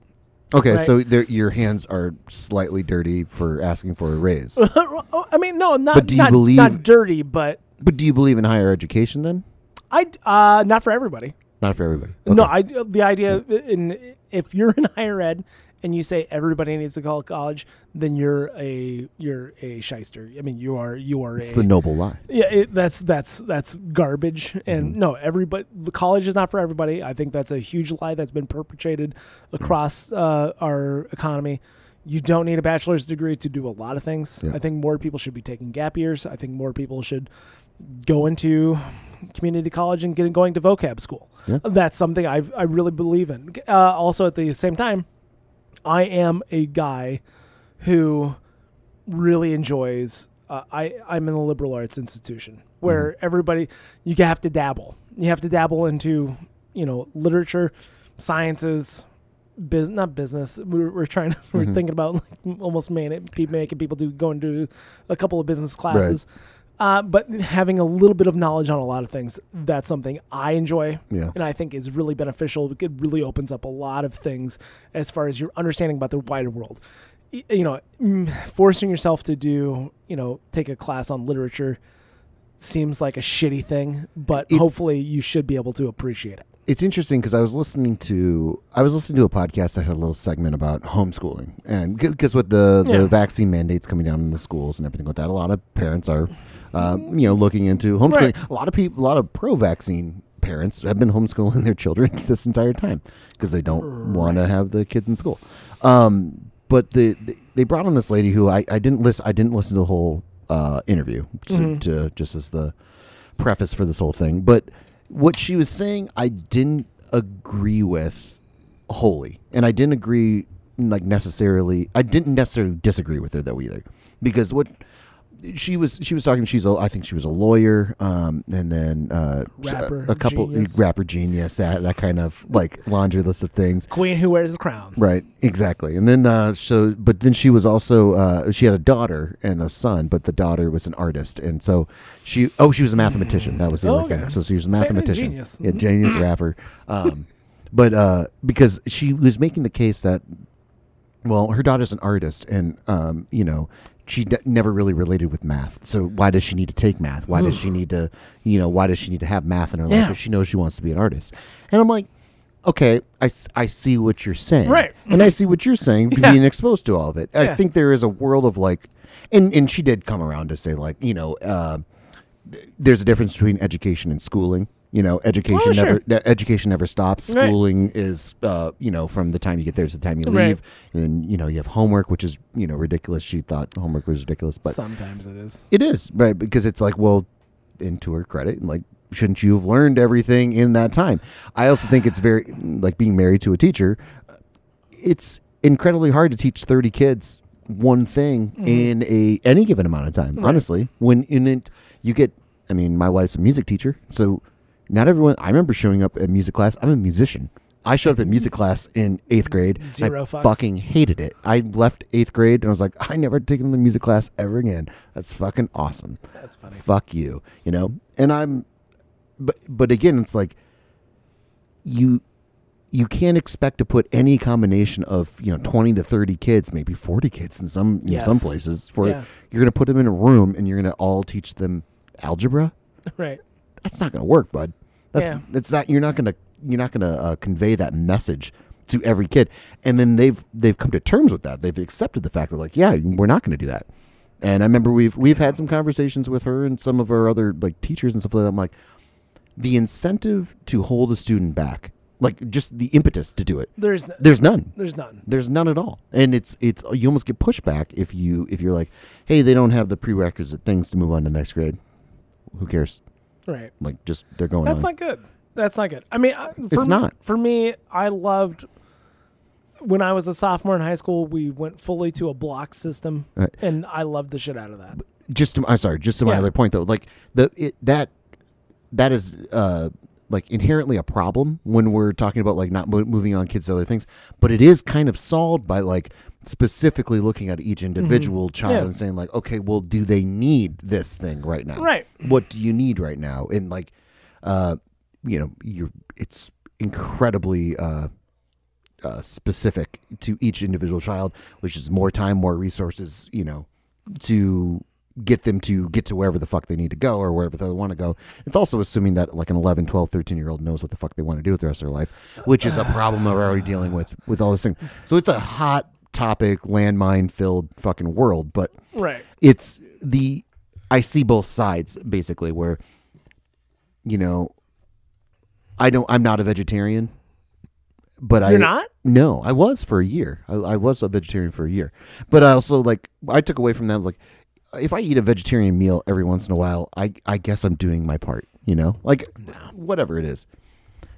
Speaker 2: Okay,
Speaker 1: Right.
Speaker 2: so there, your hands are slightly dirty for asking for a raise.
Speaker 1: Oh, I mean, no, not
Speaker 2: But do you
Speaker 1: not, not
Speaker 2: believe-
Speaker 1: dirty, but
Speaker 2: but do you believe in higher education then?
Speaker 1: I uh not for everybody.
Speaker 2: Not for everybody.
Speaker 1: No,
Speaker 2: Okay.
Speaker 1: I the idea in if you're in higher ed and you say everybody needs to call college, then you're a you're a shyster. I mean, you are you are
Speaker 2: it's
Speaker 1: a
Speaker 2: the noble lie.
Speaker 1: yeah. It, that's that's that's garbage.
Speaker 2: Mm-hmm.
Speaker 1: And no, everybody the college is not for everybody. I think that's a huge lie that's been perpetrated across uh, our economy. You don't need a bachelor's degree to do a lot of things.
Speaker 2: Yeah.
Speaker 1: I think more people should be taking gap years. I think more people should go into community college and getting going to vocab school.
Speaker 2: Yeah.
Speaker 1: That's something I I really believe in. Uh, also, at the same time, I am a guy who really enjoys. Uh, I I'm in a liberal arts institution where everybody you have to dabble. You have to dabble into you know literature, sciences, business not business. We're, we're trying to, we're thinking about like almost man, pe- making people do go and do a couple of business classes. Uh, but having a little bit of knowledge on a lot of things, that's something I enjoy
Speaker 2: Yeah.
Speaker 1: and I think is really beneficial. It really opens up a lot of things as far as your understanding about the wider world. Y- You know, mm, forcing yourself to do, you know, take a class on literature seems like a shitty thing, but
Speaker 2: It's-
Speaker 1: hopefully you should be able to appreciate it.
Speaker 2: It's interesting because I was listening to I was listening to a podcast that had a little segment about homeschooling and because with the,
Speaker 1: Yeah.
Speaker 2: the vaccine mandates coming down in the schools and everything like that, a lot of parents are uh, you know looking into homeschooling. A lot of people, a lot of pro-vaccine parents have been homeschooling their children this entire time because they don't want to have the kids in school. Um, but the, the they brought on this lady who I, I didn't listen I didn't listen to the whole uh, interview to,
Speaker 1: Mm-hmm.
Speaker 2: to just as the preface for this whole thing, but what she was saying, I didn't agree with wholly, and I didn't agree like necessarily I didn't necessarily disagree with her though either because what she was she was talking she's a, I think she was a lawyer um and then uh s- a-
Speaker 1: Rapper
Speaker 2: a, couple
Speaker 1: genius.
Speaker 2: rapper genius that that kind of like laundry list of things
Speaker 1: Queen who wears the crown.
Speaker 2: Right, exactly. And then uh so but then she was also uh she had a daughter and a son, but the daughter was an artist. And so she oh, she was a mathematician. That was the
Speaker 1: Oh,
Speaker 2: other
Speaker 1: okay.
Speaker 2: thing. So she was a
Speaker 1: Same with
Speaker 2: mathematician.
Speaker 1: genius. Mm-hmm.
Speaker 2: Yeah, genius rapper. Um but uh because she was making the case that well, her daughter's an artist and um, you know, she d- never really related with math. So why does she need to take math? Why does she need to, you know, why does she need to have math in her life
Speaker 1: Yeah.
Speaker 2: if she knows she wants to be an artist? And I'm like, okay, I, s- I see what you're saying.
Speaker 1: Right.
Speaker 2: And I see what you're saying being exposed to all of it. I
Speaker 1: Yeah.
Speaker 2: think there is a world of like, and, and she did come around to say, like, you know, uh, th- there's a difference between education and schooling. You know, education
Speaker 1: Oh, sure.
Speaker 2: never ne- education never stops.
Speaker 1: Right.
Speaker 2: Schooling is, uh, you know, from the time you get there to the time you leave,
Speaker 1: Right.
Speaker 2: and then you know you have homework, which is you know ridiculous. She thought homework was ridiculous, but
Speaker 1: Sometimes it is.
Speaker 2: it is right because it's like, well, and to her credit, like shouldn't you have learned everything in that time? I also think it's very like being married to a teacher. uh, It's incredibly hard to teach thirty kids one thing in a any given amount of time. Honestly, when in it, you get, I mean, my wife's a music teacher, so not everyone. I remember showing up at music class. I'm a musician. I showed up at music class in eighth grade. and
Speaker 1: Zero
Speaker 2: I
Speaker 1: fucks.
Speaker 2: fucking hated it. I left eighth grade and I was like, I never taken another music class ever again. That's fucking awesome
Speaker 1: That's funny.
Speaker 2: fuck you you know and i'm but but again it's like you you can't expect to put any combination of you know 20 to 30 kids maybe 40 kids in some in
Speaker 1: Yes.
Speaker 2: some places for
Speaker 1: Yeah.
Speaker 2: you're going to put them in a room and you're going to all teach them algebra
Speaker 1: Right.
Speaker 2: that's not going to work bud that's
Speaker 1: Yeah.
Speaker 2: that's not you're not going to you're not going to uh, convey that message to every kid and then they've they've come to terms with that they've accepted the fact that like yeah we're not going to do that and i remember we've we've had some conversations with her and some of our other like teachers and stuff like that i'm like the incentive to hold a student back like just the impetus to do it
Speaker 1: There's n-
Speaker 2: there's none
Speaker 1: there's none.
Speaker 2: there's none at all, and it's it's you almost get pushback if you if you're like, hey, they don't have the prerequisite things to move on to the next grade. Who cares?
Speaker 1: Right.
Speaker 2: Like, just they're going
Speaker 1: That's
Speaker 2: on.
Speaker 1: not good. That's not good. I mean, I- for me-
Speaker 2: It's not.
Speaker 1: for me. I loved when I was a sophomore in high school. We went fully to a block system,
Speaker 2: Right.
Speaker 1: and I loved the shit out of that.
Speaker 2: just to, I'm sorry, just to my
Speaker 1: Yeah.
Speaker 2: other point though, like the it, that that is uh like inherently a problem when we're talking about like not mo- moving on kids to other things, but it is kind of solved by like specifically looking at each individual child
Speaker 1: Mm-hmm. Yeah.
Speaker 2: and saying like, okay, well, do they need this thing right now?
Speaker 1: Right.
Speaker 2: What do you need right now? And like, uh, you know, you're it's incredibly uh uh, specific to each individual child, which is more time, more resources, you know, to get them to get to wherever the fuck they need to go or wherever they want to go. It's also assuming that like an 11, 12, 13 year old knows what the fuck they want to do with the rest of their life, which is a problem that we're already dealing with with all this thing. So it's a hot topic, landmine filled fucking world, but
Speaker 1: Right.
Speaker 2: it's the I see both sides basically where you know I don't I'm not a vegetarian but I
Speaker 1: You're not?
Speaker 2: no I was for a year I, I was a vegetarian for a year but I also like I took away from that like if I eat a vegetarian meal every once in a while I I guess I'm doing my part you know like whatever it is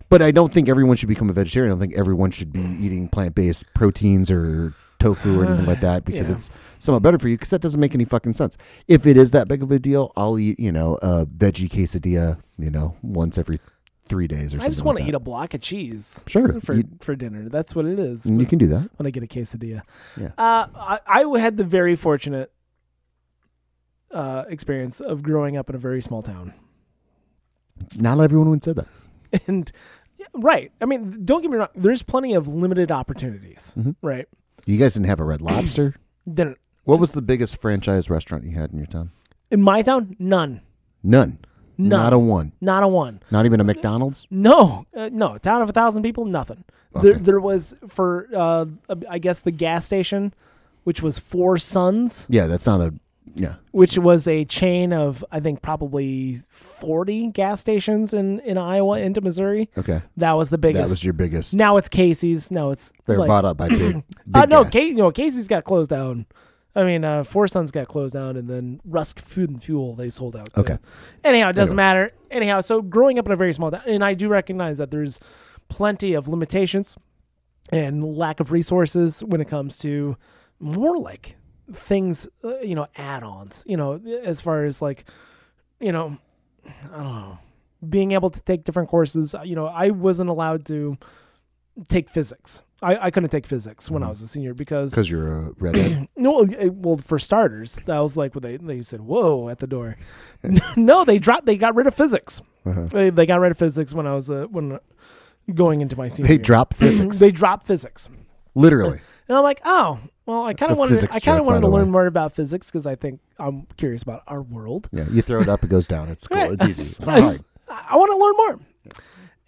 Speaker 2: but I don't think everyone should become a vegetarian. I don't think everyone should be eating plant based proteins or tofu or anything like that because
Speaker 1: Yeah.
Speaker 2: it's somewhat better for you because that doesn't make any fucking sense. If it is that big of a deal, I'll eat, you know, a veggie quesadilla, you know, once every three days or something.
Speaker 1: I just want to eat a block of cheese.
Speaker 2: Sure.
Speaker 1: For
Speaker 2: You,
Speaker 1: for dinner. That's what it is.
Speaker 2: you can do that.
Speaker 1: when I get a quesadilla.
Speaker 2: Yeah.
Speaker 1: Uh, I, I had the very fortunate uh, experience of growing up in a very small town.
Speaker 2: Not everyone would say that.
Speaker 1: And, yeah, right. I mean, don't get me wrong. There's plenty of limited opportunities,
Speaker 2: Mhm.
Speaker 1: right?
Speaker 2: You guys didn't have a red lobster.
Speaker 1: Then
Speaker 2: what was the biggest franchise restaurant you had in your town?
Speaker 1: in my town, none.
Speaker 2: None.
Speaker 1: None.
Speaker 2: Not a one.
Speaker 1: Not a one.
Speaker 2: Not even a McDonald's.
Speaker 1: No, uh, no. Town of a thousand people, nothing. There,
Speaker 2: Okay.
Speaker 1: there was for, uh, I guess, the gas station, which was Four Sons.
Speaker 2: Yeah, that's not a. Yeah.
Speaker 1: which was a chain of I think probably 40 gas stations in in Iowa into Missouri.
Speaker 2: Okay.
Speaker 1: That was the biggest.
Speaker 2: That was your biggest.
Speaker 1: now it's Casey's. Now it's
Speaker 2: They were
Speaker 1: like,
Speaker 2: bought up by big. big
Speaker 1: uh, no,
Speaker 2: gas.
Speaker 1: Ca- you know, Casey's got closed down. I mean, uh, Four Sons got closed down, and then Rusk Food and Fuel they sold out. too.
Speaker 2: Okay.
Speaker 1: Anyhow, it doesn't matter.
Speaker 2: Anyway.
Speaker 1: Anyhow, so growing up in a very small town, and I do recognize that there's plenty of limitations, and lack of resources when it comes to more like things, uh, you know, add-ons. You know, as far as like, you know, I don't know, being able to take different courses. Uh, You know, I wasn't allowed to take physics. I, I couldn't take physics when I was a senior because
Speaker 2: because you're a redhead.
Speaker 1: no, uh, well, for starters, that was like what they they said, "Whoa!" at the door. no, they dropped. They got rid of physics.
Speaker 2: Uh-huh.
Speaker 1: They, they got rid of physics when I was uh, when going into my senior.
Speaker 2: They
Speaker 1: year.
Speaker 2: drop physics.
Speaker 1: They dropped physics,
Speaker 2: literally.
Speaker 1: and I'm like, "Oh, well, I kind
Speaker 2: a
Speaker 1: of wanted.
Speaker 2: physics
Speaker 1: I kind
Speaker 2: joke,
Speaker 1: of wanted
Speaker 2: by
Speaker 1: to
Speaker 2: the way.
Speaker 1: learn more about physics because I think I'm curious about our world."
Speaker 2: Yeah, you throw it up, it goes down. It's cool. It's easy. It's
Speaker 1: So
Speaker 2: not
Speaker 1: I,
Speaker 2: hard.
Speaker 1: want to learn more.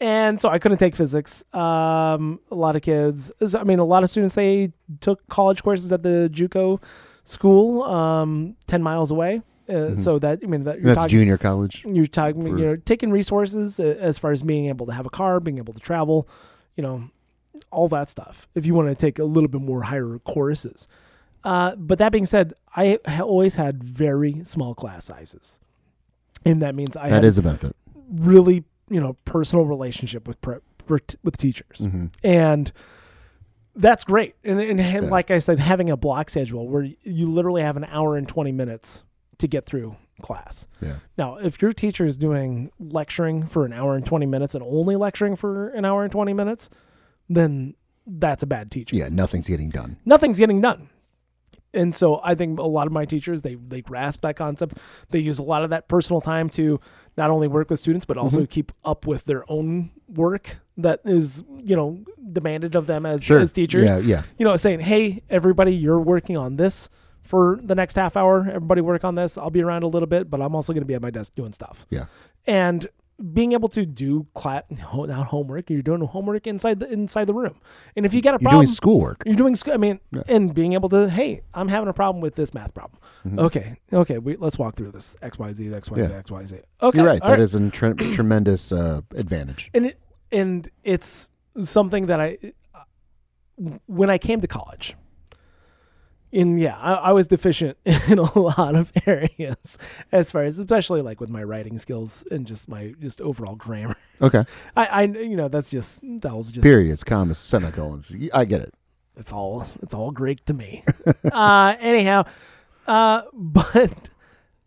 Speaker 1: And so I couldn't take physics. Um, a lot of kids, so, I mean, a lot of students, they took college courses at the JUCO school, um, 10 miles away. Uh, So that, I mean, that you're
Speaker 2: Mm-hmm. That's
Speaker 1: talking,
Speaker 2: junior college.
Speaker 1: you're talking,
Speaker 2: for-
Speaker 1: you know, taking resources uh, as far as being able to have a car, being able to travel, you know, all that stuff. If you want to take a little bit more higher courses. Uh, but that being said, I ha- always had very small class sizes. And that means I
Speaker 2: That
Speaker 1: had
Speaker 2: is a benefit.
Speaker 1: really you know personal relationship with pre- per- with teachers
Speaker 2: hmm
Speaker 1: and that's great and, and ha-
Speaker 2: Yeah.
Speaker 1: like i said having a block schedule where y- you literally have an hour and 20 minutes to get through class
Speaker 2: Yeah.
Speaker 1: now if your teacher is doing lecturing for an hour and 20 minutes and only lecturing for an hour and 20 minutes then that's a bad teacher
Speaker 2: Yeah, nothing's getting done.
Speaker 1: nothing's getting done. And so I think a lot of my teachers they they grasp that concept. They use a lot of that personal time to not only work with students but
Speaker 2: Mm-hmm.
Speaker 1: also keep up with their own work that is, you know, demanded of them as
Speaker 2: Sure.
Speaker 1: as teachers.
Speaker 2: Yeah, yeah.
Speaker 1: You know, saying, "Hey, everybody, you're working on this for the next half hour. Everybody work on this. I'll be around a little bit, but I'm also going to be at my desk doing stuff."
Speaker 2: Yeah.
Speaker 1: and being able to do class not homework you're doing homework inside the inside the room and if you got a
Speaker 2: You're
Speaker 1: problem
Speaker 2: doing schoolwork.
Speaker 1: you're doing. sc- I mean,
Speaker 2: Yeah.
Speaker 1: and being able to, hey, I'm having a problem with this math problem. Okay, okay, we, let's walk through this X Y Z X Y Z
Speaker 2: Mm-hmm. Yeah.
Speaker 1: X Y Z. Okay,
Speaker 2: You're right.
Speaker 1: all
Speaker 2: That is a tre- tremendous uh, advantage.
Speaker 1: and it and it's something that I, when I came to college, and yeah, I, I was deficient in a lot of areas as far as especially like with my writing skills and just my just overall grammar.
Speaker 2: Okay.
Speaker 1: I, I you know that's just that was just
Speaker 2: Periods, commas, semicolons. Y- I get it.
Speaker 1: it's all it's all Greek to me. uh, anyhow, uh, but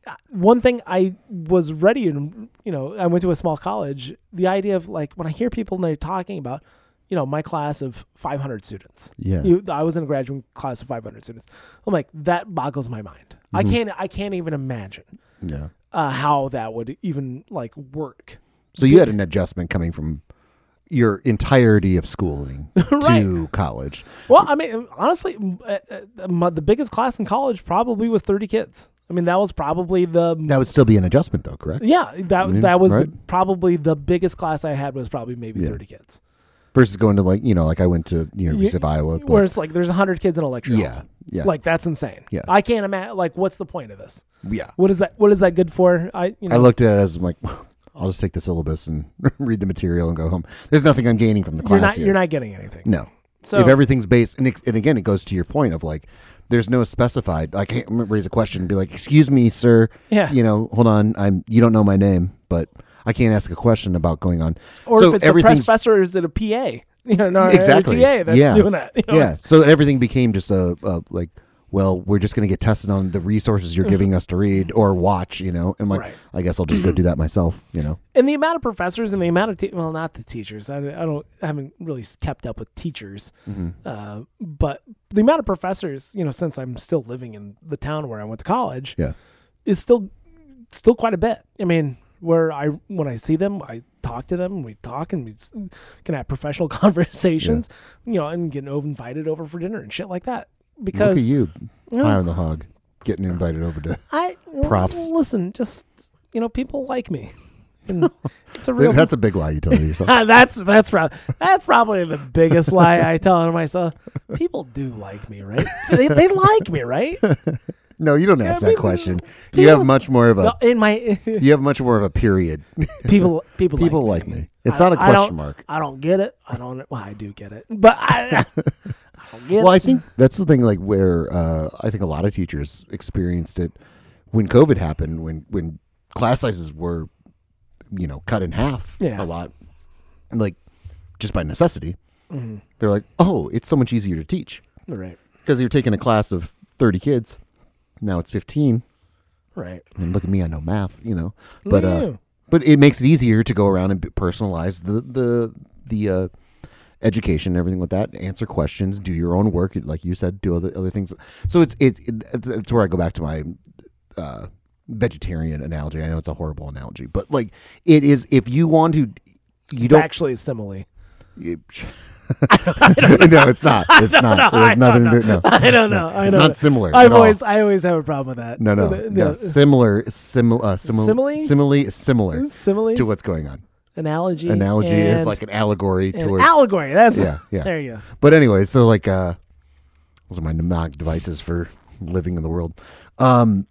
Speaker 1: uh, one thing I was ready and you know I went to a small college. The idea of like when I hear people and they're talking about you know my class of 500 students.
Speaker 2: Yeah.
Speaker 1: You, I was in a graduating class of 500 students. I'm like that boggles my mind. I can't I can't even imagine
Speaker 2: yeah.
Speaker 1: uh, how that would even like work.
Speaker 2: So you had an adjustment coming from your entirety of schooling to college.
Speaker 1: Well, I mean, honestly, m- uh, uh, my, the biggest class in college probably was 30 kids. I mean, that was probably the
Speaker 2: That would still be an adjustment, though, correct?
Speaker 1: yeah that
Speaker 2: mean,
Speaker 1: that was the,
Speaker 2: right?
Speaker 1: probably the biggest class I had was probably maybe
Speaker 2: Yeah.
Speaker 1: 30 kids.
Speaker 2: Versus going to like you know, like I went to University of Iowa. but-
Speaker 1: Where it's like there's 100 kids in a lecture. hall.
Speaker 2: yeah, yeah,
Speaker 1: like that's insane.
Speaker 2: Yeah.
Speaker 1: I can't imagine. Like, what's the point of this?
Speaker 2: yeah.
Speaker 1: What is that? What is that good for? I you know
Speaker 2: I looked at it as I'm like, I'll just take the syllabus and read the material and go home. There's nothing I'm gaining from the class.
Speaker 1: you're not
Speaker 2: here.
Speaker 1: you're not getting anything.
Speaker 2: No.
Speaker 1: So
Speaker 2: if everything's based, and, it, and again, it goes to your point of like, there's no specified. I can't raise a question and be like, "Excuse me, sir.
Speaker 1: Yeah.
Speaker 2: You know, hold on. I'm. You don't know my name, but I can't ask a question about going on.
Speaker 1: or
Speaker 2: so
Speaker 1: if it's a
Speaker 2: everything's-
Speaker 1: professor, or is it a PA? You know, no,
Speaker 2: Exactly.
Speaker 1: a TA that's
Speaker 2: Yeah.
Speaker 1: doing that. You know,
Speaker 2: yeah. So everything became just a, a like, well, we're just going to get tested on the resources you're giving us to read or watch. You know, and I'm like,
Speaker 1: Right.
Speaker 2: I guess I'll just go do that myself. You know.
Speaker 1: and the amount of professors and the amount of te- well not the teachers I, I don't I haven't really s- kept up with teachers
Speaker 2: Mm-hmm.
Speaker 1: uh, but the amount of professors you know since i'm still living in the town where i went to college
Speaker 2: Yeah.
Speaker 1: is still still quite a bit i mean where i when i see them i talk to them we talk and we s- can have professional conversations you know and get over invited over for dinner and shit like that
Speaker 2: Look at
Speaker 1: because
Speaker 2: you,
Speaker 1: Yeah.
Speaker 2: high on the hog, getting invited over to.
Speaker 1: i
Speaker 2: Profs.
Speaker 1: listen just you know people like me and it's a real
Speaker 2: That's a big lie you tell yourself.
Speaker 1: Ah, that's that's probably that's probably the biggest lie I tell to myself. People do like me, right? They, they like me, right?
Speaker 2: No, you don't ask that
Speaker 1: people-
Speaker 2: question. You have much more of a.
Speaker 1: Well, In my
Speaker 2: You have much more of a period.
Speaker 1: people people
Speaker 2: People
Speaker 1: like,
Speaker 2: like me. It's
Speaker 1: I-
Speaker 2: not a
Speaker 1: I don't-
Speaker 2: question mark.
Speaker 1: I don't get it. I don't. Well, I do get it, but I, I don't get
Speaker 2: Well,
Speaker 1: it.
Speaker 2: I think that's the thing. Like where uh, I think a lot of teachers experienced it when COVID happened, when when class sizes were, you know, cut in half
Speaker 1: Yeah.
Speaker 2: a lot, like just by necessity.
Speaker 1: Mhm.
Speaker 2: They're like, oh, it's so much easier to teach
Speaker 1: Right.
Speaker 2: because you're taking a class of 30 kids. Now it's 15.
Speaker 1: Right. Mm.
Speaker 2: And look at me, I know math, you know. But
Speaker 1: Look at
Speaker 2: uh,
Speaker 1: you.
Speaker 2: but it makes it easier to go around and b- personalize the the the uh, education and everything with that. Answer questions, do your own work, like you said, do other other things. So it's it, it that's where I go back to my uh, vegetarian analogy. I know it's a horrible analogy, but like it is if you want to, you
Speaker 1: it's
Speaker 2: don't
Speaker 1: actually a simile.
Speaker 2: you- no, it's not. It's not. It has nothing to do. No,
Speaker 1: I don't know. I
Speaker 2: it's
Speaker 1: don't know.
Speaker 2: not similar.
Speaker 1: I've
Speaker 2: at all.
Speaker 1: always, I always have a problem with that.
Speaker 2: No, no,
Speaker 1: The- the-
Speaker 2: no. Similar, similar, uh, simil-
Speaker 1: Simile?
Speaker 2: simile, is similar
Speaker 1: Simile,
Speaker 2: to what's going on.
Speaker 1: analogy,
Speaker 2: Analogy
Speaker 1: and-
Speaker 2: is like an allegory
Speaker 1: and
Speaker 2: towards.
Speaker 1: allegory. That's
Speaker 2: yeah, yeah.
Speaker 1: There you go.
Speaker 2: But anyway, so like, uh, those are my mnemonic devices for living in the world. Um,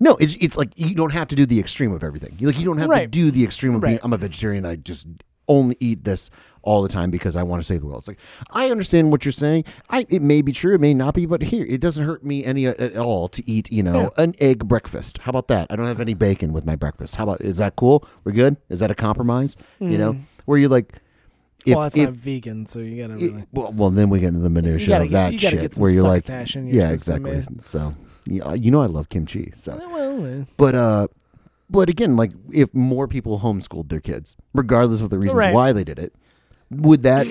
Speaker 2: no, it's it's like you don't have to do the extreme of everything. You like you don't have to
Speaker 1: Right.
Speaker 2: do the extreme of being.
Speaker 1: Right.
Speaker 2: I'm a vegetarian. I just only eat this all the time because I want to save the world. It's like I understand what you're saying. I it may be true, it may not be, but here it doesn't hurt me any uh, at all to eat. You know, an egg breakfast. How about that? I don't have any bacon with my breakfast. How about is that cool? We're good. Is that a compromise? You know, where you like. If,
Speaker 1: Hmm. well, that's
Speaker 2: if,
Speaker 1: not vegan, so you gotta
Speaker 2: Y-
Speaker 1: really.
Speaker 2: Well, well, then we get into the minutia
Speaker 1: gotta
Speaker 2: of
Speaker 1: get-
Speaker 2: that
Speaker 1: you gotta
Speaker 2: shit,
Speaker 1: get some
Speaker 2: where you're like,
Speaker 1: succotash in your
Speaker 2: yeah,
Speaker 1: system,
Speaker 2: exactly. So, yeah, uh, you know, I love kimchi. So,
Speaker 1: Well, eh.
Speaker 2: but uh, but again, like if more people homeschooled their kids, regardless of the reasons
Speaker 1: Right.
Speaker 2: why they did it, would that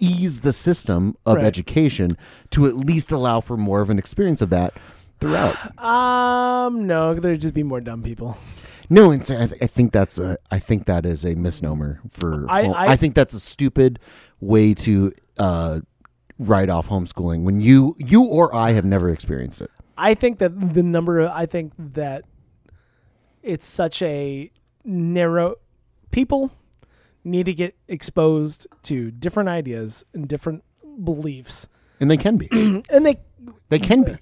Speaker 2: ease the system of
Speaker 1: Right.
Speaker 2: education to at least allow for more of an experience of that throughout?
Speaker 1: um, no, there'd just be more dumb people.
Speaker 2: No, and so I, th- I think that's a I think that is a misnomer for
Speaker 1: I-
Speaker 2: home-
Speaker 1: I-
Speaker 2: think that's a stupid way to uh, write off homeschooling when you you or I have never experienced it.
Speaker 1: I think that the number. Of, I think that it's such a narrow. People need to get exposed to different ideas and different beliefs,
Speaker 2: And they can be.
Speaker 1: and they
Speaker 2: they can be.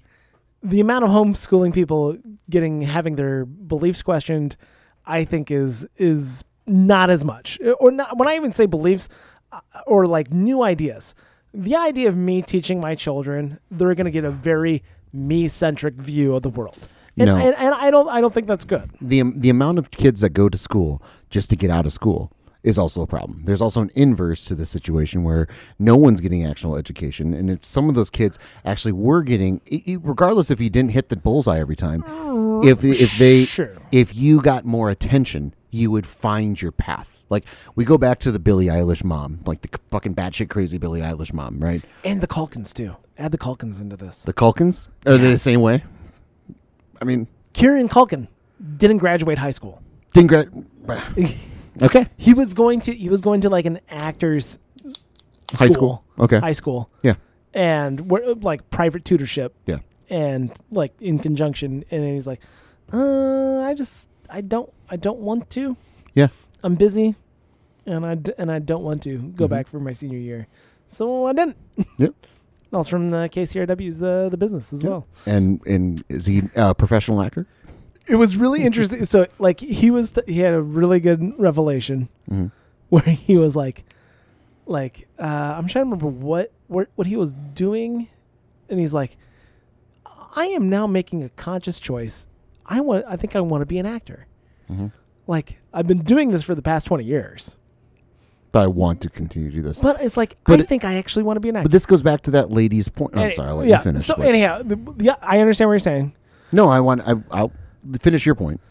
Speaker 1: the amount of homeschooling people getting having their beliefs questioned, I think is is not as much. Or not when I even say beliefs, uh, or like new ideas. The idea of me teaching my children, they're going to get a very me-centric view of the world. And,
Speaker 2: No.
Speaker 1: and, and I don't I don't think that's good.
Speaker 2: The am- the amount of kids that go to school just to get out of school is also a problem. There's also an inverse to the situation where no one's getting actual education and if some of those kids actually were getting i- i- regardless if you didn't hit the bullseye every time, if if they
Speaker 1: Sure.
Speaker 2: if you got more attention, you would find your path. Like we go back to the Billie Eilish mom, like the c- fucking batshit crazy Billie Eilish mom, right?
Speaker 1: And the Calkins too. Add the Calkins into this.
Speaker 2: The Culkins are they the same way? I mean,
Speaker 1: Kieran Culkin didn't graduate high school.
Speaker 2: didn't gra- okay,
Speaker 1: He was going to he was going to like an actors
Speaker 2: high school, okay,
Speaker 1: high school.
Speaker 2: yeah,
Speaker 1: and we're like private tutorship
Speaker 2: yeah.
Speaker 1: and like in conjunction and then he's like uh i just i don't i don't want to
Speaker 2: Yeah.
Speaker 1: i'm busy and i d- and i don't want to go back for my senior year so i didn't
Speaker 2: Mm-hmm. Yep.
Speaker 1: I was from the kcrw's uh, the the business as
Speaker 2: Yeah.
Speaker 1: well
Speaker 2: And and is he a professional actor?
Speaker 1: it was really interesting so like he was he had a really good revelation
Speaker 2: Mhm.
Speaker 1: where he was like like uh, I'm trying to remember what, what what he was doing and he's like I am now making a conscious choice. I want I think I want to be an actor.
Speaker 2: Mhm.
Speaker 1: Like I've been doing this for the past 20 years.
Speaker 2: But I want to continue to do this.
Speaker 1: But it's like
Speaker 2: But
Speaker 1: I
Speaker 2: it-
Speaker 1: think I actually want to be an actor.
Speaker 2: But this goes back to that lady's point. Oh, I'm
Speaker 1: Any-
Speaker 2: sorry, I'll let
Speaker 1: yeah.
Speaker 2: you finish.
Speaker 1: So
Speaker 2: but-
Speaker 1: anyhow, the, yeah, I understand what you're saying.
Speaker 2: no, I want I, I'll finish your point.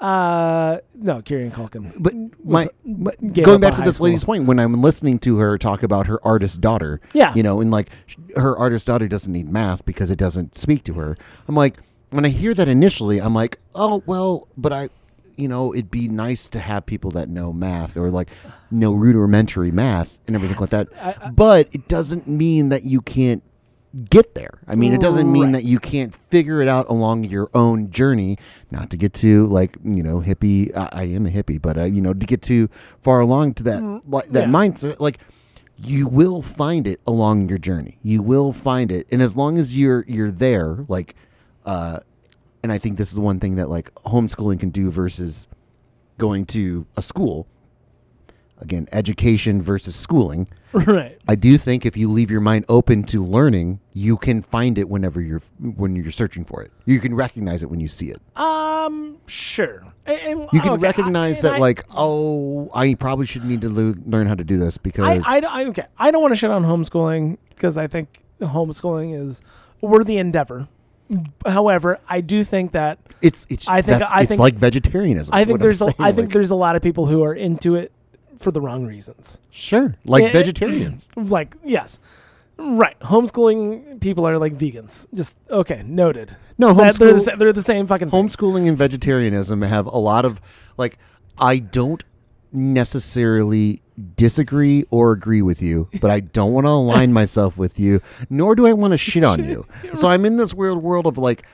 Speaker 1: Uh no, Kieran Culkin.
Speaker 2: But my,
Speaker 1: Mm, was-
Speaker 2: my
Speaker 1: gave
Speaker 2: going
Speaker 1: up
Speaker 2: back
Speaker 1: on
Speaker 2: to
Speaker 1: high
Speaker 2: this lady's
Speaker 1: school.
Speaker 2: point, when I'm listening to her talk about her artist daughter,
Speaker 1: Yeah.
Speaker 2: you know, and like sh- her artist daughter doesn't need math because it doesn't speak to her. I'm like, when I hear that initially, I'm like, oh well, but I, you know, it'd be nice to have people that know math or like know rudimentary math and everything like that.
Speaker 1: I- I-
Speaker 2: but it doesn't mean that you can't get there. I mean, it doesn't mean
Speaker 1: Right.
Speaker 2: that you can't figure it out along your own journey. Not to get too like you know hippie. I, I am a hippie, but uh, you know to get too far along to that like that
Speaker 1: Mm, yeah.
Speaker 2: mindset. Like you will find it along your journey. You will find it, and as long as you're you're there, like, uh, and I think this is one thing that like homeschooling can do versus going to a school. Again, education versus schooling.
Speaker 1: right.
Speaker 2: I do think if you leave your mind open to learning, you can find it whenever you're when you're searching for it. You can recognize it when you see it.
Speaker 1: Um, Sure. And, and-
Speaker 2: You can
Speaker 1: Oh, okay, I-
Speaker 2: recognize
Speaker 1: and
Speaker 2: that,
Speaker 1: I-
Speaker 2: like, oh, I probably should need to lo- learn how to do this
Speaker 1: I,
Speaker 2: because
Speaker 1: I, I- okay. I don't want to shit on homeschooling because I think homeschooling is a worthy endeavor. However, I do think that
Speaker 2: it's it's
Speaker 1: I think-
Speaker 2: that's-
Speaker 1: I
Speaker 2: it's
Speaker 1: think-
Speaker 2: like vegetarianism.
Speaker 1: I think
Speaker 2: what I'm
Speaker 1: there's a,
Speaker 2: saying,
Speaker 1: I think
Speaker 2: like,
Speaker 1: there's a lot of people who are into it for the wrong reasons.
Speaker 2: sure like
Speaker 1: Yeah, it-
Speaker 2: vegetarians.
Speaker 1: Like yes, right. Homeschooling people are like vegans. Just okay. Noted.
Speaker 2: No,
Speaker 1: That- they're, the,
Speaker 2: homeschool-
Speaker 1: sa- they're the same fucking. thing.
Speaker 2: homeschooling and vegetarianism have a lot of like I don't necessarily disagree or agree with you, but I don't want to align myself with you, nor do I want to shit on you. So I'm in this weird world of like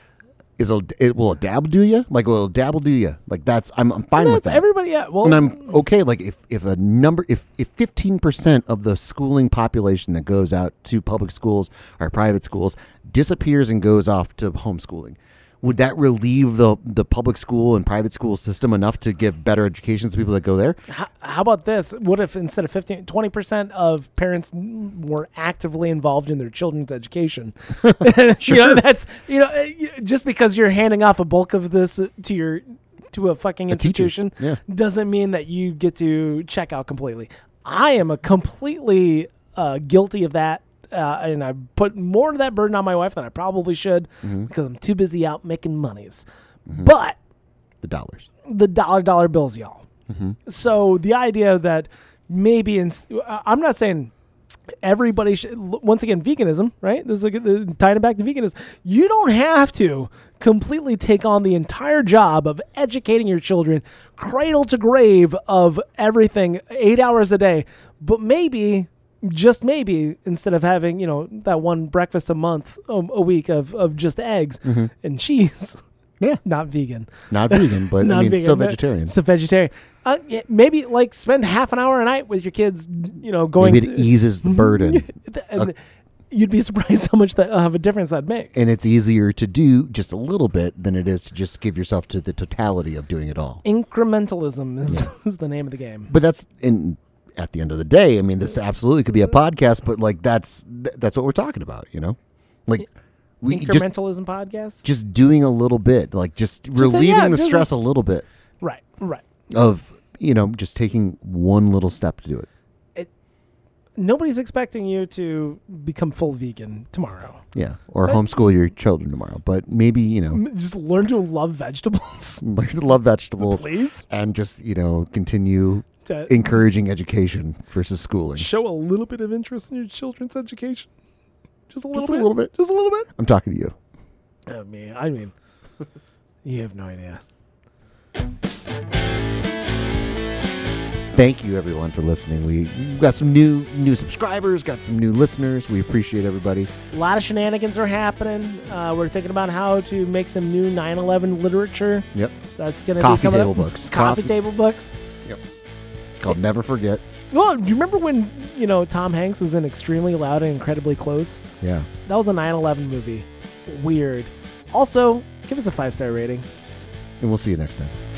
Speaker 2: is a, it will a dabble do you? Like will a dabble do you? Like that's I'm, I'm fine
Speaker 1: That's
Speaker 2: with that.
Speaker 1: everybody. Yeah. Well,
Speaker 2: and I'm okay. Like if, if a number if if fifteen percent of the schooling population that goes out to public schools or private schools disappears and goes off to homeschooling, would that relieve the the public school and private school system enough to give better education to people that go there?
Speaker 1: How, how about this? What if instead of 15, 20% of parents were actively involved in their children's education? You know, that's, you know, uh, y- just because you're handing off a bulk of this eh, to your, to a fucking
Speaker 2: teacher,
Speaker 1: institution
Speaker 2: yeah.
Speaker 1: doesn't mean that you get to check out completely. I am a completely uh, guilty of that. Uh, and I put more of that burden on my wife than I probably should
Speaker 2: Mm-hmm.
Speaker 1: because I'm too busy out making monies. But
Speaker 2: The dollars.
Speaker 1: the dollar dollar bills, y'all. So the idea that maybe in, uh, I'm not saying everybody should. l- Once again, veganism, right? This is like uh, tying it back to veganism. You don't have to completely take on the entire job of educating your children, cradle to grave of everything, eight hours a day. But maybe. Just maybe instead of having you know that one breakfast a month um, a week of, of just eggs and cheese,
Speaker 2: Yeah,
Speaker 1: not vegan,
Speaker 2: not vegan, but I mean still vegetarian.
Speaker 1: so vegetarian. Uh, yeah, maybe like spend half an hour a night with your kids. You know, going.
Speaker 2: Maybe Uh, it eases the burden.
Speaker 1: th- and you'd be surprised how much that uh, of a difference that'd make.
Speaker 2: And it's easier to do just a little bit than it is to just give yourself to the totality of doing it all.
Speaker 1: Incrementalism is, is the name of the game.
Speaker 2: but that's in at the end of the day i mean this absolutely could be a podcast but like that's th- that's what we're talking about you know like we just
Speaker 1: Incrementalism podcast.
Speaker 2: just doing a little bit like just, relieving
Speaker 1: yeah,
Speaker 2: the
Speaker 1: just-
Speaker 2: stress a little bit
Speaker 1: Right. Right.
Speaker 2: of you know just taking one little step to do it
Speaker 1: Nobody's expecting you to become full vegan tomorrow.
Speaker 2: yeah or homeschool your children tomorrow but maybe you know
Speaker 1: M- Just learn to love vegetables,
Speaker 2: learn to love vegetables
Speaker 1: please.
Speaker 2: and just you know continue
Speaker 1: To
Speaker 2: encouraging education versus schooling
Speaker 1: show a little bit of interest in your children's education. Just a little
Speaker 2: just a
Speaker 1: bit.
Speaker 2: little bit
Speaker 1: Just a little bit.
Speaker 2: i'm talking to you
Speaker 1: I mean, I mean, you have no idea.
Speaker 2: thank you everyone for listening. We we've got some new new subscribers, got some new listeners. We appreciate everybody.
Speaker 1: A lot of shenanigans are happening. Uh, we're thinking about how to make some new 9/11 literature.
Speaker 2: Yep.
Speaker 1: That's gonna
Speaker 2: Coffee
Speaker 1: be coming
Speaker 2: table
Speaker 1: up.
Speaker 2: books.
Speaker 1: Coffee,
Speaker 2: Coffee-
Speaker 1: table books.
Speaker 2: Called Never Forget.
Speaker 1: Well, do you remember when you know Tom Hanks was in Extremely Loud and Incredibly Close?
Speaker 2: Yeah.
Speaker 1: That was a 9/11 movie. Weird. Also, give us a five star rating.
Speaker 2: And we'll see you next time.